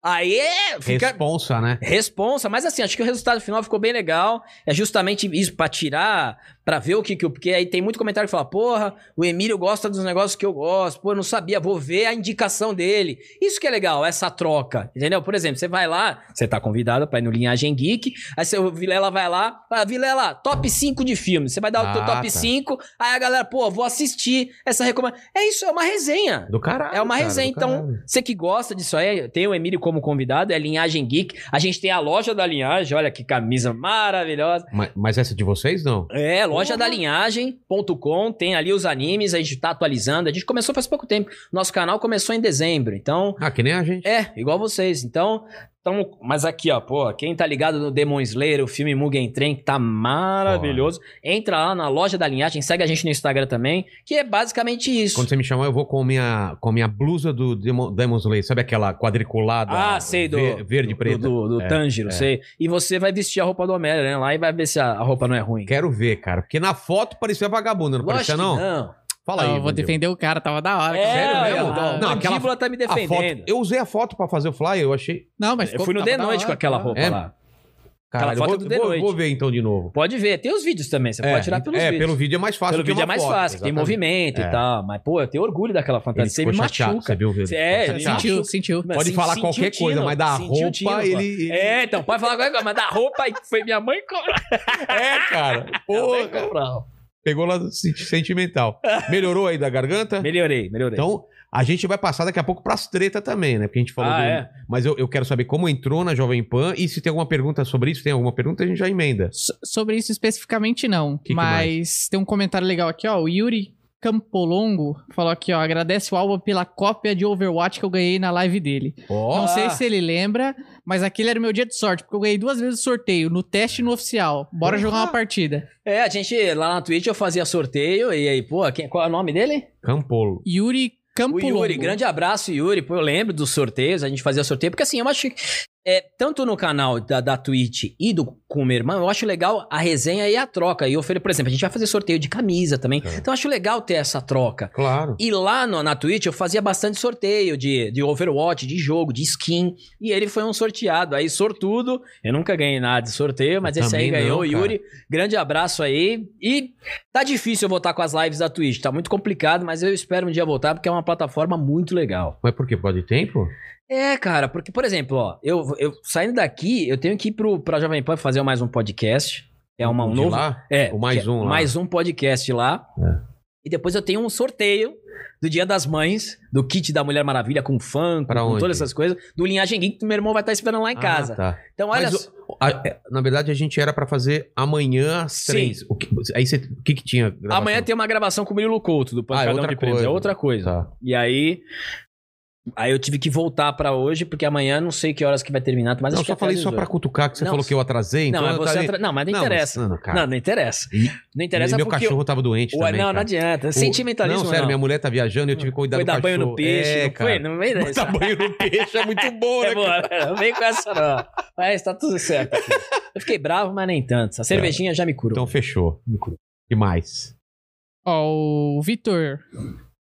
Aí é, fica Responsa, né? responsa, mas assim, acho que o resultado final ficou bem legal. É justamente isso pra tirar, pra ver o que que eu- porque aí tem muito comentário que fala: "Porra, o Emílio gosta dos negócios que eu gosto. Pô, eu não sabia, vou ver a indicação dele". Isso que é legal, essa troca, entendeu? Por exemplo, você vai lá, você tá convidado pra ir no Linhagem Geek, aí você, o Vilela vai lá, fala, Vilela, top 5 de filmes. Você vai dar o teu Ah, top tá. 5, aí a galera, pô, vou assistir essa recomendação. É isso, é uma resenha. Do caralho. É uma cara, resenha, do então, caralho. você que gosta disso aí, tem o Emílio como convidado, é Linhagem Geek. A gente tem a loja da Linhagem, olha que camisa maravilhosa. Mas, mas essa de vocês não? É, loja da linhagem.com, tem ali os animes, a gente tá atualizando. A gente começou faz pouco tempo. Nosso canal começou em dezembro, então Ah, que nem a gente. é, igual vocês. Então, tamo, mas aqui, ó, pô, quem tá ligado no Demon Slayer, o filme Mugen Train, que tá maravilhoso, entra lá na loja da Linhagem, segue a gente no Instagram também, que é basicamente isso. Quando você me chamar, eu vou com a minha, com a minha blusa do Demon, Demon's Slayer. Sabe aquela quadriculada? Ah, sei, do. ve- verde e do, preta. Do, do É, Tanjiro, sei. E você vai vestir a roupa do Homem, né? Lá e vai ver se a, a roupa não é ruim. Quero ver, cara. Porque na foto parecia vagabunda, não Lógico parecia, que não? não. Ah, Fala aí. eu vou Vandil. defender o cara, tava da hora. É, Sério olha mesmo? lá, Não, a aquela- mandíbula tá me A foto- defendendo. eu usei a foto pra fazer o flyer, eu achei. Não, mas Eu fui no tava The da Noite hora, com aquela tava da roupa É? lá. Caralho, eu foto vou, do The vou- Noite. vou ver então de novo. Pode ver, tem os vídeos também, você pode tirar pelos é, vídeos. pelo vídeo é mais fácil. Pelo que vídeo é uma mais foto, fácil, tem exatamente. movimento É. e tal. Mas, pô, eu tenho orgulho daquela Ele fantasia. Você me ficou chateado, machuca. você viu? Ele É, ficou ele chateado. Sentiu, sentiu. Mas Pode se- falar sentiu qualquer tiro, coisa, mas da sentiu roupa tiro, pô. ele. É, então, pode falar qualquer coisa, mas da roupa aí que foi minha mãe que comprou. É, cara. Porra. Pegou lá do sen- sentimental. Melhorou aí da garganta? Melhorei, melhorei. Então, a gente vai passar daqui a pouco pras tretas também, né? Porque a gente falou Ah, do- é? Mas eu, eu quero saber como entrou na Jovem Pan e se tem alguma pergunta sobre isso, tem alguma pergunta, a gente já emenda. So- sobre isso especificamente não, que mas tem um comentário legal aqui, ó, o Yuri Campolongo falou aqui, ó, agradece o Alba pela cópia de Overwatch que eu ganhei na live dele. Ó, Não sei Ah. se ele lembra, mas aquele era o meu dia de sorte, porque eu ganhei duas vezes o sorteio, no teste e no oficial. Bora jogar uma partida. É, a gente lá na Twitch eu fazia sorteio e aí, pô, quem, qual é o nome dele? Campolo. Yuri O Campolongo. Yuri, grande abraço, Yuri. Pô, eu lembro dos sorteios, a gente fazia sorteio, porque assim, eu acho que. É, tanto no canal da, da Twitch e do com minha irmã, eu acho legal a resenha e a troca. E eu falei, por exemplo, a gente vai fazer sorteio de camisa também. Tá. Então eu acho legal ter essa troca. Claro. E lá no- na Twitch eu fazia bastante sorteio de, de Overwatch, de jogo, de skin. E ele foi um sorteado. Aí, sortudo, eu nunca ganhei nada de sorteio, mas Eu esse aí também ganhou, não, cara. Yuri. Grande abraço aí. E tá difícil eu voltar com as lives da Twitch. Tá muito complicado, mas eu espero um dia voltar porque é uma plataforma muito legal. Mas por quê? Pode tempo? É, cara, porque, por exemplo, ó, eu, eu saindo daqui, eu tenho que ir pro, pra Jovem Pan fazer mais um podcast. É uma, um De novo lá? é, O mais que é um lá. É. Mais um podcast lá. E depois eu tenho um sorteio do Dia das Mães, do kit da Mulher Maravilha com fã, com, Pra com onde? todas essas coisas, do Linhagem Geek que meu irmão vai estar esperando lá em Ah, casa. tá. Então, olha, Mas só. A- é, na verdade, a gente era pra fazer amanhã às Sim. três. O que, aí você, o que que tinha? gravação? Ah, amanhã tem uma gravação com o Murilo Couto do Pancadão outra de Prêmios, é coisa. outra coisa. Tá. E aí aí eu tive que voltar pra hoje porque amanhã não sei que horas que vai terminar, mas não, acho só que é falei até só às pra 18. cutucar que você Não, falou que eu atrasei. então Não, mas eu você tava- atra- não, mas não Não, mas- interessa. não, cara. Não, não interessa. E- Não interessa E meu porque cachorro tava doente o... também, não, cara. não adianta. Sentimentalismo Não, sério, não. minha mulher tá viajando e eu tive que cuidar Foi do dar cachorro. banho no peixe, é, não foi? cara. Não vem dessa. Dar banho no peixe é muito bom, né? É boa, não vem com essa não. Mas tá tudo certo. aqui. Eu fiquei bravo, mas nem É. tanto. A cervejinha já me curou. Então fechou. Que mais? Ó, o Vitor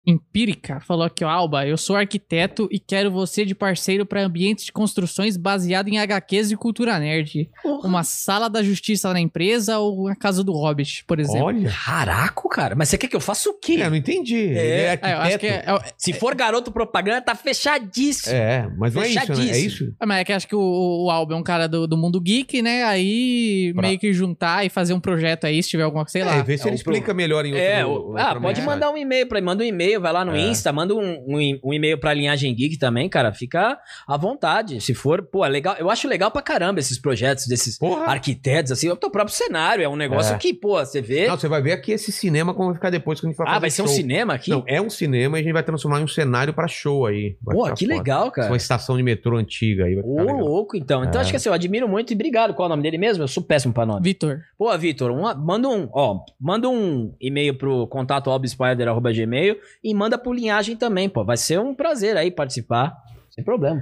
Empírica falou aqui, ó, Alba, eu sou arquiteto e quero você de parceiro para ambientes de construções baseado em HQs e cultura nerd. Uma sala da justiça na empresa ou a casa do Hobbit, por exemplo. Olha. Caraca, cara. Mas você quer que eu faça o quê? É, não entendi. Ele É, é eu acho arquiteto. que é, é- Se for garoto propaganda, tá fechadíssimo. É, mas não é isso, né? É Fechadíssimo. isso? Ah, Mas é que acho que o, o Alba é um cara do, do mundo geek, né? Aí Pra- meio que juntar e fazer um projeto aí, se tiver alguma, sei É, lá. vê se é ele um pro- explica melhor em outro. É, o- outra ah, pode mensagem. mandar um e-mail pra mim. Manda um e-mail, e-mail, vai lá no É. Insta, manda um, um e- um e-mail pra Linhagem Geek também, cara. Fica à vontade. Se for, pô, é legal. Eu acho legal pra caramba esses projetos desses Porra. arquitetos, assim. É o teu próprio cenário. É um negócio Ah. É. que, pô, você vê. Não, você vai ver aqui esse cinema como vai ficar depois que a gente vai ah, fazer vai ser um show. cinema aqui? Não, é um cinema e a gente vai transformar em um cenário pra show aí. Vai pô, ficar que foda. legal, cara. Uma estação de metrô antiga aí. Vai Ô, ficar legal. louco, então. É. Então, acho que assim, eu admiro muito e obrigado. Qual é o nome dele mesmo? Eu sou péssimo pra nome. Vitor. Pô, Vitor, uma- manda um, ó, manda um e-mail pro contato albspider.gmail e manda pro linhagem também, pô. Vai ser um prazer aí participar. Sem problema.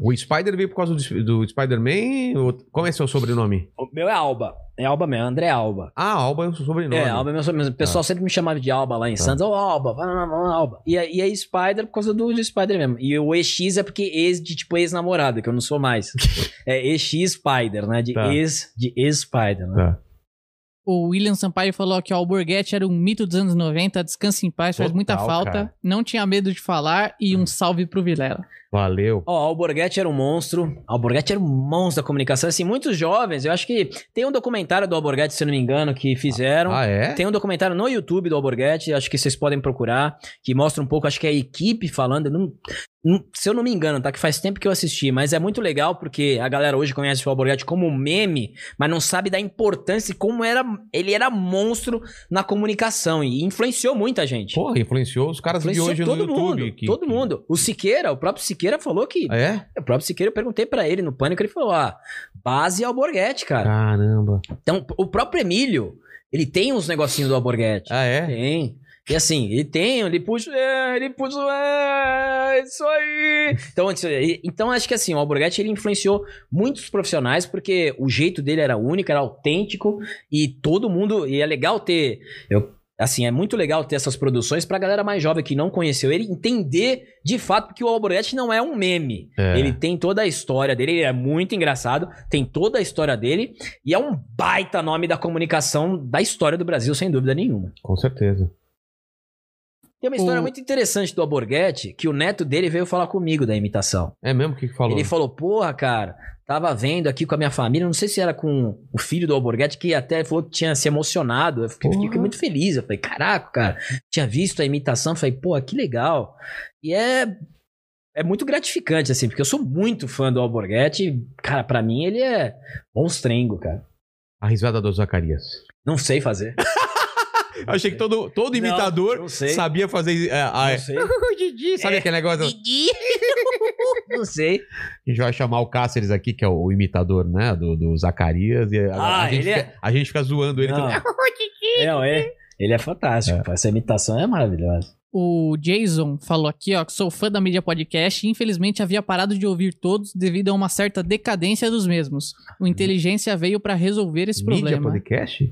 O Spider veio por causa do, do Spider-Man? ou- Como é seu sobrenome? O meu é Alba. É Alba mesmo, André Alba. Ah, Alba é o seu sobrenome. É, Alba é meu sobrenome. O pessoal Tá. sempre me chamava de Alba lá em Santos. Ô, Alba, vai lá, vai lá, Alba. E, aí- e aí Spider por causa do, do Spider mesmo. E o EX é porque ex de tipo ex-namorada, que eu não sou mais. é EX Spider, né? De Tá. ex, de ex-Spider, né? O William Sampaio falou que o Alborguete era um mito dos anos 90, descansa em paz, faz Total, muita falta, cara. Hum. não tinha medo de falar e um salve pro Vilela. um Valeu. Ó, Alborguete era um monstro. Alborguete era um monstro da comunicação. Assim, muitos jovens, eu acho que tem um documentário do Alborguete, se eu não me engano, que fizeram. Ah, é? Tem um documentário no YouTube do Alborguete, acho que vocês podem procurar, que mostra um pouco, acho que é a equipe falando. eu não- não- se eu não me engano, tá? Que faz tempo que eu assisti, mas é muito legal porque a galera hoje conhece o Alborguete como um meme, mas não sabe da importância e como era, ele era monstro na comunicação e influenciou muita gente. Porra, influenciou os caras de Influenciou hoje todo no YouTube. mundo, que- todo mundo. O Siqueira, o próprio Siqueira falou que Ah, É? o próprio Siqueira, eu perguntei pra ele no Pânico, ele falou, ah, base é Alborguete, cara. Caramba. Então, o próprio Emílio, ele tem uns negocinhos do Alborguete. Ah, é? Tem. E assim, ele tem, ele puxa, é, ele puxa, é, isso aí. Então, antes- e- então, acho que assim, o Alborguete, ele influenciou muitos profissionais, porque o jeito dele era único, era autêntico, e todo mundo, e é legal ter, eu- assim, é muito legal ter essas produções pra galera mais jovem que não conheceu ele, entender de fato que o Alborguete não é um meme. É. Ele tem toda a história dele, ele é muito engraçado, tem toda a história dele e é um baita nome da comunicação da história do Brasil, sem dúvida nenhuma. Com certeza. Tem uma história O- muito interessante do Alborguete que o neto dele veio falar comigo da imitação. É mesmo o que que falou? Ele falou: Porra, cara, tava vendo aqui com a minha família, não sei se era com o filho do Alborguete, que até falou que tinha se emocionado. Eu fiquei, fiquei Porra. muito feliz. Eu falei: Caraca, cara, tinha visto a imitação. Falei: Pô, que legal. E é. É muito gratificante, assim, porque eu sou muito fã do Alborguete. e, Cara, pra mim ele é monstrengo, cara. A risada do Zacarias. Não sei fazer. Eu achei que todo, todo Não, imitador não sei. sabia fazer. É, ah, Não é. sei. É. Sabe aquele negócio? Não sei. A gente vai chamar o Cáceres aqui, que é o imitador, né? Do, do Zacarias. E a, Ah, a gente ele é- fica, a gente fica zoando ele. Não. é um também. Não, é. Ele é fantástico. Essa imitação é maravilhosa. O Jason falou aqui, ó, que sou fã da mídia podcast e infelizmente havia parado de ouvir todos devido a uma certa decadência dos mesmos. O Inteligência veio pra resolver esse Hum. Mídia problema. podcast?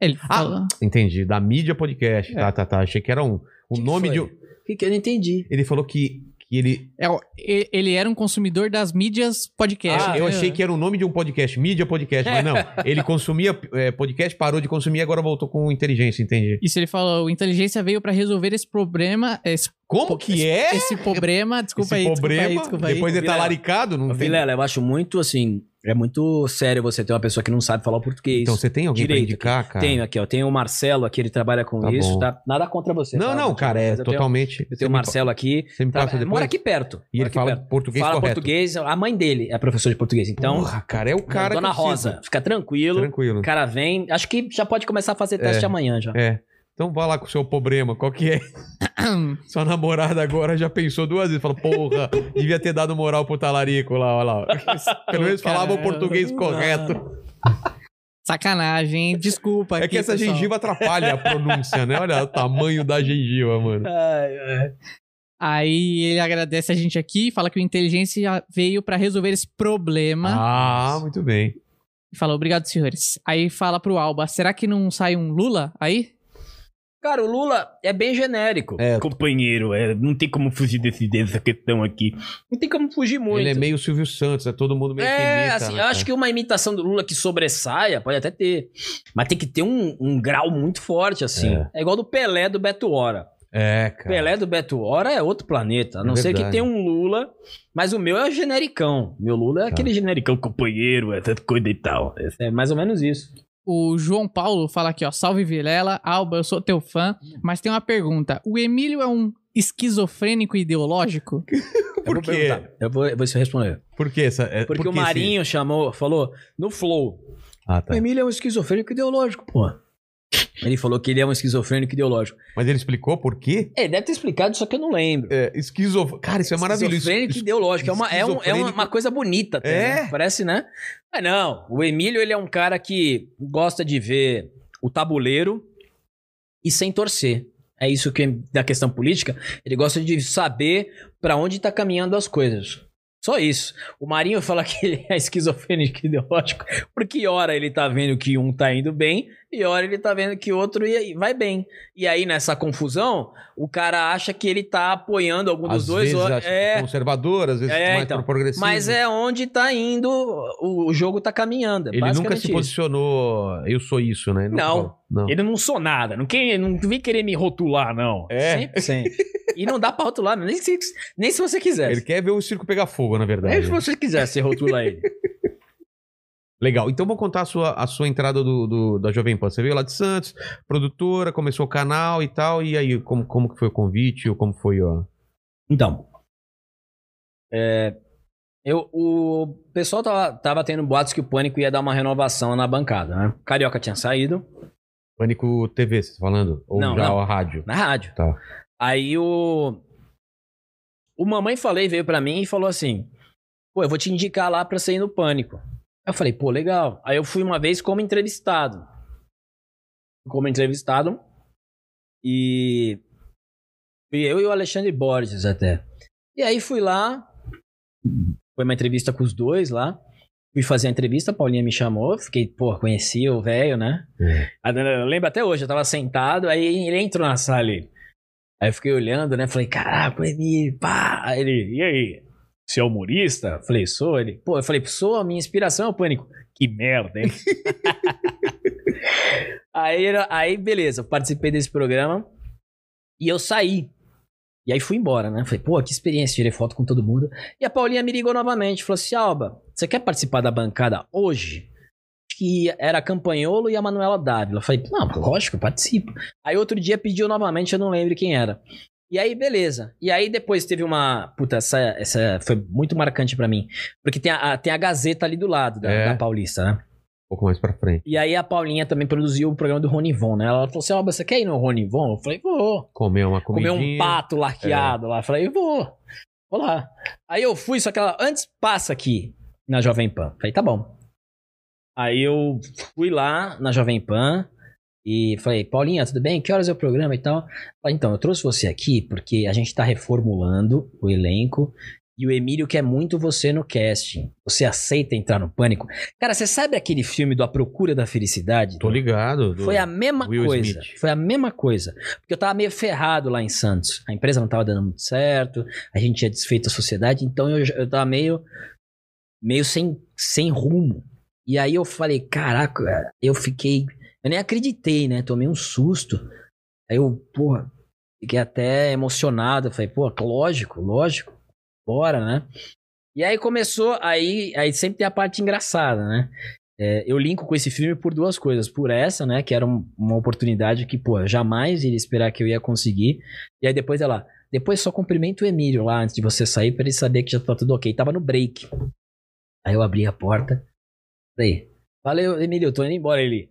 Ele Ah, falou, Entendi. Da mídia podcast. Tá, tá, tá. Achei que era um. O que nome foi? de. um- O que que eu não entendi? Ele falou que, que ele. é, ó, e- ele era um consumidor das mídias É. podcast. Ah, É. eu achei que era o nome de um podcast, mídia podcast, mas não. ele consumia é, podcast, parou de consumir e agora voltou com inteligência, entendi. Isso ele falou, o Inteligência veio pra resolver esse problema, esse, Como que é? esse problema, desculpa aí, Esse desculpa aí, problema, desculpa aí. depois ele tá Vilela. laricado, não Ô, tem. Vilela, eu acho muito assim. É muito sério você ter uma pessoa que não sabe falar o português. Então você tem alguém Direito. pra indicar, cara? Tenho aqui, ó. Tem o Marcelo aqui, ele trabalha com Tá isso. bom. Tá? Nada contra você. Não, tá, não, Matheus? cara, é Mas eu tenho- totalmente. Eu Você tenho o me pa- Marcelo aqui. Você me Tra- passa depois? Mora aqui perto. E mora ele aqui fala perto. português Fala correto. português. A mãe dele é professora de português. Então, Porra, cara, é o cara Dona que eu preciso. Rosa, fica tranquilo. Tranquilo. O cara vem. Acho que já pode começar a fazer teste amanhã já. É. Então vá lá com o seu problema, qual que é? Sua namorada agora já pensou duas vezes. Fala, porra, devia ter dado moral pro talarico lá, olha lá. Pelo menos falava o Caramba. português correto. Sacanagem, hein? desculpa É aqui, que essa pessoal. gengiva atrapalha a pronúncia, né? Olha o tamanho da gengiva, mano. Aí ele agradece a gente aqui, fala que o Inteligência veio pra resolver esse problema. Ah, muito bem. E fala, obrigado, senhores. Aí fala pro Alba, será que não sai um Lula aí? Cara, o Lula é bem genérico. É, Companheiro, é, não tem como fugir desse, dessa questão aqui. Não tem como fugir muito. ele é meio Silvio Santos, é todo mundo meio que É, imita, assim, né, eu acho cara? que uma imitação do Lula que sobressaia pode até ter. Mas tem que ter um, um grau muito forte, assim. É. É, igual do Pelé do Beto Hora. É, cara. Pelé do Beto Hora é outro planeta. A não É ser que verdade. tenha um Lula, mas o meu é genericão. Meu Lula é Tá. aquele genericão companheiro, essa coisa e tal. É mais ou menos isso. O João Paulo fala aqui, ó, salve Vilela, Alba, eu sou teu fã, mas tem uma pergunta. O Emílio é um esquizofrênico ideológico? Por vou quê? perguntar. Eu vou, eu vou responder. Por que essa. é, Porque por o que esse- Marinho chamou, falou, no Flow. Ah, tá. O Emílio é um esquizofrênico ideológico, pô. Ele falou que ele é um esquizofrênico ideológico. Mas ele explicou por quê? Ele deve ter explicado, só que eu não lembro. É, esquizo... Cara, isso é maravilhoso. Esquizofrênico Isso- ideológico. É uma, é, um, é uma- uma coisa bonita. Até, É? né? Parece, né? Mas não. O Emílio, ele é um cara que gosta de ver o tabuleiro e sem torcer. É isso que da questão política. Ele gosta de saber pra onde tá caminhando as coisas. Só isso. O Marinho fala que ele é esquizofrênico ideológico, porque hora ele tá vendo que um tá indo bem e hora ele tá vendo que outro ia- vai bem. E aí, nessa confusão, o cara acha que ele tá apoiando algum dos Às dois. vezes ou- acha é, conservador, às vezes É, mais então. pro progressista. mas é onde tá indo, o, o jogo tá caminhando. é Ele nunca basicamente se isso. posicionou, eu sou isso, né? Ele nunca Não. falou. Não. Ele não sou nada. Não, quem, não vem querer me rotular, não. É. 100%. e não dá pra rotular, nem se, nem se você quiser. Ele quer ver o circo pegar fogo, na Nem verdade. se você quiser, você rotula ele. Legal. Então vou contar a sua, a sua entrada do, do- da Jovem Pan. Você veio lá de Santos, produtora, começou o canal e tal. E aí, como, como que foi o convite? Ou como foi, ó? Então. é, eu, o pessoal tava, tava tendo boatos que o Pânico ia dar uma renovação na bancada, né? Carioca tinha saído Pânico TV, você tá falando? Ou Não, já não. a rádio? na rádio. Tá. Aí o. O Mamãe Falei veio pra mim e falou assim: pô, eu vou te indicar lá pra você ir no Pânico. Eu falei, pô, legal. Aí eu fui uma vez como entrevistado. Como entrevistado. E. E eu e o Alexandre Borges até. E aí fui lá. Foi uma entrevista com os dois lá. Fui fazer a entrevista, a Paulinha me chamou. Fiquei, pô, conheci o velho, né? É. Ah, não, não, Eu lembro até hoje, eu tava sentado, aí ele entrou na sala ali. Aí eu fiquei olhando, né? Falei, caraca, ele, pá. Aí ele, e aí? Você é humorista? Eu Falei, sou. Ele, pô, eu falei, sou, a minha inspiração é o pânico. Que merda, hein? aí, era- aí, beleza, eu participei desse programa e eu saí. E aí fui embora, né? Falei, pô, que experiência, tirei foto com todo mundo. E a Paulinha me ligou novamente, falou assim, Alba, você quer participar da bancada hoje? Que era Campanholo e a Manuela Dávila. Eu Falei, não, lógico, eu participo. Aí outro dia pediu novamente, eu não lembro quem era. E aí, beleza. E aí depois teve uma. Puta, essa, essa foi muito marcante pra mim. Porque tem a, a- tem a Gazeta ali do lado da- É. da Paulista, né? Um pouco mais pra frente. E aí a Paulinha também produziu o programa do Ronivon, né? Ela falou assim: ó, você quer ir no Ronivon? Eu falei, vou. Comer uma comidinha. É. Comer um pato laqueado lá. Eu falei, vou. Vou lá. Aí eu fui, só que ela antes passa aqui na Jovem Pan. Eu Falei, tá bom. Aí eu fui lá na Jovem Pan e falei, Paulinha, tudo bem? Que horas é o programa e tal? Ela falou, então, eu trouxe você aqui porque a gente tá reformulando o elenco e o Emílio quer muito você no casting. Você aceita entrar no pânico? Cara, você sabe aquele filme do A Procura da Felicidade? Tô ligado. do- É. Foi a mesma Will coisa. Smith. Foi a mesma coisa. Porque eu tava meio ferrado lá em Santos. A empresa não tava dando muito certo, a gente tinha desfeito a sociedade, então eu, já- eu tava meio, meio sem, sem rumo. E aí eu falei, caraca, eu fiquei. Eu nem acreditei, né? Tomei um susto. Aí eu, porra, fiquei até emocionado. Eu falei, pô, lógico, lógico, bora, né? E aí começou, aí, aí sempre tem a parte engraçada, né? É, eu linko com esse filme por duas coisas. Por essa, né? Que era um- uma oportunidade que, pô, eu jamais iria esperar que eu ia conseguir. E aí depois ela. Depois só cumprimenta o Emílio lá antes de você sair pra ele saber que já tá tudo ok. Tava no break. Aí eu abri a porta. Falei, valeu, Emílio, eu tô indo embora ele.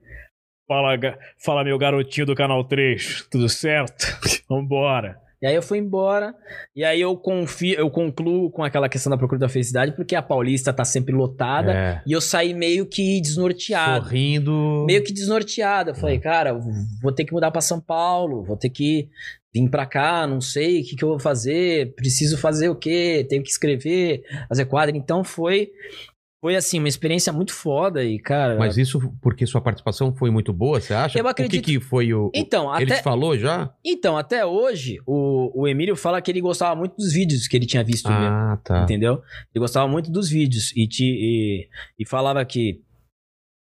Fala, ga- fala, meu garotinho do Canal 3. Tudo certo? Vambora. E aí eu fui embora. E aí eu confio, eu concluo com aquela questão da procura da felicidade, porque a Paulista tá sempre lotada. É. E eu saí meio que desnorteado. Sorrindo. meio que desnorteado. Eu falei, É. cara, eu vou ter que mudar pra São Paulo, vou ter que vir pra cá, não sei o que, que eu vou fazer, preciso fazer o quê, tenho que escrever, fazer quadro. Então foi, foi assim, uma experiência muito foda e, cara. Mas isso porque sua participação foi muito boa, você acha? Eu acredito- O que, que foi o. o- então, Ele até, te falou já? então, até hoje, o, o Emílio fala que ele gostava muito dos vídeos que ele tinha visto mesmo. Ah, tá. Entendeu? Ele gostava muito dos vídeos e, te, e, e falava que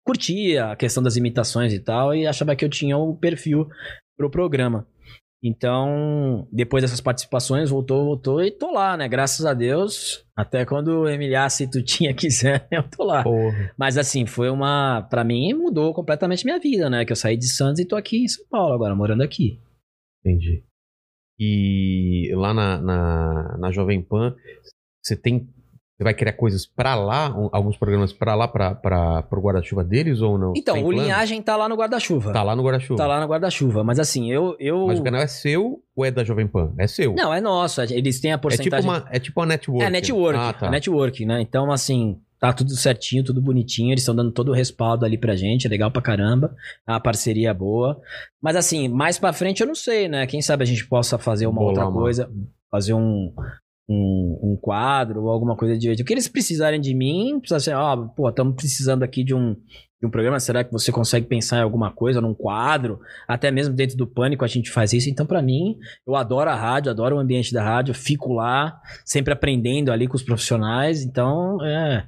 curtia a questão das imitações e tal, e achava que eu tinha o perfil pro programa. Então, depois dessas participações, voltou, voltou e tô lá, né? Graças a Deus. Até quando o Emiliasse e Tutinha quiser, eu tô lá. Porra. Mas assim, foi uma. Pra mim, mudou completamente minha vida, né? Que eu saí de Santos e tô aqui em São Paulo agora, morando aqui. Entendi. E lá na, na, na Jovem Pan, você tem. Você vai criar coisas pra lá, um- alguns programas pra lá, pra, pra, pro guarda-chuva deles ou não? Então, Tem o plano? Linhagem tá lá no guarda-chuva. Tá lá no guarda-chuva. Tá lá no guarda-chuva. Mas assim, eu. eu... Mas o canal é seu ou é da Jovem Pan? É seu. Não, é nosso. Eles têm a é tipo porcentagem. uma, é tipo uma network. É network, Ah, tá. é network, né? Então, assim, tá tudo certinho, tudo bonitinho. Eles estão dando todo o respaldo ali pra gente, é legal pra caramba. É uma parceria boa. Mas, assim, mais pra frente eu não sei, né? Quem sabe a gente possa fazer uma Bolar outra uma- coisa, fazer um. Um, um quadro ou alguma coisa de O que eles precisarem de mim, precisa ser, ó, pô, estamos precisando aqui de um, de um programa. Será que você consegue pensar em alguma coisa, num quadro? Até mesmo dentro do pânico a gente faz isso. Então, pra mim, eu adoro a rádio, adoro o ambiente da rádio, fico lá, sempre aprendendo ali com os profissionais. Então, é,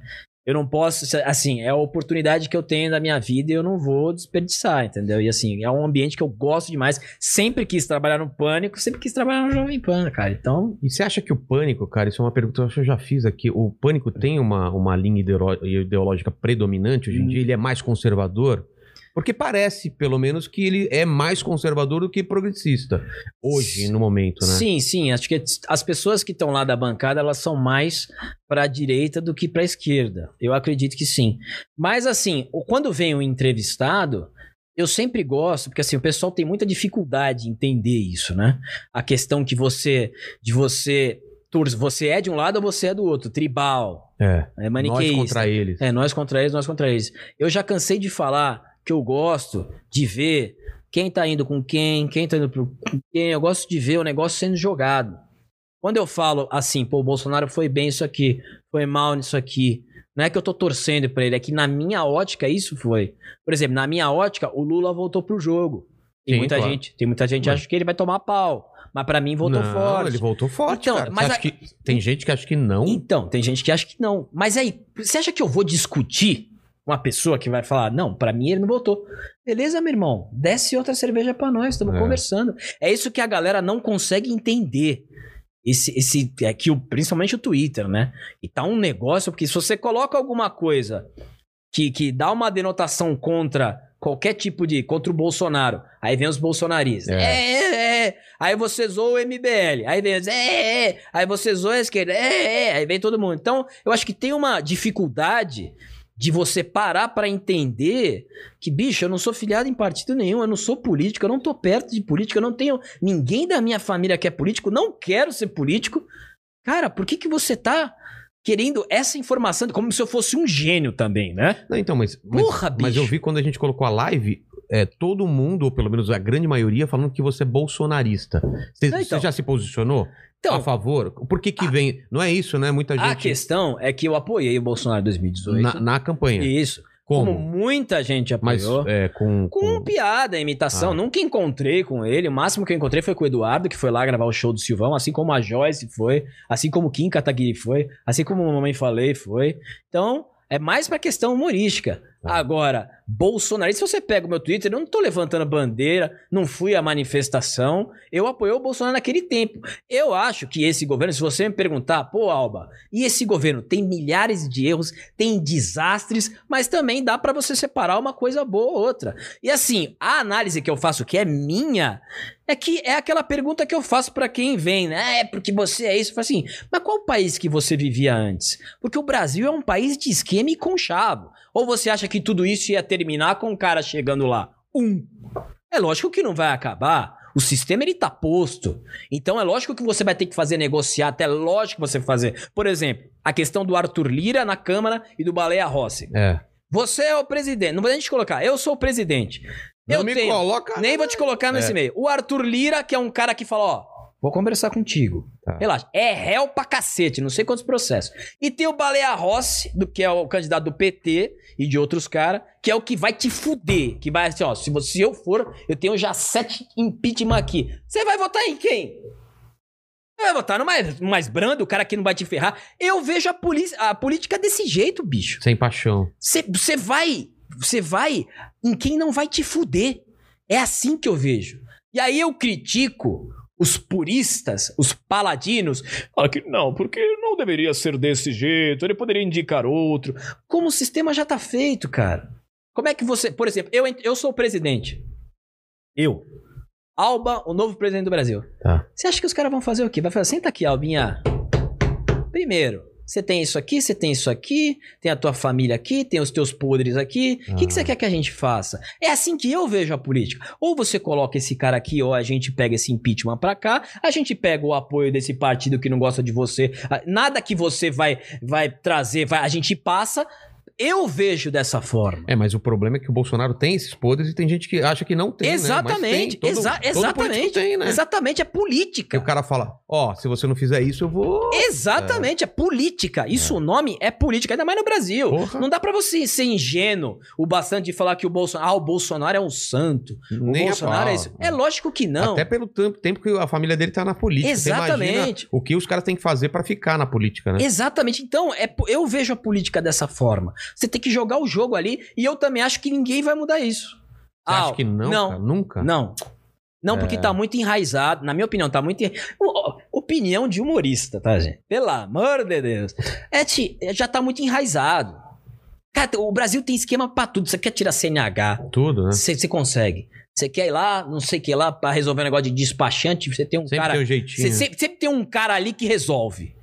eu não posso, assim, é a oportunidade que eu tenho na minha vida e eu não vou desperdiçar, entendeu? E assim, é um ambiente que eu gosto demais. Sempre quis trabalhar no Pânico, sempre quis trabalhar no Jovem Pan, cara. Então, E você acha que o pânico, cara, isso é uma pergunta que eu acho que eu já fiz aqui. O pânico tem uma, uma linha ideolo- ideológica predominante Uhum. hoje em dia? Ele é mais conservador? Porque parece, pelo menos, que ele é mais conservador do que progressista. Hoje, no momento, né? sim, sim, acho que as pessoas que estão lá da bancada, elas são mais para a direita do que para a esquerda. Eu acredito que sim. Mas assim, o- quando vem um entrevistado, eu sempre gosto, porque assim, o pessoal tem muita dificuldade em entender isso, né? A questão que você de você tur- você é de um lado ou você é do outro, tribal, É. é Nós maniqueísta. contra eles. É, nós contra eles, nós contra eles. Eu já cansei de falar que eu gosto de ver quem tá indo com quem, quem tá indo pro com quem. Eu gosto de ver o negócio sendo jogado. Quando eu falo assim, pô, o Bolsonaro foi bem isso aqui, foi mal nisso aqui. Não é que eu tô torcendo pra ele, é que na minha ótica isso foi. Por exemplo, na minha ótica, o Lula voltou pro jogo. Tem Sim, muita claro. gente, tem muita gente que Mas- acha que ele vai tomar pau, mas pra mim voltou não, forte. ele voltou forte, Então, cara. Você mas acha a- que- Tem gente que acha que não. Então, tem gente que acha que não. Mas aí, você acha que eu vou discutir uma pessoa que vai falar, não, pra mim ele não voltou. Beleza, meu irmão, desce outra cerveja pra nós, estamos É. conversando. É isso que a galera não consegue entender. Esse, esse é que o, principalmente o Twitter, né? E tá um negócio, porque se você coloca alguma coisa que, que dá uma denotação contra qualquer tipo de. contra o Bolsonaro, aí vem os bolsonaristas. É. É, é, é. Aí você zoa o MBL. Aí vem, os, é, é, é. Aí você zoa a esquerda. É, é. Aí vem todo mundo. Então, eu acho que tem uma dificuldade de você parar pra entender que, bicho, eu não sou filiado em partido nenhum, eu não sou político, eu não tô perto de político, eu não tenho ninguém da minha família que é político, não quero ser político. Cara, por que que você tá querendo essa informação como se eu fosse um gênio também, né? Não, então, mas, mas, Porra, bicho. mas eu vi quando a gente colocou a live, é, todo mundo, ou pelo menos a grande maioria, falando que você é bolsonarista. Você Não, você então. já se posicionou a Então, favor? Por que que vem... Não é isso, né? Muita a gente... questão é que eu apoiei o Bolsonaro em 2018. Na, na campanha. Isso. Como? Como? muita gente Mas apoiou. é, com, Com um com- piada, imitação. Ah. Nunca encontrei com ele. O máximo que eu encontrei foi com o Eduardo, que foi lá gravar o show do Silvão, assim como a Joyce foi, assim como o Kim Kataguiri foi, assim como a Mamãe Falei foi. Então, é mais pra questão humorística. Ah. Agora, Bolsonaro, se você pega o meu Twitter, eu não tô levantando bandeira, não fui à manifestação. Eu apoiei o Bolsonaro naquele tempo. Eu acho que esse governo, se você me perguntar, pô, Alba, e esse governo tem milhares de erros, tem desastres, mas também dá pra você separar uma coisa boa ou outra. E assim, a análise que eu faço, que é minha, é que é aquela pergunta que eu faço pra quem vem, né? "Ah, É porque você é isso. Eu falo assim, mas qual país que você vivia antes? Porque o Brasil é um país de esquema e conchavo. Ou você acha que tudo isso ia terminar com o cara chegando lá? Um. É lógico que não vai acabar. O sistema ele tá posto. Então é lógico que você vai ter que fazer negociar, até lógico que você vai fazer. Por exemplo, a questão do Arthur Lira na Câmara e do Baleia Rossi. É. Você é o presidente. Não vou nem te colocar. Eu sou o presidente. Não eu me tenho. coloca... Nem vou te colocar nesse É. meio. O Arthur Lira, que é um cara que fala, ó, vou conversar contigo. Tá. Relaxa. É réu pra cacete, não sei quantos processos. E tem o Baleia Rossi, do, que é o candidato do PT e de outros caras, que é o que vai te fuder. Que vai assim, ó, se, você, se eu for, eu tenho já sete impeachment aqui. Você vai votar em quem? Você Vai votar no mais, no mais brando, o cara que não vai te ferrar. Eu vejo a, polícia, a política desse jeito, bicho. Sem paixão. Você vai, você vai em quem não vai te fuder. É assim que eu vejo. E aí eu critico os puristas, os paladinos, Ah, que não, porque não deveria ser desse jeito, ele poderia indicar outro. como o sistema já tá feito, cara. Como é que você, por exemplo, eu, ent- eu sou o presidente. Eu. Alba, o novo presidente do Brasil. Tá. Você acha que os caras vão fazer o quê? Vai falar, senta aqui, Albinha. Primeiro, você tem isso aqui, você tem isso aqui, tem a tua família aqui, tem os teus podres aqui. O que, que você quer que a gente faça? É assim que eu vejo a política. Ou você coloca esse cara aqui, ou a gente pega esse impeachment pra cá, a gente pega o apoio desse partido que não gosta de você. Ah, Nada que você vai, vai trazer, vai- a gente passa. Eu vejo dessa forma. É, mas o problema é que o Bolsonaro tem esses podres e tem gente que acha que não tem. né? Mas Exatamente, tem, todo- exa- todo exatamente, político tem, né? exatamente, é Que política. o cara fala, ó, se você não fizer isso, eu vou. Exatamente, é política. Isso o nome é política, ainda mais no Brasil. Porra. Não dá pra você ser ingênuo o bastante de falar que o Bolsonaro, ah, o Bolsonaro é um santo. O a Bolsonaro pau. é isso. É lógico que não. Até pelo tam- tempo que a família dele tá na política. Você imagina Exatamente. o que os caras têm que fazer pra ficar na política, né? Exatamente. Então, é, po- eu vejo a política dessa forma. Você tem que jogar o jogo ali e eu também acho que ninguém vai mudar isso. Você Ah, acha que não, não. cara? Nunca? Não. Não, porque tá muito enraizado. Na minha opinião, tá muito. en- O- o- Opinião de humorista, tá, gente? Pelo amor de Deus. É, ti- já tá muito enraizado. Cara, o Brasil tem esquema pra tudo. Você quer tirar CNH, Tudo, né? você você consegue. Você quer ir lá, não sei o que lá, pra resolver um negócio de despachante, você tem um Sempre cara. tem um jeitinho. Você sempre, sempre tem um cara ali que resolve.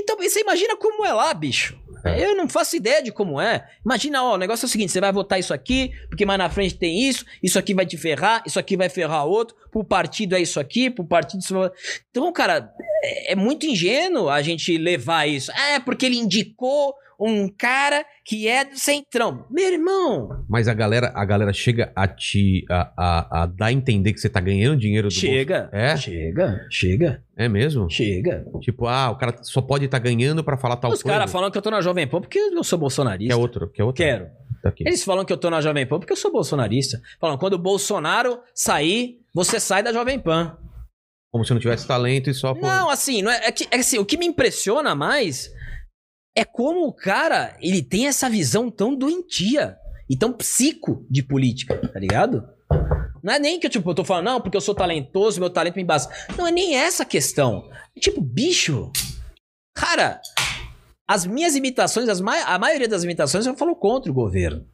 Então, você imagina como é lá, bicho. É. Eu não faço ideia de como é. Imagina, ó, o negócio é o seguinte: você vai votar isso aqui, porque mais na frente tem isso, isso aqui vai te ferrar, isso aqui vai ferrar outro, pro partido é isso aqui, pro partido. isso- Então, cara, é, é muito ingênuo a gente levar isso. É, porque ele indicou um cara que é do centrão. Meu irmão, Mas a galera, a galera chega a te a, a, a dar a entender que você tá ganhando dinheiro do chega. É? Chega, chega, Bolsonaro. É mesmo? chega. Tipo, ah, o cara só pode estar ganhando pra falar tal Os coisa. caras falam que eu tô na Jovem Pan porque eu sou que é bolsonarista. outro, que é outro. Quero. Tá aqui. Eles falam que eu tô na Jovem Pan porque eu sou bolsonarista. Falam, quando o Bolsonaro sair, você sai da Jovem Pan. Como se não tivesse talento e só por- Não, assim, não é, é que, é que, assim, o que me impressiona mais é como o cara, ele tem essa visão tão doentia e tão psico de política, tá ligado? Não é nem que tipo, eu tô falando, não, porque eu sou talentoso, meu talento me basta. Não é nem essa a questão. É tipo, bicho, cara, as minhas imitações, as ma- a maioria das imitações eu falo contra o governo.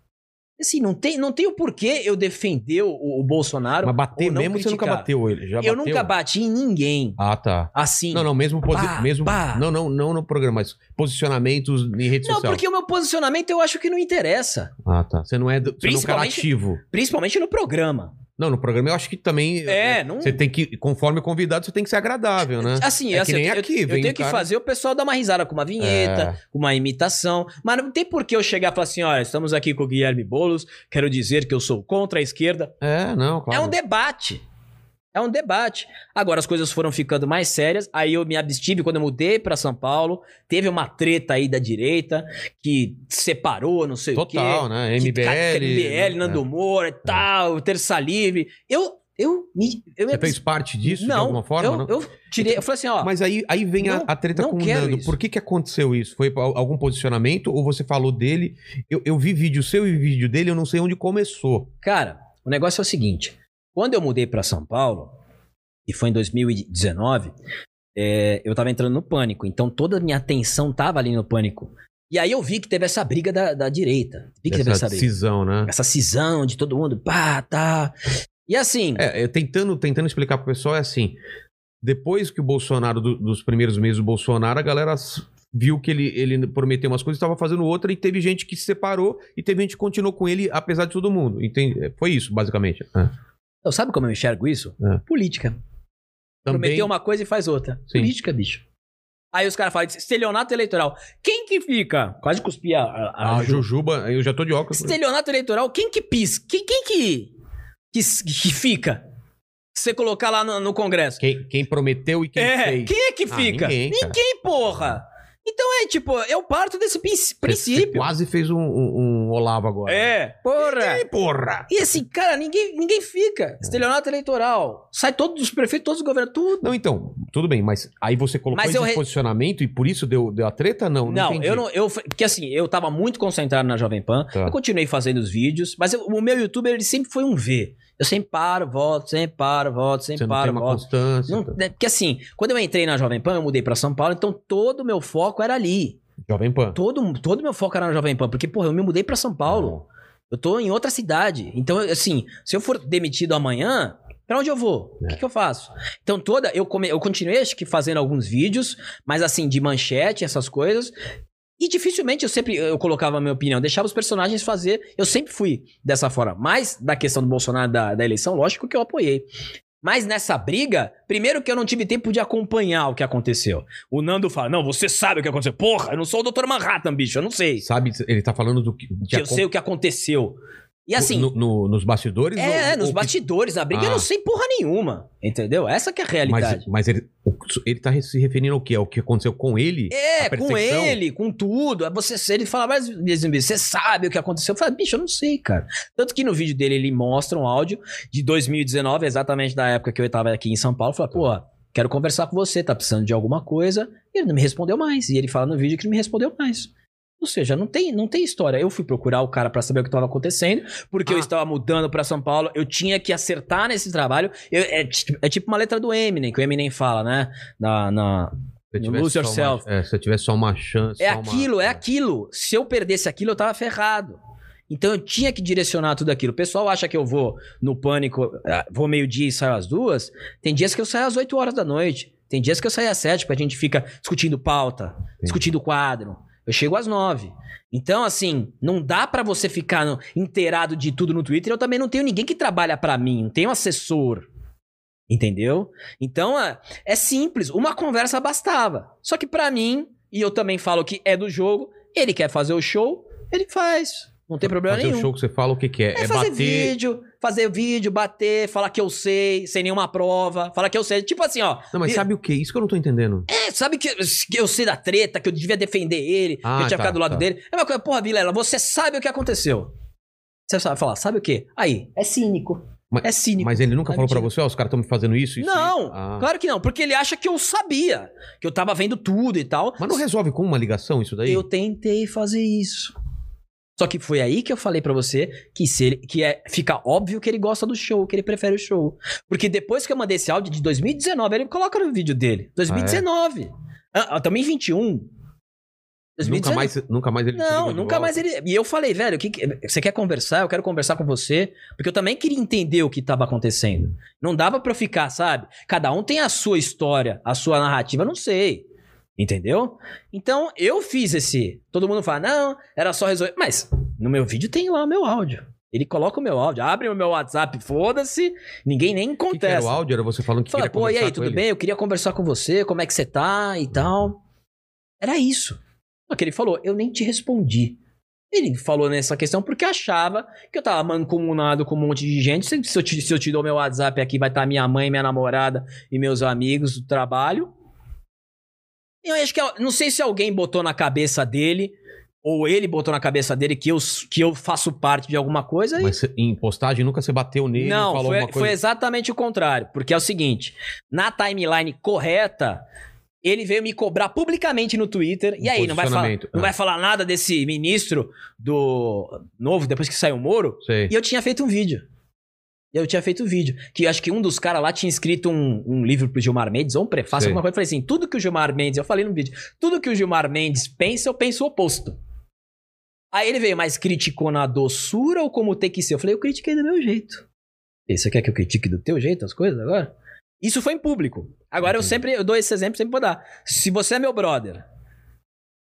Assim, não tem, não tem o porquê eu defender o, o Bolsonaro. Mas bater ou não mesmo, você nunca criticar. bateu ele. Já Eu bateu? nunca bati em ninguém. Ah, tá. Assim. Não, não, mesmo, posi... Pá, mesmo... pá. Não, não, não no programa, mas posicionamentos em rede Não, social. porque o meu posicionamento eu acho que não interessa. Ah, tá. Você não é, do... você não é um cara Principalmente- ativo. Principalmente no programa. Não, no programa eu acho que também. É, não. Você tem que, conforme o convidado, você tem que ser agradável, né? Assim, É que assim, nem eu, aqui, eu vem tenho um que cara- fazer o pessoal dar uma risada com uma vinheta, É. com uma imitação. Mas não tem por que eu chegar e falar assim: olha, estamos aqui com o Guilherme Boulos, quero dizer que eu sou contra a esquerda. É, não, claro. É um debate. É um debate. Agora as coisas foram ficando mais sérias, aí eu me abstive quando eu mudei pra São Paulo. Teve uma treta aí da direita que separou, não sei o quê. Total, né? Que MBL. cara- MBL, né? É. Nando Moura e tal, Terça Livre. Eu, eu me. Eu me Você fez parte disso de alguma forma? eu, não? eu tirei. Eu falei assim, ó. Mas aí, aí vem a- Não, a, treta não com o quero Nando. isso. Por que, que aconteceu isso? Foi al- algum posicionamento ou você falou dele? Eu, eu vi vídeo seu e vídeo dele, eu não sei onde começou. Cara, o negócio é o seguinte: quando eu mudei pra São Paulo, e foi em 2019, é, eu tava entrando no pânico, então toda a minha atenção tava ali no pânico. E aí eu vi que teve essa briga da, da direita. Vi que é teve Essa essa briga. decisão, né? Essa cisão de todo mundo, pá, tá. E assim. É, eu tentando, tentando explicar pro pessoal é assim. Depois que o Bolsonaro, do- dos primeiros meses do Bolsonaro, a galera s- viu que ele, ele prometeu umas coisas, estava fazendo outra, e teve gente que se separou e teve gente que continuou com ele, apesar de todo mundo. Entende? É, Foi isso, basicamente. É. Então, sabe como eu enxergo isso? É. Política. Prometeu uma coisa e faz outra. Sim. Política, bicho. Aí os caras falam de estelionato eleitoral. Quem que fica? Quase cuspi a, a, a A Ju. Jujuba, eu já tô de óculos. Estelionato eleitoral, quem que pisca? Quem, quem que, que, s- que fica? Você colocar lá no, no Congresso. Quem, quem prometeu e quem é, fez. quem é que Ah, fica? ninguém, cara. porra! Então é tipo, eu parto desse é princ- Você princípio. quase fez um, um- um Olavo agora. É, porra! Ih, porra! E assim, cara, ninguém, ninguém É. fica. Estelionato eleitoral. Sai todos os prefeitos, todos os governos, tudo. Não, então, tudo bem, mas aí você colocou Mas esse eu re- posicionamento e por isso deu, deu a treta? Não, Não, entendi. eu não. Eu, porque assim, eu tava muito concentrado na Jovem Pan. Tá. Eu continuei fazendo os vídeos, mas eu- o meu YouTube ele sempre foi um V. Eu sempre paro, volto, sempre paro, volto, sempre Você não tem paro, uma volto. constância. Não- tá. né, porque assim, quando eu entrei na Jovem Pan, eu mudei pra São Paulo, então todo o meu foco era ali. Jovem Pan. Todo o todo meu foco era na Jovem Pan, porque, porra, eu me mudei pra São Paulo. Eu tô em outra cidade. Então, eu- assim, se eu for demitido amanhã, Pra onde eu vou? É. O que, que eu faço? Então toda, eu, come, eu continuei acho que fazendo alguns vídeos, mas assim, de manchete, essas coisas. E dificilmente eu sempre eu colocava a minha opinião, deixava os personagens fazer. Eu sempre fui dessa forma. Mas da questão do Bolsonaro da, da eleição, lógico que eu apoiei. Mas nessa briga, primeiro que eu não tive tempo de acompanhar o que aconteceu. O Nando fala: Não, você sabe o que aconteceu. Porra, eu não sou o Dr. Manhattan, bicho, eu não sei. Sabe, ele tá falando do que. de Que eu acon- sei o que aconteceu. E assim. no- no- nos bastidores? ou- É, é, ou nos que- bastidores, na briga Ah. eu não sei porra nenhuma, entendeu? Essa que é a Mas, realidade. mas ele, o- ele tá se referindo ao quê? Ao que aconteceu com ele? é, a com perseguição? ele, com tudo. Aí Você, ele fala, mas Zumbi, você sabe o que aconteceu? Eu falo, bicho, eu não sei, cara. Tanto que no vídeo dele ele mostra um áudio de 2019, exatamente da época que eu tava aqui em São Paulo. Fala, pô, quero conversar com você, tá precisando de alguma coisa. E ele não me respondeu mais. E ele fala no vídeo que não me respondeu mais. Ou seja, não tem, não tem história. Eu fui procurar o cara pra saber o que estava acontecendo, porque eu estava mudando pra São Paulo, eu tinha que acertar nesse trabalho. Eu- é, ti- é tipo uma letra do Eminem, que o Eminem fala, né? Na, na- Se eu No tivesse Lose só uma- Yourself. é, se eu tivesse só uma chance. É só uma- aquilo, é aquilo. Se eu perdesse aquilo, eu tava ferrado. Então eu tinha que direcionar tudo aquilo. O pessoal acha que eu vou no pânico, ah, vou meio-dia e saio às duas. Tem dias que eu saio às 8 horas da noite. Tem dias que eu saio às 7, porque a gente fica discutindo pauta, discutindo quadro. Eu chego às 9. Então, assim, não dá pra você ficar no- inteirado de tudo no Twitter. Eu também não tenho ninguém que trabalha pra mim, não tenho assessor. Entendeu? Então, é- é simples. Uma conversa bastava. Só que pra mim, e eu também falo que é do jogo, ele quer fazer o show, ele faz. Não tem problema Fazer nenhum. o show que você fala o que, que é? É, É, fazer bater. vídeo, fazer vídeo, bater, falar que eu sei, sem nenhuma prova, falar que eu sei. Tipo assim, ó. Não, mas vi- sabe o que? Isso que eu não tô entendendo. é, sabe que, que eu sei da treta, que eu devia defender ele, Ah, que eu tinha tá, ficado do lado tá. dele. É uma coisa, porra, Vilela, você sabe o que aconteceu. Você sabe falar, sabe o quê? Aí, é cínico. Mas- é cínico. Mas ele nunca Ah, falou pra mentira. você, ó, os caras estão me fazendo isso, isso. não, isso. Ah. claro que não, porque ele acha que eu sabia, que eu tava vendo tudo e tal. Mas não resolve com uma ligação isso daí? Eu tentei fazer isso. Só que foi aí que eu falei pra você que se ele, que é fica óbvio que ele gosta do show, que ele prefere o show. Porque depois que eu mandei esse áudio de 2019, ele coloca no vídeo dele. 2019. Ah, ah, também 21. Nunca 2019. mais, nunca mais ele te ligou Não, de nunca volta? mais ele. E eu falei, velho, que, que- você quer conversar? Eu quero conversar com você. Porque eu também queria entender o que estava acontecendo. Não dava pra eu ficar, sabe? Cada um tem a sua história, a sua narrativa, eu não sei. Entendeu? Então eu fiz esse. Todo mundo fala, não, era só resolver. Mas no meu vídeo tem lá o meu áudio. Ele coloca o meu áudio, abre o meu WhatsApp, foda-se, ninguém O nem que que era o contesta. áudio? Era você falando que Fala, queria pô, e aí, conversar com tudo ele? bem? Eu queria conversar com você, como é que você tá e tal. Era isso. Só que ele falou, eu nem te respondi. Ele falou nessa questão porque achava que eu tava mancomunado com um monte de gente. Se, se eu, te, se eu te dou meu WhatsApp aqui, vai estar minha mãe, minha namorada e meus amigos do trabalho. Eu acho que é, não sei se alguém botou na cabeça dele ou ele botou na cabeça dele que eu, que eu faço parte de alguma coisa. e- Mas cê- em postagem nunca você bateu nele, não, falou foi, alguma foi coisa. exatamente o contrário. Porque é o seguinte: na timeline correta, ele veio me cobrar publicamente no Twitter. Um e aí, não vai, falar, posicionamento, não ah. vai falar nada desse ministro do novo, depois que saiu o Moro? Sei. E eu tinha feito um vídeo. Eu tinha feito um vídeo. Que eu acho que um dos caras lá tinha escrito um, um livro pro Gilmar Mendes, ou um prefácio, Sei. alguma coisa. Eu falei assim: tudo que o Gilmar Mendes, eu falei no vídeo, tudo que o Gilmar Mendes pensa, eu penso o oposto. Aí ele veio, mas criticou na doçura ou como tem que ser? Eu falei, eu critiquei do meu jeito. E você quer que eu critique do teu jeito as coisas agora? Isso foi em público. Agora eu sempre eu dou esse exemplo, sempre vou dar. Se você é meu brother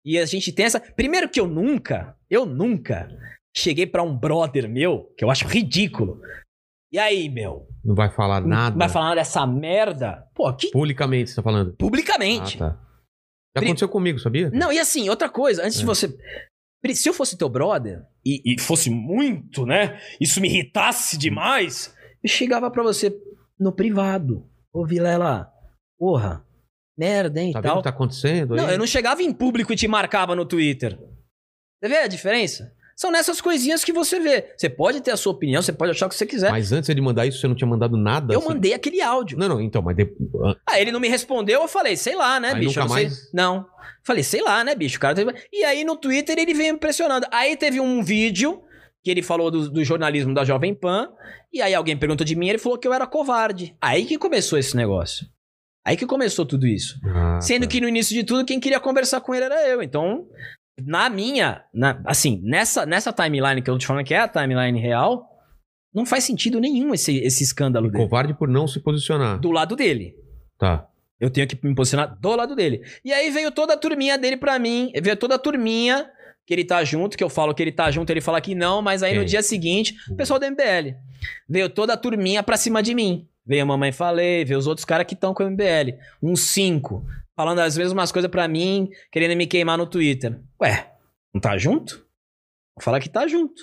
e a gente tem essa. Primeiro que eu nunca, eu nunca cheguei pra um brother meu, que eu acho ridículo. E aí, meu? Não vai falar nada. Vai falar dessa merda? Pô, que Publicamente, você tá falando. publicamente. Ah, tá. Já Pri- aconteceu comigo, sabia? Não, e assim, outra coisa, É. antes de você. Pri, Se eu fosse teu brother e, e fosse muito, né? Isso me irritasse demais, eu chegava pra você no privado. Ô, Vilela, porra, merda, hein? tá e vendo o tal. que tá acontecendo? então. Não, aí? eu não chegava em público e te marcava no Twitter. Você vê a diferença? São nessas coisinhas que você vê. Você pode ter a sua opinião, você pode achar o que você quiser. Mas assim. antes ele mandar isso, você não tinha mandado nada? eu Você- mandei aquele áudio. Não, não, então, mas de... Ah, ele não me respondeu, eu falei, sei lá, né, Aí bicho? nunca eu não sei- mais? Não. Falei, sei lá, né, bicho? O cara teve... E aí no Twitter ele veio me impressionando. Aí teve um vídeo que ele falou do, do jornalismo da Jovem Pan, e aí alguém perguntou de mim ele falou que eu era covarde. Aí que começou esse negócio. Aí que começou tudo isso. Ah, Sendo tá. que no início de tudo, quem queria conversar com ele era eu. Então, na minha, na- assim, nessa, nessa timeline que eu tô te falando que é a timeline real, Não faz sentido nenhum esse, esse escândalo dele. Covarde por não se posicionar. Do lado dele. Tá. Eu tenho que me posicionar do lado dele. E aí veio toda a turminha dele pra mim, veio toda a turminha que ele tá junto, que eu falo que ele tá junto, ele fala que não, mas aí no Quem? dia seguinte, o pessoal do MBL. Veio toda a turminha pra cima de mim. Veio a mamãe falei, veio os outros caras que estão com o MBL. Uns cinco. Falando as mesmas coisas pra mim, querendo me queimar no Twitter. Ué, não tá junto? Fala que tá junto.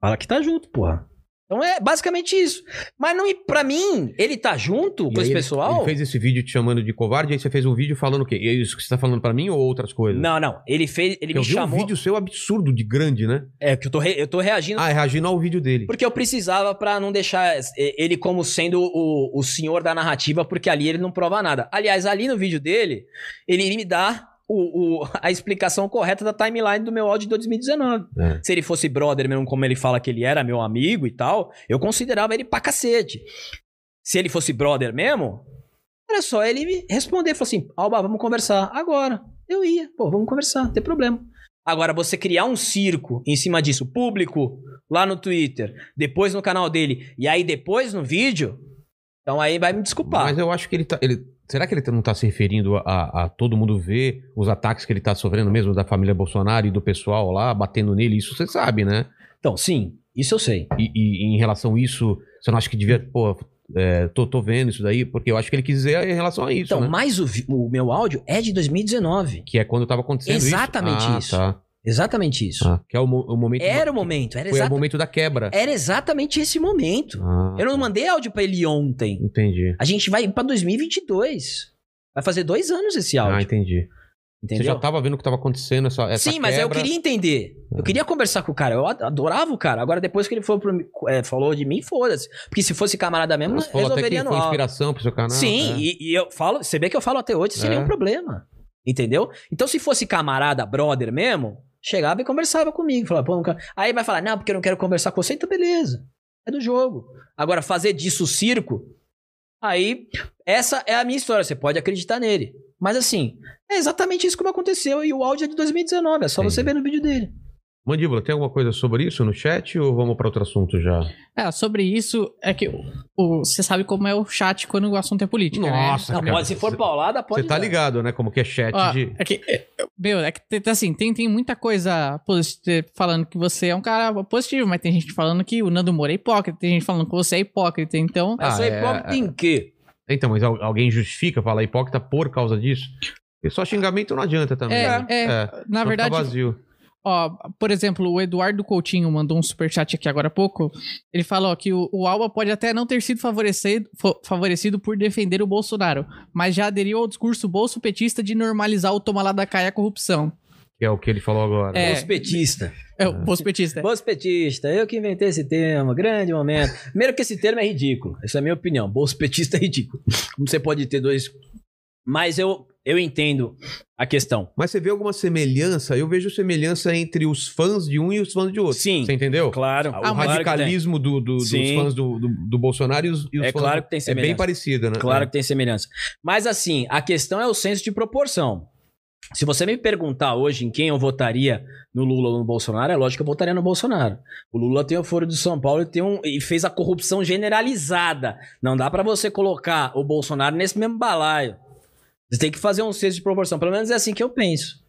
Fala que tá junto, porra. Então é basicamente isso. Mas não, pra mim, ele tá junto E com aí esse ele- pessoal? Ele fez esse vídeo te chamando de covarde, aí você fez um vídeo falando o quê? É isso que você tá falando pra mim ou outras coisas? Não, não. Ele fez. Ele eu me vi chamou. um vídeo seu absurdo de grande, né? É, que eu tô, re- eu tô reagindo. Ah, é reagindo ao vídeo dele. Porque eu precisava pra não deixar eh, ele como sendo o, o senhor da narrativa, porque ali ele não prova nada. Aliás, ali no vídeo dele, ele me dá o- o- a explicação correta da timeline do meu áudio de 2019. É. Se ele fosse brother mesmo, como ele fala que ele era, meu amigo e tal, eu considerava ele pra cacete. Se ele fosse brother mesmo, era só ele me responder. Falou assim, Alba, vamos conversar agora. Eu ia, pô, vamos conversar, não tem problema. Agora, você criar um circo em cima disso, público, lá no Twitter, depois no canal dele, e aí depois no vídeo, então aí vai me desculpar. Mas eu acho que ele tá. Ele, será que ele não tá se referindo a, a todo mundo ver os ataques que ele tá sofrendo mesmo da família Bolsonaro e do pessoal lá batendo nele? Isso você sabe, né? Então, sim, isso eu sei. E, e em relação a isso, você não acha que devia. Pô, é, tô, tô vendo isso daí, porque eu acho que ele quis dizer em relação a isso. Então, né? mas o, vi- o meu áudio é de 2019. Que é quando tava acontecendo Exatamente isso. isso. Ah, tá. Exatamente isso. Ah, que é o, mo- o momento. Era o momento, era, foi exa- o momento da quebra. era exatamente esse momento. Ah, Eu não mandei áudio pra ele ontem. Entendi. A gente vai pra 2022. Vai fazer dois anos esse áudio. Ah, entendi. entendeu? Você já tava vendo o que tava acontecendo essa. essa Sim, mas aí eu quebra. É. queria entender. Eu queria conversar com o cara. Eu ad- adorava o cara. Agora, depois que ele falou, pro- é, falou de mim, foda-se. Porque se fosse camarada mesmo, Você falou até que resolveria no foi áudio. inspiração pro seu canal. Sim, né? e, e eu falo, você vê que eu falo até hoje sem É. nenhum problema. Entendeu? Então, se fosse camarada, brother mesmo, chegava e conversava comigo. Falava, pô, não quero- Aí vai falar, não, porque eu não quero conversar com você, então beleza. É do jogo. Agora, fazer disso circo, aí, essa é a minha história, você pode acreditar nele. Mas assim, é exatamente isso como aconteceu. E o áudio é de 2019, é só Entendi. você ver no vídeo dele. Mandíbula, tem alguma coisa sobre isso no chat ou vamos pra outro assunto já? É, sobre isso, é que o- o- você sabe como é o chat quando o assunto é política, né? Nossa, Não, cara. pode, se for paulada, Tá pode. Você tá dar. ligado, né? Como que é chat Ó, de. é que, é, meu, é que tem- assim, tem, tem muita coisa posit- falando que você é um cara positivo, mas tem gente falando que o Nando Moura é hipócrita, tem gente falando que você é hipócrita, então. Eu sou Ah, é, hipócrita é. em quê? Então, mas al- alguém justifica falar hipócrita por causa disso? Porque só xingamento não adianta também. É, né? é, senão na fica verdade, vazio. Ó, por exemplo, o Eduardo Coutinho mandou um superchat aqui agora há pouco. Ele fala ó, que o, o Alba pode até não ter sido favorecido, fo- favorecido por defender o Bolsonaro, mas já aderiu ao discurso bolsopetista de normalizar o toma lá da cá e a corrupção. Que é o que ele falou agora. É. Os petistas. É, o bolsopetista. Bolspetista, eu que inventei esse termo, grande momento. Primeiro que esse termo é ridículo, essa é a minha opinião. Bolspetista é ridículo. Como você pode ter dois. Mas eu, eu entendo a questão. Mas você vê alguma semelhança? Eu vejo semelhança entre os fãs de um e os fãs de outro. Sim, Você entendeu? claro. O Ah, claro que radicalismo do, do- dos Sim. fãs do, do, do Bolsonaro e os, e tem. os É fãs claro que tem do... É bem semelhança. parecido, né? Claro que tem semelhança. Mas assim, a questão é o senso de proporção. Se você me perguntar hoje em quem eu votaria no Lula ou no Bolsonaro, é lógico que eu votaria no Bolsonaro. O Lula tem o foro de São Paulo e, tem um, e fez a corrupção generalizada. Não dá pra você colocar o Bolsonaro nesse mesmo balaio. Você tem que fazer um senso de proporção. Pelo menos é assim que eu penso.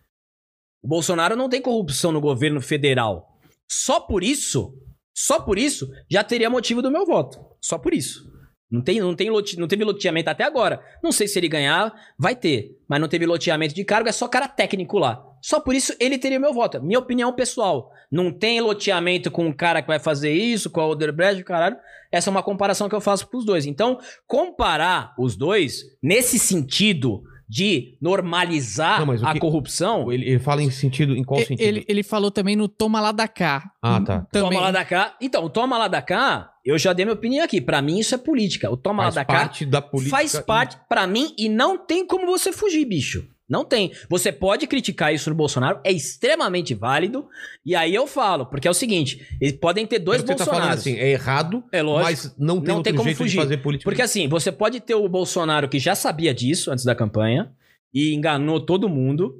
O Bolsonaro não tem corrupção no governo federal. Só por isso, só por isso, já teria motivo do meu voto. Só por isso. Não, tem, não, tem lote, não teve loteamento até agora. Não sei se ele ganhar, vai ter. Mas não teve loteamento de cargo, é só cara técnico lá. Só por isso ele teria meu voto. Minha opinião pessoal. Não tem loteamento com um cara que vai fazer isso, com a Odebrecht, caralho. Essa é uma comparação que eu faço pros dois. Então, comparar os dois nesse sentido de normalizar Não, mas o a que- corrupção. Ele, ele fala em sentido. Em qual E- sentido? Ele, ele falou também no toma lá da cá. Ah, tá. Também, Toma lá da cá. Então, o toma lá da cá, eu já dei minha opinião aqui. Pra mim, isso é política. O toma Faz lá da cá parte da política. faz parte pra mim e não tem como você fugir, bicho. Não tem. Você pode criticar isso no Bolsonaro, é extremamente válido. E aí eu falo, porque é o seguinte, eles podem ter dois Você tá Bolsonaros. falando assim, é errado, é lógico. mas não tem Não outro tem como jeito de fugir. fazer política. né? Porque assim, você pode ter o Bolsonaro que já sabia disso antes da campanha e enganou todo mundo.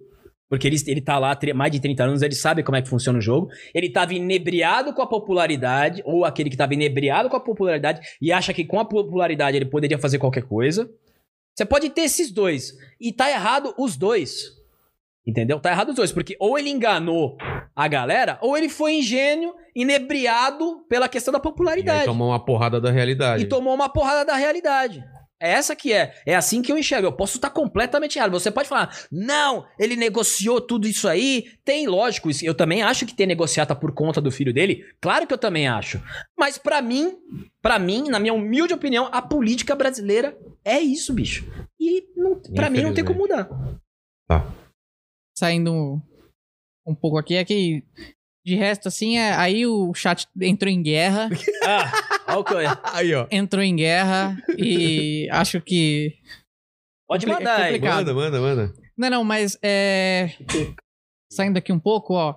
Porque ele, ele tá lá há tre- mais de 30 anos, ele sabe como é que funciona o jogo. Ele tava inebriado com a popularidade, ou aquele que tava inebriado com a popularidade e acha que com a popularidade ele poderia fazer qualquer coisa. Você pode ter esses dois. E tá errado os dois. Entendeu? Tá errado os dois. Porque ou ele enganou a galera, ou ele foi ingênuo, inebriado pela questão E da aí então, popularidade. tomou uma porrada da realidade. E tomou uma porrada da realidade. É essa que é. É assim que eu enxergo. Eu posso estar completamente errado. Você pode falar, não, ele negociou tudo isso aí. Tem, lógico, isso- eu também acho que ter negociata por conta do filho dele. Claro que eu também acho. Mas pra mim, pra mim, na minha humilde opinião, a política brasileira é isso, bicho. E não, pra mim não tem como mudar. saindo um- um pouco aqui, é que de resto, assim, é- aí o chat entrou em guerra, Ah, olha o que eu ia- Aí, ó. entrou em guerra e acho que... Pode Compli- é mandar aí. complicado. Manda, manda, manda. Não, não, mas é... Saindo aqui um pouco, ó.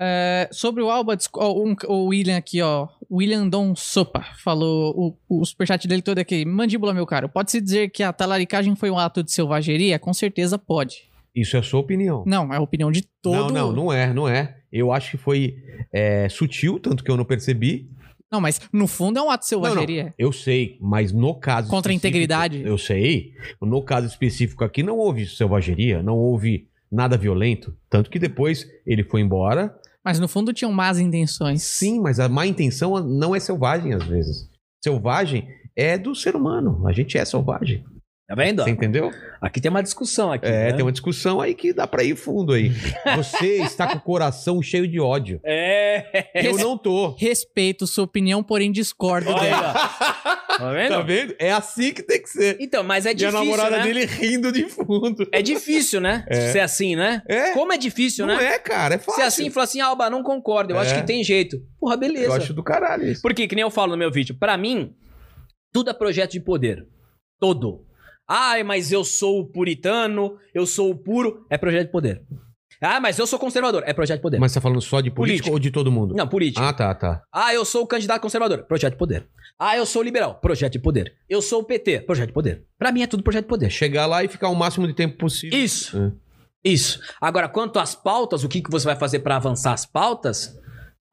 é, sobre o Alba, discu- ó, um- o William aqui, ó. William Dom Sopa falou o, o superchat dele todo aqui. Mandíbula, meu caro, pode-se dizer que a talaricagem foi um ato de selvageria? Com certeza pode. Isso é a sua opinião. Não, é a opinião de todo... Não, não, não é, não é. Eu acho que foi é, sutil, tanto que eu não percebi. Não, mas no fundo é um ato de não. selvageria. Eu sei, mas no caso. Contra a específico- integridade. Eu sei. No caso específico aqui, não houve selvageria, não houve nada violento. Tanto que depois ele foi embora. Mas no fundo tinham más intenções. Sim, mas a má intenção não é selvagem às vezes. Selvagem é do ser humano. A gente é selvagem. Tá vendo? Você entendeu? Aqui tem uma discussão aqui. É, né? tem uma discussão aí que dá pra ir fundo aí. Você está com o coração cheio de ódio. É. Eu não tô. Respeito sua opinião, porém discordo Olha, dela. ó. tá vendo? Tá vendo? É assim que tem que ser. Então, mas E é a difícil, namorada né? dele rindo de fundo. É difícil, né? É. Ser assim, né? É? Como é difícil, Não né? é, cara. É Ser fácil. assim, e falar assim, Alba, não concordo, eu acho É. que tem jeito. Porra, beleza. Eu acho do caralho isso. Porque, que nem eu falo no meu vídeo, pra mim, tudo é projeto de poder. Todo. Ai, mas eu sou o puritano, eu sou o puro, é projeto de poder. Ah, mas eu sou conservador, é projeto de poder. Mas você tá falando só de político Político. ou de todo mundo? Não, político. Ah, tá, tá. Ah, eu sou o candidato conservador. Projeto de poder. Ah, eu sou liberal. Projeto de poder. Eu sou o PT. Projeto de poder. Pra mim é tudo projeto É de poder. chegar lá e ficar o máximo de tempo possível. Isso. É. Isso. Agora, quanto às pautas, o que, que você vai fazer pra avançar as pautas?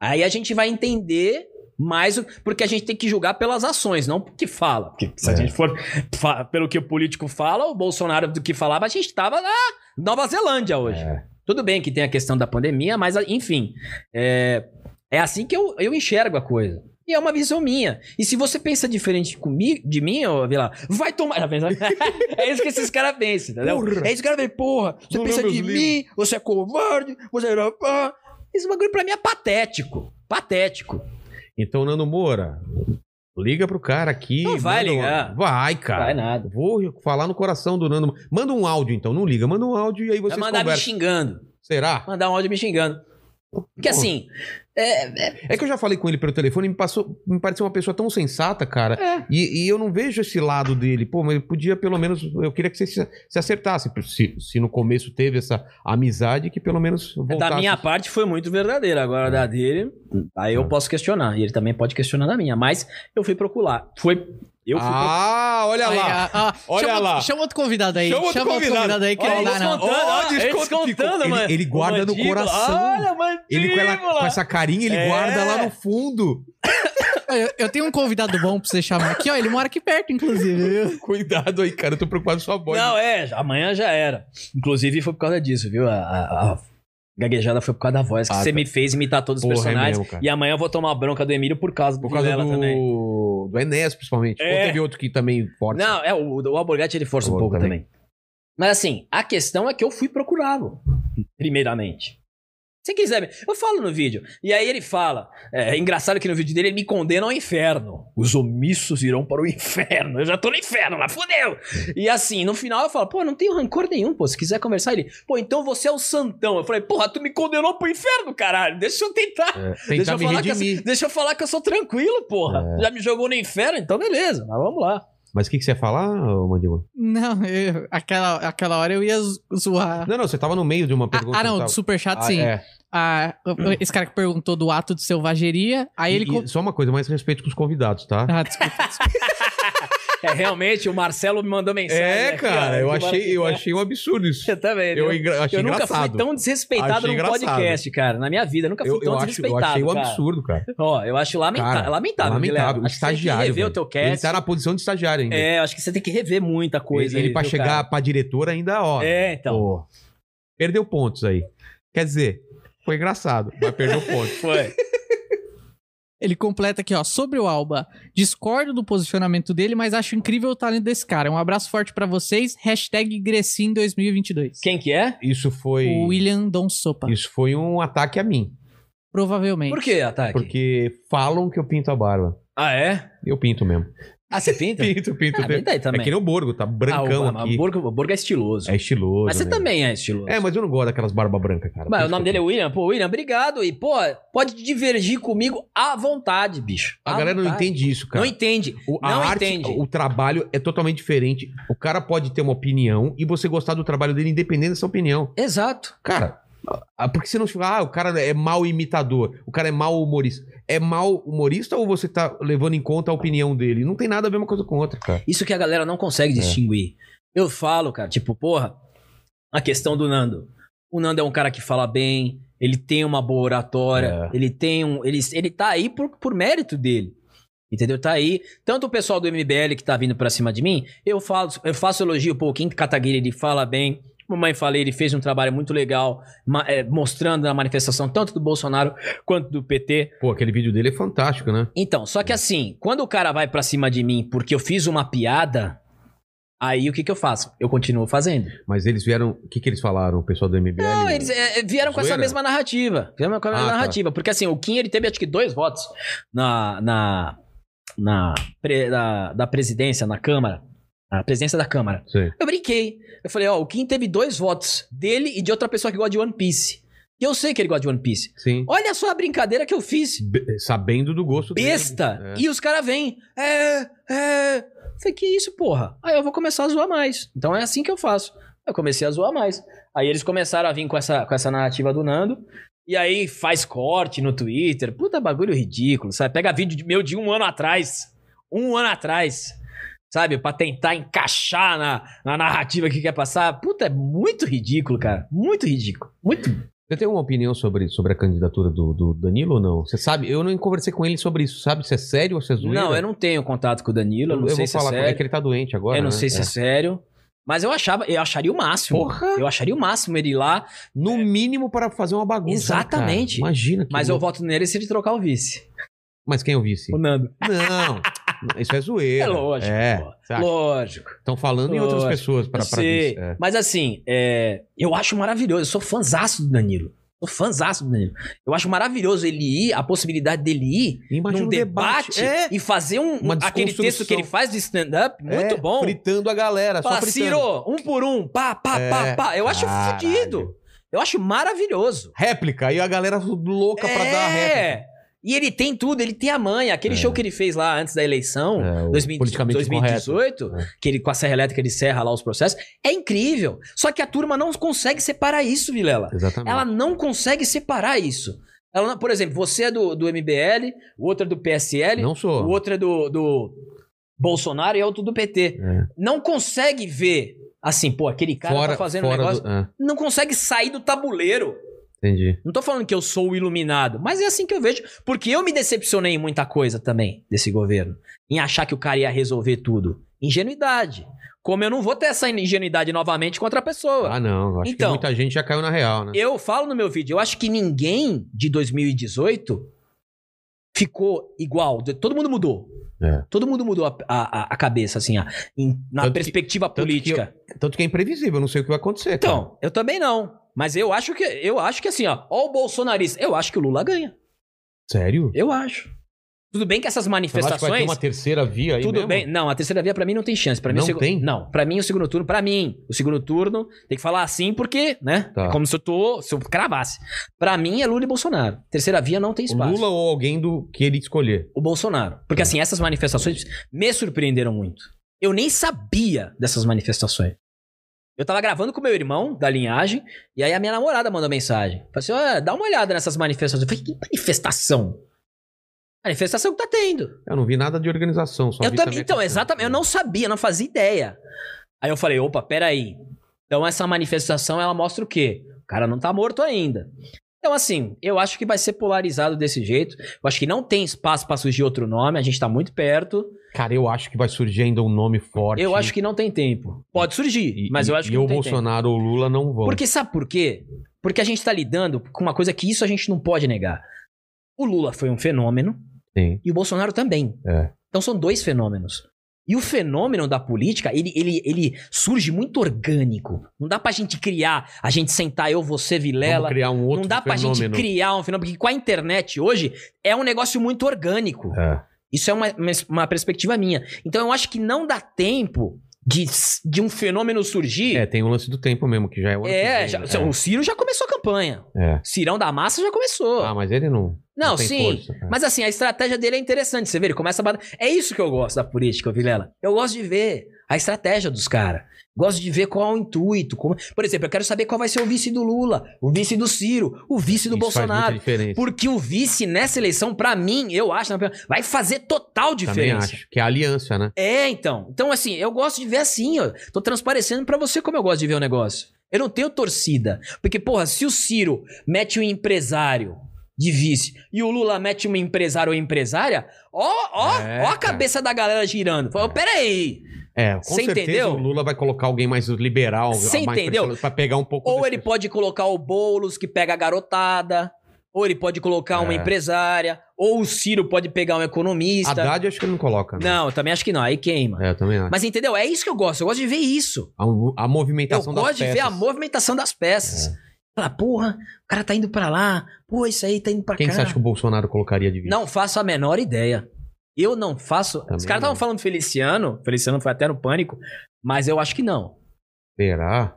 Aí a gente vai entender mais, o- porque a gente tem que julgar pelas ações, não porque fala. Porque se a É. gente for fa- pelo que o político fala, o Bolsonaro do que falava, a gente tava na Nova Zelândia hoje. É. Tudo bem que tem a questão da pandemia, mas enfim, é, é assim que eu, eu enxergo a coisa. E é uma visão minha. E se você pensa diferente comigo, de mim, ô Vila, vai tomar. tá é isso que esses caras pensam, entendeu? É isso que os caras pensam, porra, você Não leu pensa de meus mim, você é covarde, você é. Esse bagulho pra mim é patético. Patético. Então, Nando Moura, liga pro cara aqui. Não vai manda um- ligar. Vai, cara. Vai nada. Vou falar no coração do Nando. Moura. Manda um áudio, então. Não liga. Manda um áudio e aí Vai vocês mandar me conversam. xingando. Será? Mandar um áudio me xingando. Porque assim, é, é- É que eu já falei com ele pelo telefone, me passou, me pareceu uma pessoa tão sensata, cara. É. E, e eu não vejo esse lado dele. Pô, mas ele podia pelo menos. Eu queria que você se, se acertasse. Se, se no começo teve essa amizade, que pelo menos voltasse. É da minha parte foi muito verdadeira. Agora É. da dele, aí eu posso questionar. E ele também pode questionar da minha. Mas eu fui procurar. Foi. Eu fui procurar. Ah, olha Aí, lá. ah, ah, Olha chama, lá. Outro, chama outro convidado aí. Chama outro convidado. aí que Olha, não dá, descontando, não. ó, Olha, ele desconto ficou. descontando, Ele- mano. ele guarda no Mandíbula. coração. Olha, mandíbula. Ele com, ela- com essa carinha, ele É. guarda lá no fundo. Eu, eu tenho um convidado bom pra você chamar aqui, ó. Ele mora aqui perto, inclusive. viu? Cuidado aí, cara. Eu tô preocupado com sua voz. Não, é, amanhã já era. Inclusive foi por causa disso, viu? A, a- a gaguejada foi por causa da voz que Ah, você tá. me fez imitar todos os Porra, é personagens. mesmo, cara. e amanhã eu vou tomar a bronca do Emílio por causa Por do causa Vilela também. do, do Enes, principalmente. É. Ou teve outro que também forte. Não, é, o, o Alborgatti ele força O um pouco também. também. Mas assim, a questão é que eu fui procurá-lo, primeiramente. Se quiser, me- eu falo no vídeo. E aí ele fala, é, é engraçado que no vídeo dele ele me condena ao inferno. Os omissos irão para o inferno. Eu já tô no inferno lá, fodeu. E assim, no final eu falo, pô, não tenho rancor nenhum, pô. Se quiser conversar, ele, pô, então você é o santão. Eu falei, porra, tu me condenou pro inferno, caralho. Deixa eu tentar. É, Deixa tentar eu, me falar que assim- eu, redimir. deixa eu falar que eu sou tranquilo, porra. É. Já me jogou no inferno, então beleza, mas vamos lá. Mas o que, que você ia falar, ô, Mandíbula? Não, eu- aquela, aquela hora eu ia zo- zoar. Não, não, você tava no meio de uma Ah, pergunta. ah, não, tava... tá, do superchat Ah, sim. é. a- esse cara que perguntou do ato de selvageria, aí ele. E- e co- Só uma coisa, mais respeito com os convidados, tá? Ah, desculpa. É, realmente, o Marcelo me mandou mensagem. É, aqui, cara, ó, eu que achei, eu maravilha. achei um absurdo isso. Eu também. Eu, viu? engra- achei Eu nunca engraçado. fui tão desrespeitado Achei num engraçado. podcast, cara, na minha vida. Nunca fui eu, tão eu acho, eu desrespeitado. achei um cara. absurdo, cara. Ó, eu acho lamenta- Cara, lamentável. Lamentável. Guilherme. O Acho que você tem que estagiário. rever o velho. teu Ele cast. tá na posição de estagiário ainda. É, eu acho que você tem que rever muita coisa. ele, aí, pra viu, chegar cara? pra diretor ainda, ó. É, então. pô, perdeu pontos aí. Quer dizer, foi engraçado, mas perdeu pontos. Foi. Ele completa aqui, ó. Sobre o Alba. Discordo do posicionamento dele, mas acho incrível o talento desse cara. Um abraço forte pra vocês. Hashtag Grecin 2022. Quem que é? Isso foi. O William Don Sopa. Isso foi um ataque a mim. Provavelmente. Por que, Ataque? Porque falam que eu pinto a barba. Ah, é? Eu pinto mesmo. Ah, você pinta? Pinto, pinto. Ah, pinto. pinta aí também. É que nem o Borgo, tá brancão ah, o, aqui. O Borgo, o Borgo é estiloso. É estiloso. Mas você né? também é estiloso. É, mas eu não gosto daquelas barbas brancas, cara. Mas o nome dele é William. Pô, William, obrigado. E, pô, pode divergir comigo à vontade, bicho. A À galera não vontade. entende isso, cara. Não entende. O, a não arte, entende. o trabalho é totalmente diferente. O cara pode ter uma opinião e você gostar do trabalho dele independente dessa opinião. Exato. Cara, ah, porque você não fica, ah, o cara é mau imitador, o cara é mau humorista. É mau humorista ou você tá levando em conta a opinião dele? Não tem nada a ver uma coisa com outra, cara. Isso que a galera não consegue distinguir. Eu falo, cara, tipo, porra, a questão do Nando. O Nando é um cara que fala bem, ele tem uma boa oratória, ele tem um. Ele, ele tá aí por, por mérito dele. Entendeu? Tá aí. Tanto o pessoal do MBL que tá vindo pra cima de mim, eu falo, eu faço elogio, pô, o Kim Kataguiri, ele fala bem. Mamãe falei, ele fez um trabalho muito legal, ma- é, mostrando na manifestação tanto do Bolsonaro quanto do PT. Pô, aquele vídeo dele é fantástico, né? Então, só que assim, quando o cara vai pra cima de mim porque eu fiz uma piada, aí o que que eu faço? Eu continuo fazendo. Mas eles vieram. O que, que eles falaram, o pessoal do MBL? Não, eles é, é, vieram com essa Zoeira? mesma narrativa. Vieram com a mesma Ah, tá. narrativa. Porque assim, o Kim ele teve acho que dois votos na. na. na. pre- da, da presidência, na Câmara. A presidência da Câmara. Sim. Eu brinquei. Eu falei, ó, o Kim teve dois votos dele e de outra pessoa que gosta de One Piece. E eu sei que ele gosta de One Piece. Sim. Olha só a brincadeira que eu fiz B- sabendo do gosto dele. besta. É. E os caras vêm. É, é. Eu Falei, que isso, porra? Aí eu vou começar a zoar mais. Então é assim que eu faço. Eu comecei a zoar mais. Aí eles começaram a vir com essa, com essa narrativa do Nando. E aí faz corte no Twitter. Puta bagulho ridículo, sabe? Pega vídeo de- meu de um ano atrás. Um ano atrás. Sabe? Pra tentar encaixar na, na narrativa que quer passar. Puta, é muito ridículo, cara. Muito ridículo. Muito. Você tem uma opinião sobre, sobre a candidatura do, do Danilo ou não? Você sabe? Eu não conversei com ele sobre isso, sabe? Se é sério ou se é zoeira? Não, eu não tenho contato com o Danilo. Eu não eu vou sei se é falar sério. é que ele tá doente agora. eu não né? sei se é. É. sério. Mas eu achava, eu acharia o máximo. Porra! Eu acharia o máximo ele ir lá, No mínimo para fazer uma bagunça. Exatamente. né, cara? Imagina. que mas eu louco. voto nele se ele trocar o vice. Mas quem eu visse? O Nando. Não. Isso é zoeira. É lógico. pô. É. Lógico. Estão falando em outras Lógico. pessoas Eu para pra sei. vice. É. Mas assim, é, eu acho maravilhoso. Eu sou fãzaço do Danilo. Sou fãzaço do Danilo. Eu acho maravilhoso ele ir, a possibilidade dele ir Imagina num um debate, É. e fazer um, Uma um- aquele desconstrução. texto que ele faz de stand-up. Muito É, bom. Fritando a galera. Só Fala, fritando. Ciro, um por um, pá, pá, É, pá, pá. Eu acho caralho. fodido. Eu acho maravilhoso. Réplica. E a galera louca pra dar a réplica. É. E ele tem tudo, ele tem a manha. Aquele É. show que ele fez lá antes da eleição, É, o 2000 politicamente É. 2018, correto. que ele com a serra elétrica ele serra lá os processos, é incrível. Só que a turma não consegue separar isso, Vilela. Exatamente. Ela não consegue separar isso. Ela não- por exemplo, você é do, do MBL, o outro é do PSL, Não sou. o outro é do, do Bolsonaro e outro do PT. É. Não consegue ver assim, pô, aquele cara fora tá fazendo um fora negócio. do... é, Não consegue sair do tabuleiro. entendi. Não tô falando que eu sou o iluminado, mas é assim que eu vejo, porque eu me decepcionei em muita coisa também desse governo, em achar que o cara ia resolver tudo. Ingenuidade. Como eu não vou ter essa ingenuidade novamente contra a pessoa. Ah, não. Acho Então. que muita gente já caiu na real, né? Eu falo no meu vídeo, eu acho que ninguém de 2018 ficou igual. De- Todo mundo mudou. É. Todo mundo mudou a, a- a cabeça, assim, a- em- na Tanto que- perspectiva tanto que Tá. política. Tanto que é imprevisível, eu não sei o que vai acontecer. cara. Então, eu também não. Mas eu acho que eu acho que assim, ó, ó o bolsonarista, eu acho que o Lula ganha. Sério? Eu acho. Tudo bem que essas Você não acha que vai ter manifestações. uma terceira via aí Tudo mesmo? bem. Não, a terceira via pra mim não tem chance. Pra mim, Não o segu- tem? Não, pra mim o segundo turno, pra mim, o segundo turno tem que falar assim porque, né? Tá. É como se eu tô, se eu cravasse. Pra mim é Lula e Bolsonaro. Terceira via não tem O espaço. Lula ou alguém do que ele escolher. O Bolsonaro. Porque assim, essas manifestações me surpreenderam muito. Eu nem sabia dessas manifestações. Eu tava gravando com meu irmão da linhagem, e aí a minha namorada mandou mensagem. Falei assim: ó, dá uma olhada nessas manifestações. Eu falei, que manifestação? Manifestação que tá tendo. Eu não vi nada de organização, só Eu vi também, a então, questão. exatamente, eu não sabia, não fazia ideia. Aí eu falei, opa, peraí. Então essa manifestação, ela mostra o quê? O cara não tá morto ainda. Então, assim, eu acho que vai ser polarizado desse jeito. Eu acho que não tem espaço pra surgir outro nome, a gente tá muito perto. Cara, eu acho que vai surgir ainda um nome forte. Eu acho que não tem tempo. Pode surgir, E- mas eu acho e que e não o tem tempo. Bolsonaro ou o Lula não vão. Porque sabe por quê? Porque a gente tá lidando com uma coisa que isso a gente não pode negar. O Lula foi um fenômeno Sim. e o Bolsonaro também. É. Então são dois fenômenos. E o fenômeno da política, ele, ele, ele surge muito orgânico. Não dá pra gente criar, a gente sentar eu, você, Vamos Vilela. criar um outro Não dá pra fenômeno. gente criar um fenômeno, porque com a internet hoje é um negócio muito orgânico. É. Isso é uma, uma- uma perspectiva minha. Então eu acho que não dá tempo de, de um fenômeno surgir. É, tem o lance do tempo mesmo, que já é o ano que É, vem, já- né? o Ciro já começou a campanha. É. Cirão da Massa já começou. Ah, mas ele não. não, tem sim. força, cara. Mas assim, a estratégia dele é interessante. Você vê, ele começa a bater. É isso que eu gosto da política, Vilela. Eu gosto de ver a estratégia dos caras. Gosto de ver qual é o intuito. como- Por exemplo, eu quero saber qual vai ser o vice do Lula, o vice do Ciro, o vice do Isso faz muita Bolsonaro. diferença. Porque o vice nessa eleição, pra mim, eu acho, na minha opinião, vai fazer total Também diferença. acho. Que é a aliança, né? É, então. Então, assim, eu gosto de ver assim, ó. Tô transparecendo pra você como eu gosto de ver o negócio. Eu não tenho torcida. Porque, porra, se o Ciro mete um empresário de vice e o Lula mete um empresário ou empresária, ó, ó, É, ó a cara. cabeça da galera girando. Fala, peraí. É, com Você certeza entendeu? o Lula vai colocar alguém mais liberal, Você mais entendeu? pressionado, pra pegar um pouco Ou desse- ele pode colocar o Boulos, que pega a garotada. Ou ele pode colocar uma É. empresária. Ou o Ciro pode pegar um economista. Haddad eu acho que ele não coloca. né? Não, eu também acho que não. Aí queima. É, eu também acho. Mas entendeu? É isso que eu gosto. Eu gosto de ver isso. A, a Eu movimentação das gosto de ver a peças. É. movimentação das peças. Fala, porra, o cara tá indo pra lá, pô, isso aí tá indo pra Quem cá. você acha que o Bolsonaro colocaria de vice? Não faço a menor ideia. Eu não faço. Os Também caras estavam não. falando Feliciano, Feliciano foi até no pânico, mas eu acho que não. Será?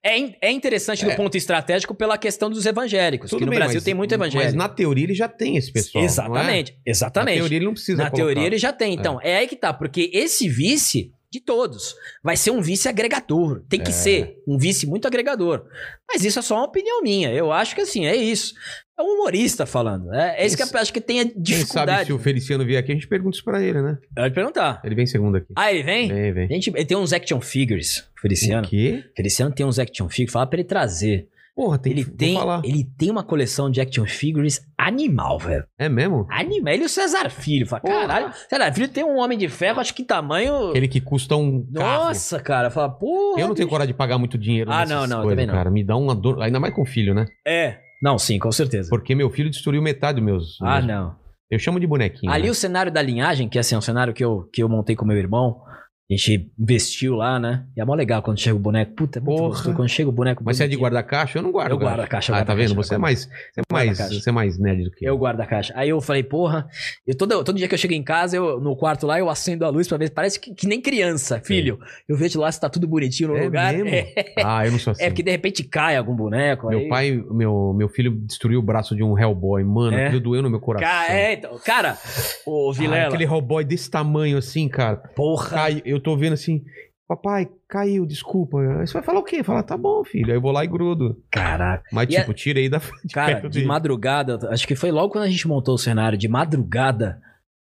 É, in- é interessante do É. ponto estratégico pela questão dos evangélicos, que no bem, Brasil mas- tem muito Mas evangélico. na teoria ele já tem esse é pessoal. exatamente, Não é? Na exatamente. teoria ele não precisa Na colocar. teoria ele já tem, então. É. aí que tá, porque esse vice de todos vai ser um vice agregador. Tem que É. ser um vice muito agregador. Mas isso é só uma opinião minha. Eu acho que assim, é isso. É um humorista falando. É, é isso que eu acho que tem a Quem sabe dificuldade. se o Feliciano vier aqui, a gente pergunta isso pra ele, né? Pode perguntar. Ele vem segundo aqui. Ah, ele vem? Vem, vem. Gente, ele tem uns action figures, Feliciano. O quê? Feliciano tem uns action figures. Fala pra ele trazer. Porra, tem ele, que vou tem, falar. ele tem uma coleção de action figures animal, velho. É mesmo? Animal. Ele e o César Filho. Fala, Porra. caralho. César Filho tem um homem de ferro, acho que tamanho. Aquele que custa um carro. Nossa, cara, fala, porra. Eu não tenho bicho. coragem de pagar muito dinheiro Ah, nessas não, não, eu coisas, também não. cara. Me dá uma dor, ainda mais com filho, né? É. Não, sim, com certeza. Porque meu filho destruiu metade dos meus. Ah, meus- não. Eu chamo de bonequinho. Ali né? o cenário da linhagem, que assim, é um cenário que eu, que eu montei com meu irmão. A gente investiu lá, né? E é mó legal quando chega o boneco. Puta, é muito Porra. gostoso. Quando chega o boneco. Mas você é de bonitinho. guardar caixa? Eu não guardo. Eu guardo a caixa. eu Ah, guardo tá a vendo? caixa, Você é eu guardo. mais, você é Guarda mais, a caixa. você é mais nerd do que Eu guardo a caixa. Aí eu falei, porra, eu todo, todo dia que eu chego em casa, eu, no quarto lá, eu acendo a luz pra ver. Parece que, que nem criança, filho. Eu vejo lá se tá tudo bonitinho no É lugar. mesmo? É, Ah, eu não sou assim. é porque de repente cai algum boneco. Meu aí- pai, meu, meu filho destruiu o braço de um Hellboy, mano. É? Aquilo doeu no meu coração. Ca- é, então, cara, ô Cara, Vilela, assim. Ah, aquele Hellboy desse tamanho assim, cara. porra. Cai, eu tô vendo assim, papai, caiu, desculpa. Aí você vai falar o quê? Falar, tá bom, filho. Aí eu vou lá e grudo. Caraca. Mas, E é tipo, tirei da de Cara, perto de dele. madrugada, acho que foi logo quando a gente montou o cenário, de madrugada,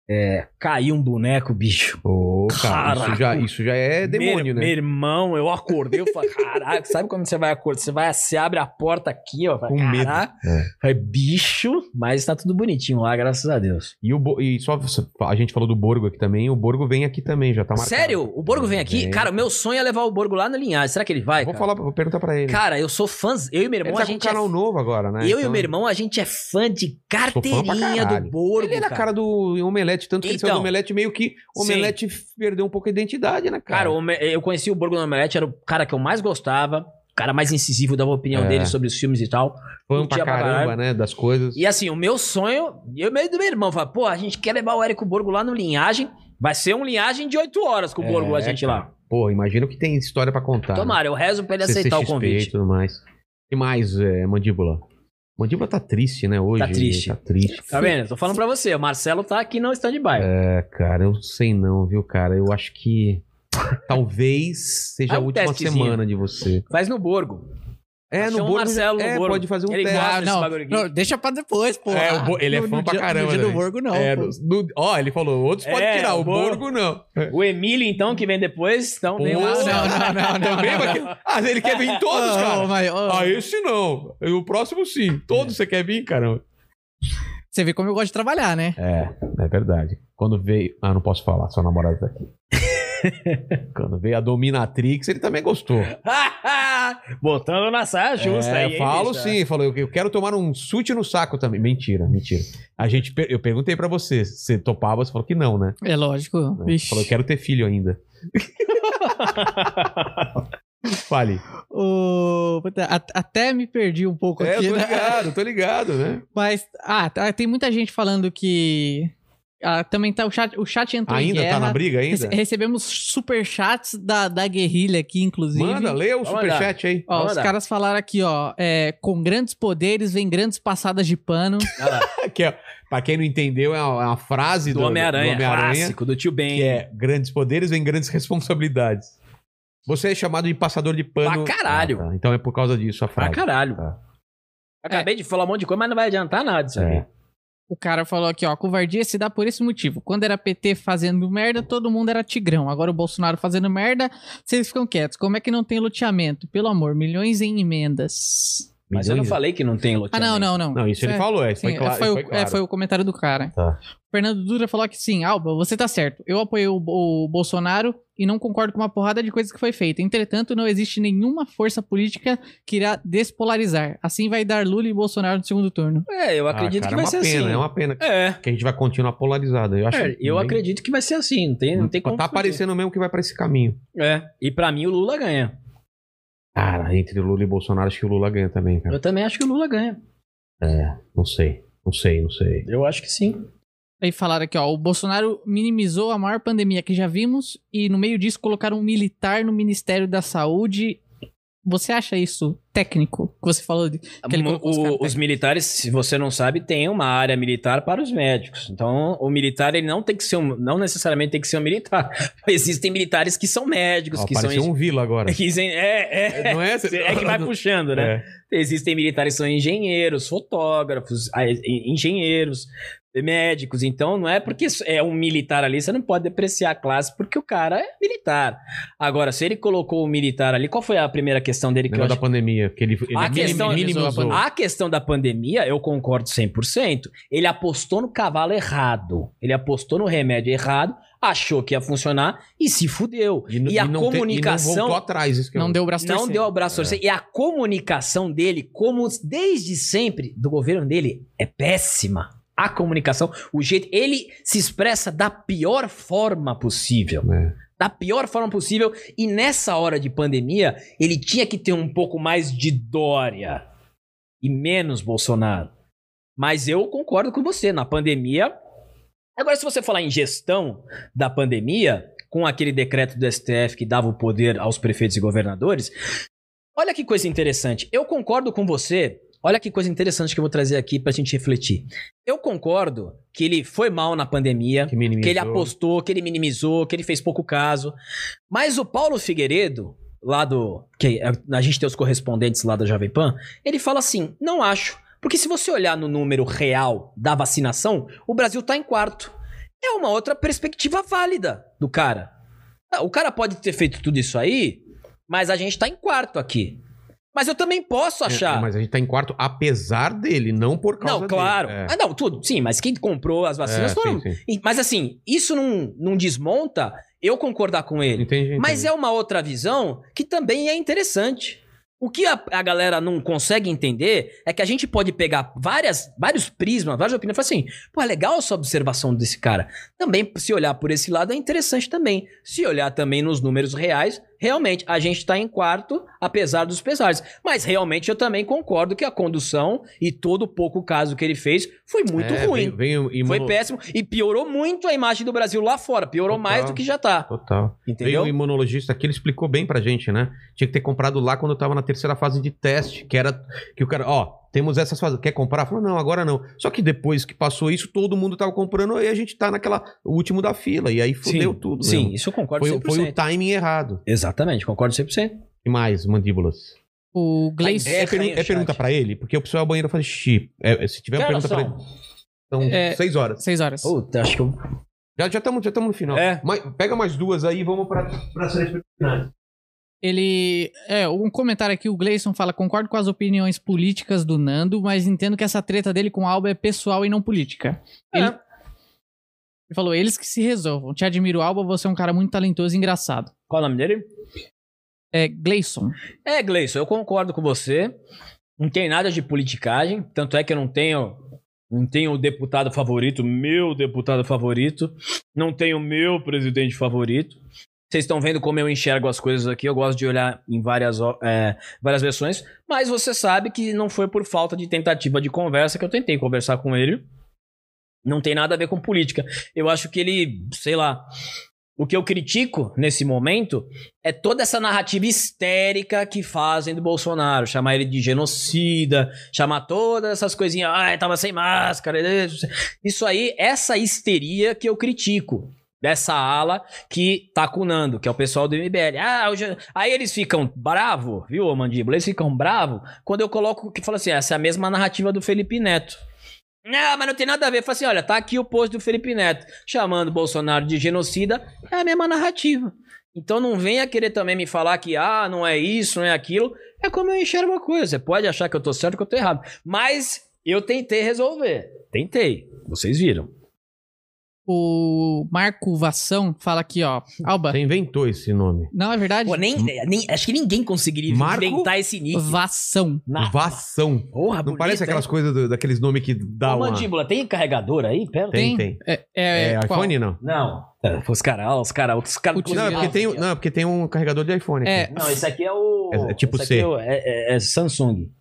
é, caiu um boneco, bicho. Ô, cara, Caraca. isso já, isso já é demônio, meu, né? Meu irmão, eu acordei, eu falei, caraca, sabe quando você vai acordar? Você vai, você abre a porta aqui, ó, fala, Com medo. caraca. Falei, bicho, mas tá tudo bonitinho lá, graças a Deus. E, o, Bo- e só a gente falou do Borgo aqui também. O Borgo vem aqui também, já tá marcado. Sério? O Borgo vem aqui? Vem. Cara, o meu sonho é levar o Borgo lá na linhagem. Será que ele vai? Vou cara? falar, vou perguntar pra ele. Cara, eu sou fã, eu e meu irmão, ele a tá com um gente canal é novo agora, né? Eu e Então, o meu irmão, a gente é fã de pra carteirinha do caralho. Borgo. Ele é da cara. cara do Omelete, tanto que ele saiu do Então. Omelete, meio que o Sim. Omelete perdeu um pouco a identidade, né, cara? Cara, o Ome- eu conheci o Borgo no Omelete, era o cara que eu mais gostava, o cara mais incisivo, dava a opinião É. dele sobre os filmes e tal. Fã curtia pra pra caramba, caralho. né, das coisas. E assim, o meu sonho, eu e meio do meu irmão, fala, pô, a gente quer levar o Érico Borgo lá no Linhagem, vai ser um Linhagem de 8 horas com o Borgo É, a gente lá. Pô, imagino que tem história pra contar. Tomara, eu rezo pra ele né? aceitar o CCXP E convite. tudo mais. E mais, é, Mandíbula? Mandíbula tá triste, né, hoje? Tá triste. Tá triste. Tá vendo? Tô falando pra você, o Marcelo tá aqui no stand-by. É, cara, eu sei não, viu, cara? Eu acho que... Talvez seja Faz a um última testezinho. semana de você. Faz no Borgo. É, Chama no o Borgo. Marcelo é, no Borgo. pode fazer um Ele teste. gosta Ah, desse não, bagulho aqui. não, deixa pra depois, pô. É, o Bo- ele é No- fã no pra dia- caramba, No dia do né? Borgo, não. É, pô. no- no- ó, ele falou, outros pode É, tirar, o o Borgo Borgo. não. O Emílio, então, que vem depois. Então, vem Pô, Não, lá. não, não, não, Também não, vai não. que- Ah, ele quer vir em todos, Ô, cara. mas, ô, Ah, esse não. O próximo sim. Todos É. você quer vir, caramba. Você vê como eu gosto de trabalhar, né? É, é verdade. Quando veio. Ah, não posso falar, sua namorada tá aqui. Quando veio a Dominatrix, ele também gostou. Botando na saia justa é, aí. hein, falo bicho? sim, falou, eu- eu quero tomar um chute no saco também. Mentira, mentira. A gente, per- eu perguntei pra você, você topava, você falou que não, né? É lógico. Não, Vixe. Falou, eu quero ter filho ainda. Fale. Ô, puta, at- até me perdi um pouco É, aqui, eu tô né? ligado, tô ligado, né? Mas, ah, tá, tem muita gente falando que. ah, também tá. O chat, o chat entrou em Ainda guerra. tá na briga Rece- ainda? Recebemos superchats da, da guerrilha aqui, inclusive. Manda, lê o Vamos superchat aí. Ó, Vamos os lá. caras falaram aqui, ó. é, com grandes poderes vem grandes passadas de pano. Que é, pra quem não entendeu, é uma, é uma frase Do do, Homem-Aranha, do Homem-Aranha, clássico, do tio Ben. que é grandes poderes vêm grandes responsabilidades. Você é chamado de passador de pano. Pra caralho. Ah, tá. Então é por causa disso a Pra frase. caralho. Tá. Acabei É. de falar um monte de coisa, mas não vai adiantar nada isso aí. É. o cara falou aqui, ó. Covardia se dá por esse motivo. Quando era PT fazendo merda, todo mundo era tigrão. Agora o Bolsonaro fazendo merda, vocês ficam quietos. Como é que não tem loteamento? Pelo amor, milhões em emendas. Mas eu não Milhões- falei que não tem Ah, loteamento. não, não, não. Não, isso ele é- falou, é, isso Sim, foi, é, cla- foi, foi o, claro. é, foi o comentário do cara. Tá. O Fernando Dutra falou que sim, Alba, você tá certo. Eu apoiei o, Bo- o Bolsonaro e não concordo com uma porrada de coisas que foi feita. Entretanto, não existe nenhuma força política que irá despolarizar. Assim vai dar Lula e Bolsonaro no segundo turno. É, eu Ah, acredito cara, que vai é uma ser pena, assim. É uma pena que, É. que a gente vai continuar polarizado. Eu, acho É, eu bem- acredito que vai ser assim, não tem, não tem como. Tá fugir. parecendo mesmo que vai pra esse caminho. É. E pra mim o Lula ganha. Cara, entre Lula e Bolsonaro, acho que o Lula ganha também, cara. Eu também acho que o Lula ganha. Não sei. Não sei, não sei. Eu acho que sim. Aí falaram aqui, ó, o Bolsonaro minimizou a maior pandemia que já vimos e no meio disso colocaram um militar no Ministério da Saúde. Você acha isso técnico? Que você falou de... Que ele Mo- colocou os o- caras os perto. militares, se você não sabe, tem uma área militar para os médicos. Então, o militar ele não tem que ser um, não necessariamente tem que ser um militar. Existem militares que são médicos, Ó, que são Apareceu um Vila agora. que são- é, é. Não é? É que vai puxando, né? É. Existem militares que são engenheiros, fotógrafos, a- en- engenheiros, médicos. Então, não é porque isso- é um militar ali, você não pode depreciar a classe porque o cara é militar. Agora, se ele colocou o militar ali, qual foi a primeira questão dele O que eu negócio da acho? pandemia, que ele, ele A questão- minimizou. A questão da pandemia, eu concordo 100%. Ele apostou no cavalo errado. Ele apostou no remédio errado, achou que ia funcionar e se fudeu. E, n- a não te- comunicação e não voltou atrás, isso que é Não eu... deu o braço não torcer. deu o braço a torcer. E a comunicação dele, como desde sempre, do governo dele, é péssima. A comunicação, o jeito. Ele se expressa da pior forma possível. É. Da pior forma possível. E nessa hora de pandemia, ele tinha que ter um pouco mais de Dória e menos Bolsonaro. Mas eu concordo com você, na pandemia. Agora, se você falar em gestão da pandemia, com aquele decreto do STF que dava o poder aos prefeitos e governadores, olha que coisa interessante. Eu concordo com você. Olha que coisa interessante que eu vou trazer aqui pra gente refletir. Eu concordo que ele foi mal na pandemia, Que, minimizou. que ele apostou, que ele minimizou, que ele fez pouco caso. Mas o Paulo Figueiredo, lá do. Que é, a gente tem os correspondentes lá da Jovem Pan, ele fala assim: não acho. Porque se você olhar no número real da vacinação, o Brasil tá em quarto. É uma outra perspectiva válida do cara. Ah, O cara pode ter feito tudo isso aí, mas a gente tá em quarto aqui. Mas eu também posso É, achar. é, mas a gente tá em quarto, apesar dele, não por causa Não, dele. claro. Assim É. Ah, não, tudo. Sim, mas quem comprou as vacinas um É, foram. sim, sim. E- Mas assim, isso não, não desmonta eu concordar com ele. Entendi, Mas é uma outra visão que também é interessante. O que a, a galera não consegue entender é que a gente pode pegar várias, vários prismas, várias opiniões e falar assim: pô, é legal essa observação desse cara. Também, se olhar por esse lado, é interessante também. Se olhar também nos números reais, realmente, a gente está em quarto, apesar dos pesares. Mas realmente eu também concordo que a condução e todo o pouco caso que ele fez foi muito É, ruim. Vem, vem Foi imuno- péssimo e piorou muito a imagem do Brasil lá fora. Piorou Total. mais do que já tá. Total. Veio Entendeu? um imunologista aqui, ele explicou bem pra gente, né? Tinha que ter comprado lá quando eu tava na terceira fase de teste, que era que o cara, ó, temos essas fases. Quer comprar? Falou, não, agora não. Só que depois que passou isso, todo mundo tava comprando e a gente tá naquela o último da fila. E aí fodeu tudo. Sim, mesmo. isso eu concordo Foi, o- 100%. foi o timing errado. Exatamente, concordo 100%. E mais, mandíbulas. O Gleison. É, Erra pergu- aí no é pergunta chat. pra ele, porque eu preciso ir ao banheiro fazer xixi. É, é, se tiver Que uma horas pergunta pra ele. São É- seis horas. Seis horas. um- Puta, acho que eu... Já estamos já tamo no final. É. Mas pega mais duas aí e vamos pra, pra seleção final. Ele. É, um comentário aqui, o Gleison fala: concordo com as opiniões políticas do Nando, mas entendo que essa treta dele com o Alba é pessoal e não política. Ele, ele falou: eles que se resolvam. Te admiro, Alba, você é um cara muito talentoso e engraçado. Qual o nome dele? É, Gleison. É, Gleison, eu concordo com você. Não tem nada de politicagem, tanto é que eu não tenho não tenho o deputado favorito, meu deputado favorito, não tenho meu presidente favorito. Vocês estão vendo como eu enxergo as coisas aqui, eu gosto de olhar em várias, ó, é, várias versões, mas você sabe que não foi por falta de tentativa de conversa que eu tentei conversar com ele. Não tem nada a ver com política. Eu acho que ele, sei lá, o que eu critico nesse momento é toda essa narrativa histérica que fazem do Bolsonaro, chamar ele de genocida, chamar todas essas coisinhas, ah, tava sem máscara. eh, Isso aí, essa histeria que eu critico. Dessa ala que tá cunando, que é o pessoal do MBL. Ah, o gen- Aí eles ficam bravo, viu, ô mandíbula? Eles ficam bravo quando eu coloco que fala assim: essa é a mesma narrativa do Felipe Neto. Não, mas não tem nada a ver. Fala assim: olha, tá aqui o post do Felipe Neto chamando o Bolsonaro de genocida. É a mesma narrativa. Então não venha querer também me falar que, ah, não é isso, não é aquilo. É como eu enxergo uma coisa. Você pode achar que eu tô certo, que eu tô errado. Mas eu tentei resolver. Tentei. Vocês viram. O Marco Vação fala aqui, ó. Alba, Você inventou esse nome. não é verdade? Pô, nem, nem- acho que ninguém conseguiria Marco? inventar esse nick. Vação. Na- Vação. Porra, Não bonita, parece aquelas hein? coisas do- daqueles nomes que dá Ô, uma... mandíbula, tem carregador aí? Pera. tem. Tem? tem. É, É, é, qual? iPhone não? Não. Os caras, os caras, os caras. Putz, É. Não é, porque tem, um- não, é porque tem um carregador de iPhone. aqui. É, Não, esse aqui Tipo é o. É- é tipo esse aqui C. é o- É, é- é Samsung.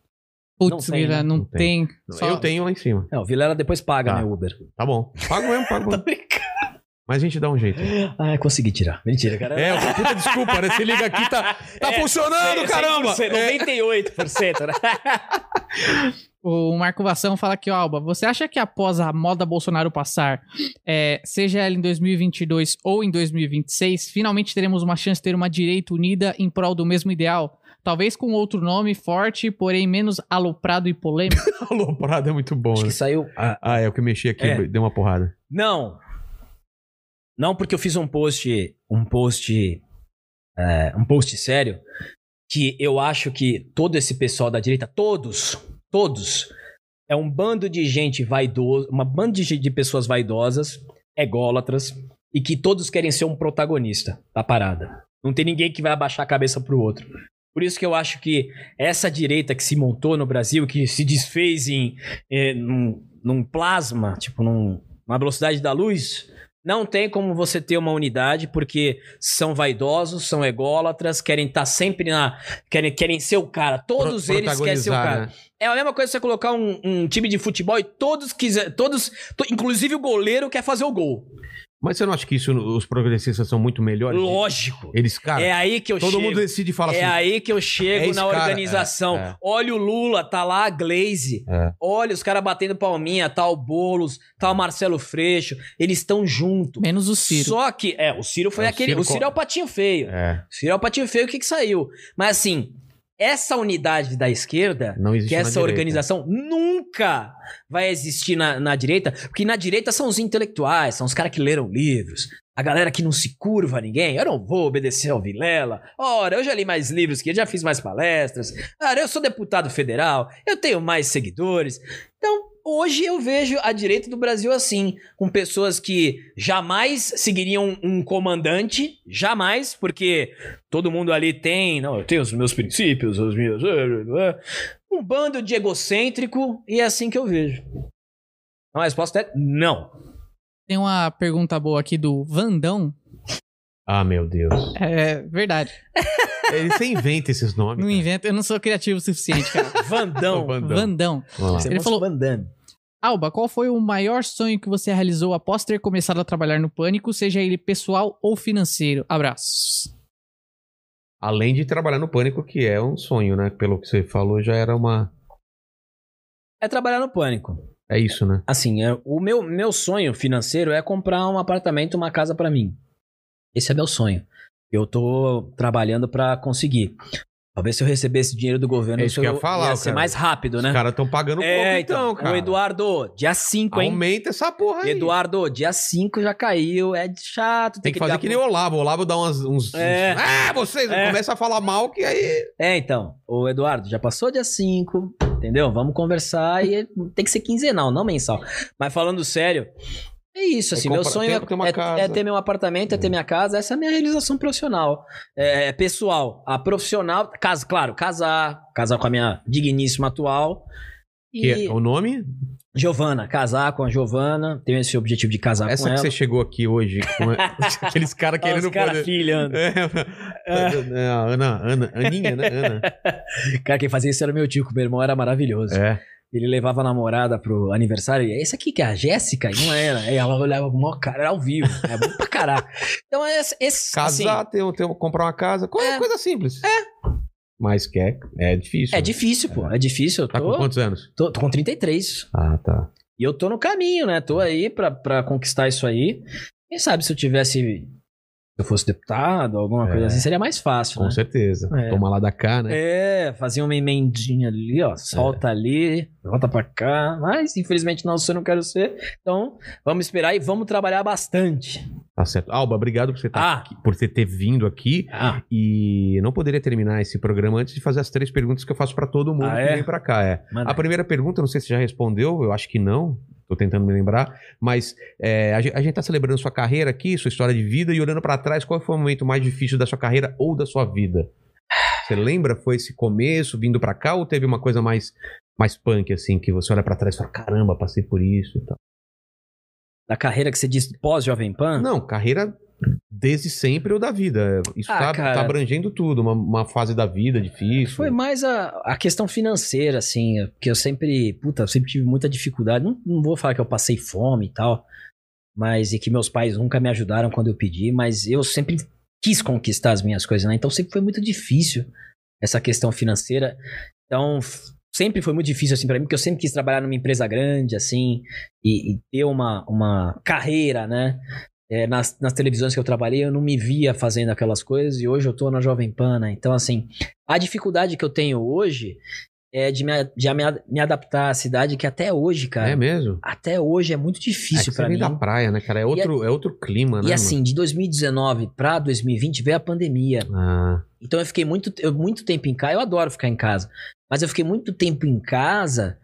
putz, não tem, Vila, né? não, Não tem. Só- Eu tenho lá em cima. Não, É, o Vilela depois paga, Tá. né, Uber? Tá bom. Pago mesmo, pago mesmo. Mas a gente dá um jeito. Ah, consegui tirar. Mentira, cara. É, puta desculpa, né? Se liga aqui, tá, tá É, funcionando, caramba! 100%, É. 98%, né? O Marco Vação fala aqui, ó, Alba, você acha que após a moda Bolsonaro passar, é, seja ela em 2022 ou em 2026, finalmente teremos uma chance de ter uma direita unida em prol do mesmo ideal? Talvez com outro nome forte, porém menos aloprado e polêmico. Aloprado é muito bom, Acho né? que saiu. ah, Ah, é o que eu mexi aqui, É. deu uma porrada. Não. Não, porque eu fiz um post. Um post. é, um post sério. Que eu acho que todo esse pessoal da direita, todos, todos, é um bando de gente vaidosa, uma banda de, gente- de pessoas vaidosas, ególatras, e que todos querem ser um protagonista da parada. Não tem ninguém que vai abaixar a cabeça pro outro. Por isso que eu acho que essa direita que se montou no Brasil, que se desfez em, eh, num, num plasma, tipo num, uma velocidade da luz, não tem como você ter uma unidade, porque são vaidosos, são ególatras, querem estar sempre na. Querem, querem ser o cara. Todos Pro- eles querem ser o protagonizar, cara. né? É a mesma coisa que você colocar um, um time de futebol e todos quiser, todos, to- inclusive o goleiro quer fazer o gol. Mas você não acha que isso, os progressistas são muito melhores? Lógico. Eles, cara, é aí que eu todo chego. mundo decide e fala é assim. aí que eu "É chego esse na cara." organização. É, é. Olha o Lula, tá lá a Glaze. É. Olha os caras batendo palminha, tá o Boulos, tá o Marcelo Freixo. Eles estão junto. menos É o Ciro. Só que, é, o Ciro foi É, o aquele. Ciro o Ciro co- é o patinho feio. É, O Ciro é o patinho feio, o que que saiu? Mas assim, essa unidade da esquerda não existe que na essa direita. organização nunca vai existir na, na direita, porque na direita são os intelectuais, são os caras que leram livros, a galera que não se curva a ninguém. Eu não vou obedecer ao Vilela. Ora, eu já li mais livros que ele, já fiz mais palestras. Ora, eu sou deputado federal, eu tenho mais seguidores. Então, hoje eu vejo a direita do Brasil assim, com pessoas que jamais seguiriam um comandante, jamais, porque todo mundo ali tem, não, eu tenho os meus princípios, os meus eh, um bando de egocêntrico e é assim que eu vejo. Então, a resposta é não. Tem uma pergunta boa aqui do Vandão. Ah, meu Deus. É verdade. Ele você inventa esses nomes. Não cara. inventa, eu não sou criativo o suficiente, cara. Vandão. Vandão. Vandão. Vamos lá. Você Ele mostra falou- Vandame. Alba, qual foi o maior sonho que você realizou após ter começado a trabalhar no Pânico, seja ele pessoal ou financeiro? Abraços. Além de trabalhar no pânico, que é um sonho, né? Pelo que você falou, já era uma. é trabalhar no pânico. É isso, né? Assim, é- o meu, meu sonho financeiro é comprar um apartamento, uma casa pra mim. Esse é meu sonho. Eu tô trabalhando pra conseguir. Talvez se eu receber esse dinheiro do governo, É isso que eu ia falar, ser cara. mais rápido, né? Os caras estão pagando pouco, é, então, cara. O Eduardo, dia 5, hein? Aumenta essa porra aí. Eduardo, dia 5 já caiu, é chato. Tem que fazer dar que nem o Olavo. O Olavo dá umas, uns. É. uns- Ah, vocês É. começa a falar mal que aí. É, então, o Eduardo, já passou dia 5, entendeu? Vamos conversar e tem que ser quinzenal, não mensal. Mas falando sério, é isso, assim, meu comprar- sonho tem é, que ter uma é- casa. é ter meu apartamento, é ter minha casa, essa é a minha realização profissional. É, é pessoal, a profissional, caso, claro, casar, casar com a minha digníssima atual. Que E é- o nome? Giovana, casar com a Giovana, tenho esse objetivo de casar Essa com que ela. você chegou aqui hoje. Com aqueles caras Olha querendo os caras poder. filhando. É, é, a Ana, Ana, Aninha, né? Ana. Cara, quem fazia isso era meu tio, que o meu irmão era maravilhoso. É. Ele levava a namorada pro aniversário e é esse aqui que é a Jéssica? E não era. Aí ela olhava com o maior cara, era ao vivo. É bom pra caraca. Então, é esse- esse. Casar, assim, ter, um- ter, um- comprar uma casa. co- É. Coisa simples. É. Mas que é, é difícil. é né? difícil, pô. É difícil. Eu Tá com tô, quantos anos? tô, tô com 33. Ah, tá. E eu tô no caminho, né? Tô aí pra, pra conquistar isso aí. Quem sabe se eu tivesse. Se eu fosse deputado, alguma É. coisa assim, seria mais fácil, Com né? certeza. É. Toma lá da cá, né? É, fazia uma emendinha ali, ó. É. Solta ali, volta pra cá. Mas, infelizmente, não, sou, eu não quero ser. Então, vamos esperar e vamos trabalhar bastante. Tá certo. Alba, obrigado por você, tá Ah, aqui- por você ter vindo aqui. ah, E não poderia terminar esse programa antes de fazer as três perguntas que eu faço pra todo mundo Ah, que é? vem pra cá. É. manda. A primeira pergunta, não sei se você já respondeu, eu acho que não. Tô tentando me lembrar, mas é, a, gente, a gente tá celebrando sua carreira aqui, sua história de vida, e olhando pra trás, qual foi o momento mais difícil da sua carreira ou da sua vida? Você lembra? Foi esse começo, vindo pra cá, ou teve uma coisa mais, mais punk, assim, que você olha pra trás e fala, caramba, passei por isso e tal? Da carreira que você diz pós-Jovem Pan? Não, carreira desde sempre ou da vida. Isso Ah, tá, cara. tá abrangendo tudo, uma, uma fase da vida difícil. Foi mais a, a questão financeira, assim, porque eu sempre, puta, eu sempre tive muita dificuldade. Não, não vou falar que eu passei fome e tal, mas e que meus pais nunca me ajudaram quando eu pedi, mas eu sempre quis conquistar as minhas coisas, né? Então sempre foi muito difícil essa questão financeira. Então f- sempre foi muito difícil, assim, pra mim, porque eu sempre quis trabalhar numa empresa grande, assim, e, e ter uma, uma carreira, né? É, nas, nas televisões que eu trabalhei, eu não me via fazendo aquelas coisas, e hoje eu tô na Jovem Pan, né? Então, assim, a dificuldade que eu tenho hoje é de me, a- de a- me a- me adaptar à cidade que até hoje, cara, É mesmo? até hoje é muito é difícil que pra você vem da mim. praia, né, cara? É outro, é outro clima, né? E mano? assim, de 2019 pra 2020 veio a pandemia. Ah. Então eu fiquei muito, eu, muito tempo em casa. Eu adoro ficar em casa. Mas eu fiquei muito tempo em casa.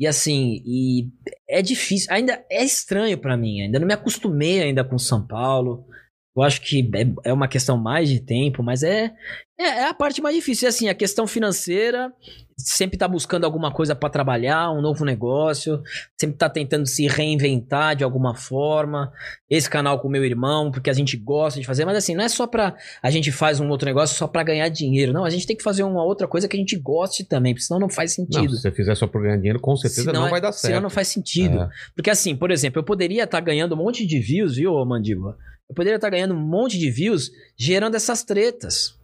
E assim, e é difícil. Ainda é estranho pra mim. Ainda não me acostumei ainda com São Paulo. Eu acho que é, é uma questão mais de tempo, mas é, é, é a parte mais difícil. E assim, a questão financeira, sempre tá buscando alguma coisa pra trabalhar, um novo negócio, sempre tá tentando se reinventar de alguma forma. Esse canal com o meu irmão, porque a gente gosta de fazer, mas assim, não é só pra a gente faz um outro negócio só pra ganhar dinheiro. Não, a gente tem que fazer uma outra coisa que a gente goste também, porque senão não faz Não, sentido. se você fizer só por ganhar dinheiro, com certeza Senão não é- vai dar Senão certo. não faz sentido. É. Porque assim, por exemplo, eu poderia estar ganhando um monte de views, viu, ô Mandíbula? Eu poderia estar ganhando um monte de views gerando essas tretas,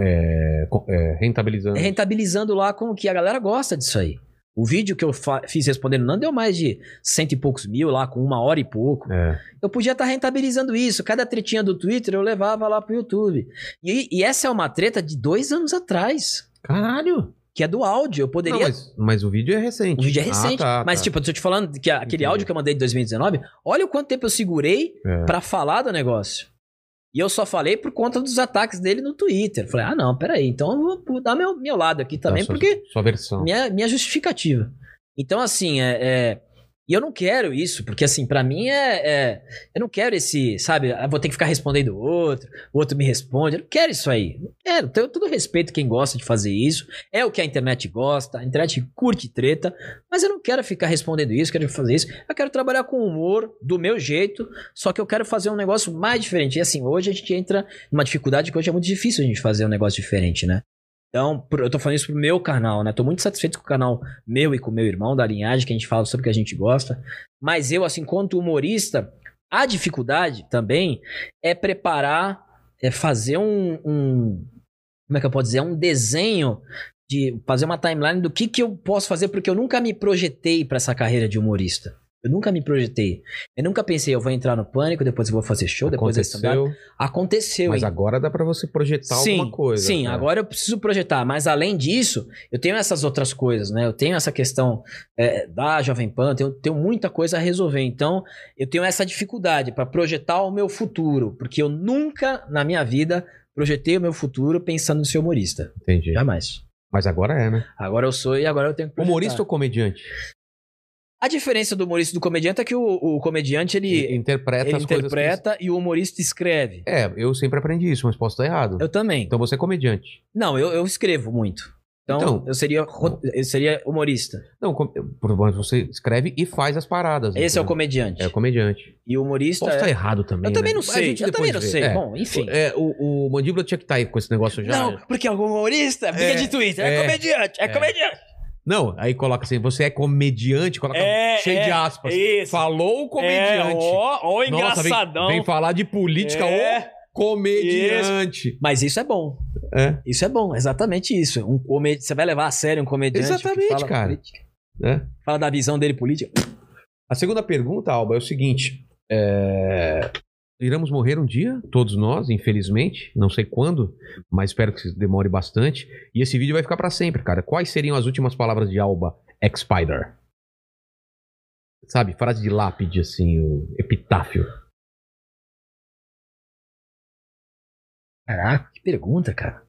É, co- é, rentabilizando. rentabilizando lá com o que a galera gosta disso aí. O vídeo que eu fa- fiz respondendo não deu mais de cento e poucos mil lá, com uma hora e pouco. É. Eu podia estar rentabilizando isso. Cada tretinha do Twitter eu levava lá pro YouTube. E, e essa é uma treta de dois anos atrás, Caralho! que é do áudio. Eu Não, poderia mas, mas o vídeo é recente. O vídeo é Ah, recente. tá, mas, tá. tipo, eu tô te falando que a- aquele Entendi. áudio que eu mandei de 2019, olha o quanto tempo eu segurei É. pra falar do negócio. E eu só falei por conta dos ataques dele no Twitter. Falei, ah, não, peraí, então eu vou- vou dar meu, meu lado aqui Tá, também, sua- porque Sua versão. minha, minha justificativa. Então, assim, é, é- E eu não quero isso, porque, assim, pra mim é, é- Eu não quero esse, sabe? ah, Vou ter que ficar respondendo o outro, o outro me responde. Eu não quero isso aí. Não quero. Tenho todo respeito quem gosta de fazer isso. É o que a internet gosta. A internet curte treta. Mas eu não quero ficar respondendo isso, quero fazer isso. Eu quero trabalhar com humor, do meu jeito. Só que eu quero fazer um negócio mais diferente. E, assim, hoje a gente entra numa dificuldade que hoje é muito difícil a gente fazer um negócio diferente, né? Então, pro- eu tô falando isso pro meu canal, né? Tô muito satisfeito com o canal meu e com o meu irmão, da linhagem, que a gente fala sobre o que a gente gosta. Mas eu, assim, quanto humorista, a dificuldade também é preparar, é fazer um. um- como é que eu posso dizer? Um desenho de fazer uma timeline do que, que eu posso fazer, porque eu nunca me projetei pra essa carreira de humorista. Eu nunca me projetei. Eu nunca pensei, eu vou entrar no pânico, depois eu vou fazer show, depois esse Aconteceu, Aconteceu, mas hein? agora dá pra você projetar sim, alguma coisa. Sim, cara. agora eu preciso projetar. Mas além disso, eu tenho essas outras coisas, né? Eu tenho essa questão é, da Jovem Pan, tenho, tenho muita coisa a resolver. Então, eu tenho essa dificuldade para projetar o meu futuro, porque eu nunca na minha vida projetei o meu futuro pensando em ser humorista. Entendi. Jamais. Mas agora é, né? Agora eu sou e agora eu tenho que projetar. Humorista ou comediante? A diferença do humorista e do comediante é que o, o comediante, Ele ele, interpreta ele as coisas. que- interpreta e o humorista escreve. É, eu sempre aprendi isso, mas posso estar errado. Eu também. Então você é comediante. Não, eu, eu escrevo muito. Então, Então. eu, seria, ro- eu seria humorista. Não, com- mas você escreve e faz as paradas. né? Esse é o comediante. É o comediante. E o humorista. Posso é- estar errado também. Eu também né? não Mas a sei. gente Eu depois também não vê. sei. É. Bom, enfim. É, o, o mandíbula tinha que estar aí com esse negócio já. Não, porque o humorista briga É, de Twitter. É, é, comediante, é, é. comediante. Não, aí coloca assim, você é comediante, coloca É, cheio é, de aspas. Isso. Falou o comediante. É, ó, ó, Nossa, vem- engraçadão. vem, falar de política ou É. comediante. Mas isso é bom. É. Isso é bom, exatamente isso. Um comedi... Você vai levar a sério um comediante. que Exatamente, fala cara. política? É. Fala da visão dele política. A segunda pergunta, Alba, é o seguinte. é, Iremos morrer um dia, todos nós, infelizmente. Não sei quando, mas espero que demore bastante. E esse vídeo vai ficar pra sempre, cara. Quais seriam as últimas palavras de Alba X-Spider? Sabe, frase de lápide, assim, o epitáfio. Caraca, que pergunta, cara.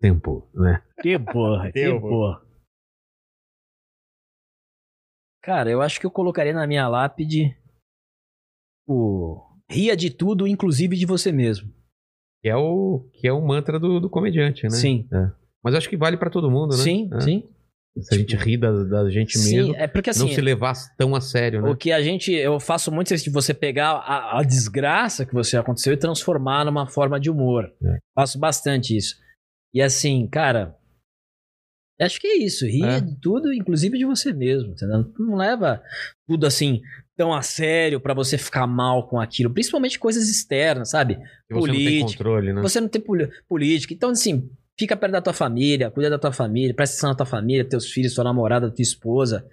Tempo, né? Que porra, que Deu, porra. Cara, eu acho que eu colocaria na minha lápide. O... Ria de tudo, inclusive de você mesmo. Que é o, que é o mantra do, do comediante, né? Sim. Mas acho que vale pra todo mundo, né? Sim, É. sim. Se a gente ri da, da gente mesmo, Sim, é porque assim. não se levar tão a sério, né? O que a gente, eu faço muito isso de você pegar a, a desgraça que você aconteceu e transformar numa forma de humor. É. Faço bastante isso. E assim, cara, acho que é isso. Ria É. de tudo, inclusive de você mesmo, entendeu? Não leva tudo assim tão a sério pra você ficar mal com aquilo, principalmente coisas externas, sabe? Que você não tem política. controle, né? Você não tem poli- política. Então, assim, fica perto da tua família, cuida da tua família, presta atenção na tua família, teus filhos, tua namorada, tua esposa.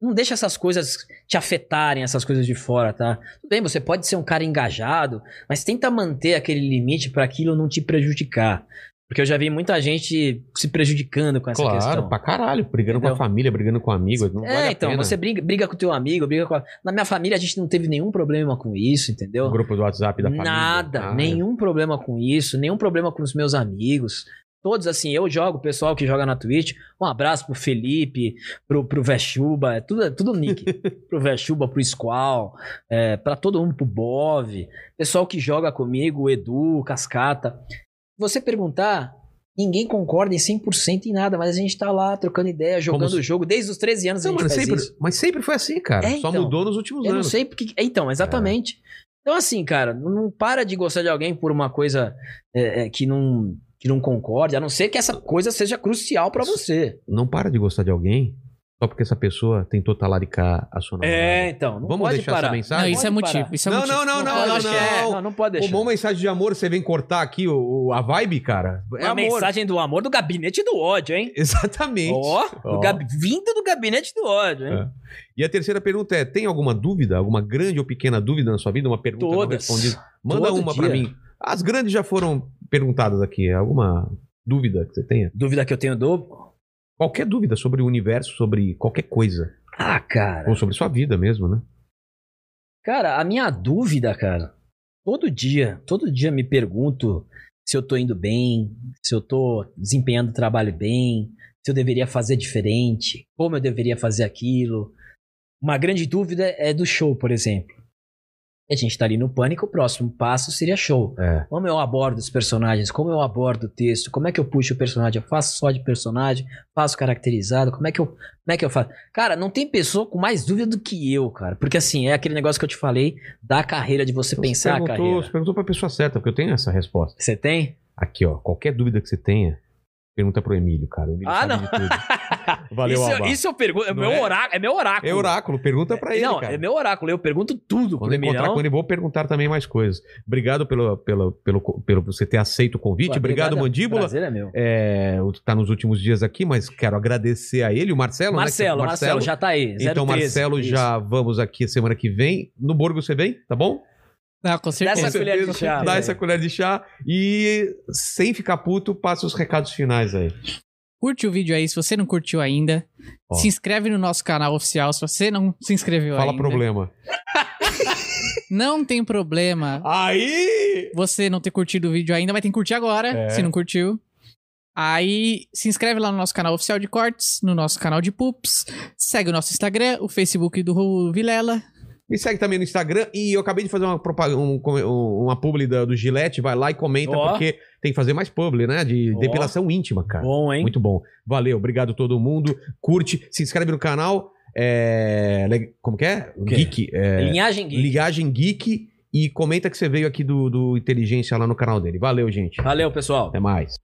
Não deixa essas coisas te afetarem, essas coisas de fora, tá? Tudo bem, você pode ser um cara engajado, mas tenta manter aquele limite pra aquilo não te prejudicar. Porque eu já vi muita gente se prejudicando com essa claro, questão. pra caralho. Brigando com Entendeu? a família, brigando com amigos. Não É, vale a então, pena. você briga, briga com teu amigo, briga com a... Na minha família a gente não teve nenhum problema com isso, entendeu? O grupo do WhatsApp da família. Nada, Ah, nenhum problema com isso, nenhum problema com os meus amigos. Todos assim, eu jogo, o pessoal que joga na Twitch. Um abraço pro Felipe, pro, pro Vechuba, é tudo, é tudo nick. pro Vechuba, pro Squall, é, pra todo mundo, pro Bov, pessoal que joga comigo, o Edu, o Cascata. Você perguntar, ninguém concorda em 100% em nada, mas a gente tá lá trocando ideia, jogando se- o jogo. Desde os 13 anos Não, a gente mano, faz sempre, isso. mas sempre foi assim, cara. É, Só então. mudou nos últimos Eu não anos. sei porque. é, Então, exatamente. Então, assim, cara, não para de gostar de alguém por uma coisa é, é, que não que não concorde, a não ser que essa coisa seja crucial pra você. Não para de gostar de alguém só porque essa pessoa tentou talaricar a sua namorada. É, então. Não Vamos pode deixar essa parar. Não, mensagem? isso é Pode motivo. parar. Isso é Não, motivo. não, não, não, eu não, acho não. que é, não, não pode deixar. Uma mensagem de amor, você vem cortar aqui o, o- a vibe, cara? É a amor. mensagem do amor do gabinete do ódio, hein? Exatamente. Ó, do Ó. gabi- vindo do gabinete do ódio, hein? É. E a terceira pergunta é: tem alguma dúvida, alguma grande ou pequena dúvida na sua vida? Uma pergunta Todas. não respondida? Manda Todo uma dia. pra mim. As grandes já foram perguntadas aqui. Alguma dúvida que você tenha? Dúvida que eu tenho do. Qualquer dúvida sobre o universo, sobre qualquer coisa. Ah, cara. Ou sobre sua vida mesmo, né? Cara, a minha dúvida, cara, todo dia, todo dia me pergunto se eu tô indo bem, se eu tô desempenhando o trabalho bem, se eu deveria fazer diferente, como eu deveria fazer aquilo. Uma grande dúvida é do show, por exemplo. A gente tá ali no pânico, o próximo passo seria show. É. Como eu abordo os personagens, como eu abordo o texto, como é que eu puxo o personagem, eu faço só de personagem, faço caracterizado, como é que eu, como é que eu faço? Cara, não tem pessoa com mais dúvida do que eu, cara. Porque assim, é aquele negócio que eu te falei da carreira, de você pensar a perguntou, você carreira. perguntou pra pessoa certa, porque eu tenho essa resposta. Você tem? Aqui, ó. Qualquer dúvida que você tenha, pergunta pro Emílio, cara. O Emílio Ah, sabe não. de tudo. Valeu, isso, Alba. isso eu pergunto. É Não meu, é? Oráculo, é meu oráculo. É oráculo, pergunta pra ele, Não, cara. é meu oráculo. Eu pergunto tudo Quando pro eu encontrar Mirão. com ele, vou perguntar também mais coisas. Obrigado pelo, pelo, pelo, pelo você ter aceito o convite. Pô, obrigado, obrigado, Mandíbula. Prazer é meu. É, o- tá nos últimos dias aqui, mas quero agradecer a ele, o Marcelo, Marcelo, né? que- Marcelo, já tá aí. Então, 013, Marcelo, isso. já vamos aqui semana que vem. No Borgo você vem, tá bom? Ah, com Dá certeza. essa colher de chá. Dá velho. essa colher de chá e, sem ficar puto, passa os recados finais aí. Curte o vídeo aí se você não curtiu ainda. Ó. Se inscreve no nosso canal oficial se você não se inscreveu Fala ainda. problema. Não tem problema Aí! você não ter curtido o vídeo ainda, mas tem que curtir agora, É. se não curtiu. Aí se inscreve lá no nosso canal oficial de cortes, no nosso canal de pups, segue o nosso Instagram, o Facebook do Raul Vilela. Me segue também no Instagram e eu acabei de fazer uma propaganda, um, uma publi da- do Gillette, vai lá e comenta, Ó. porque tem que fazer mais publi, né? De Ó. depilação íntima, cara. Bom, hein? Muito bom. Valeu, obrigado a todo mundo. Curte, se inscreve no canal. É... le- Como que é? quê? Geek. É... Linhagem Geek. Ligagem Geek. E comenta que você veio aqui do, do Inteligência lá no canal dele. Valeu, gente. Valeu, pessoal. Até mais.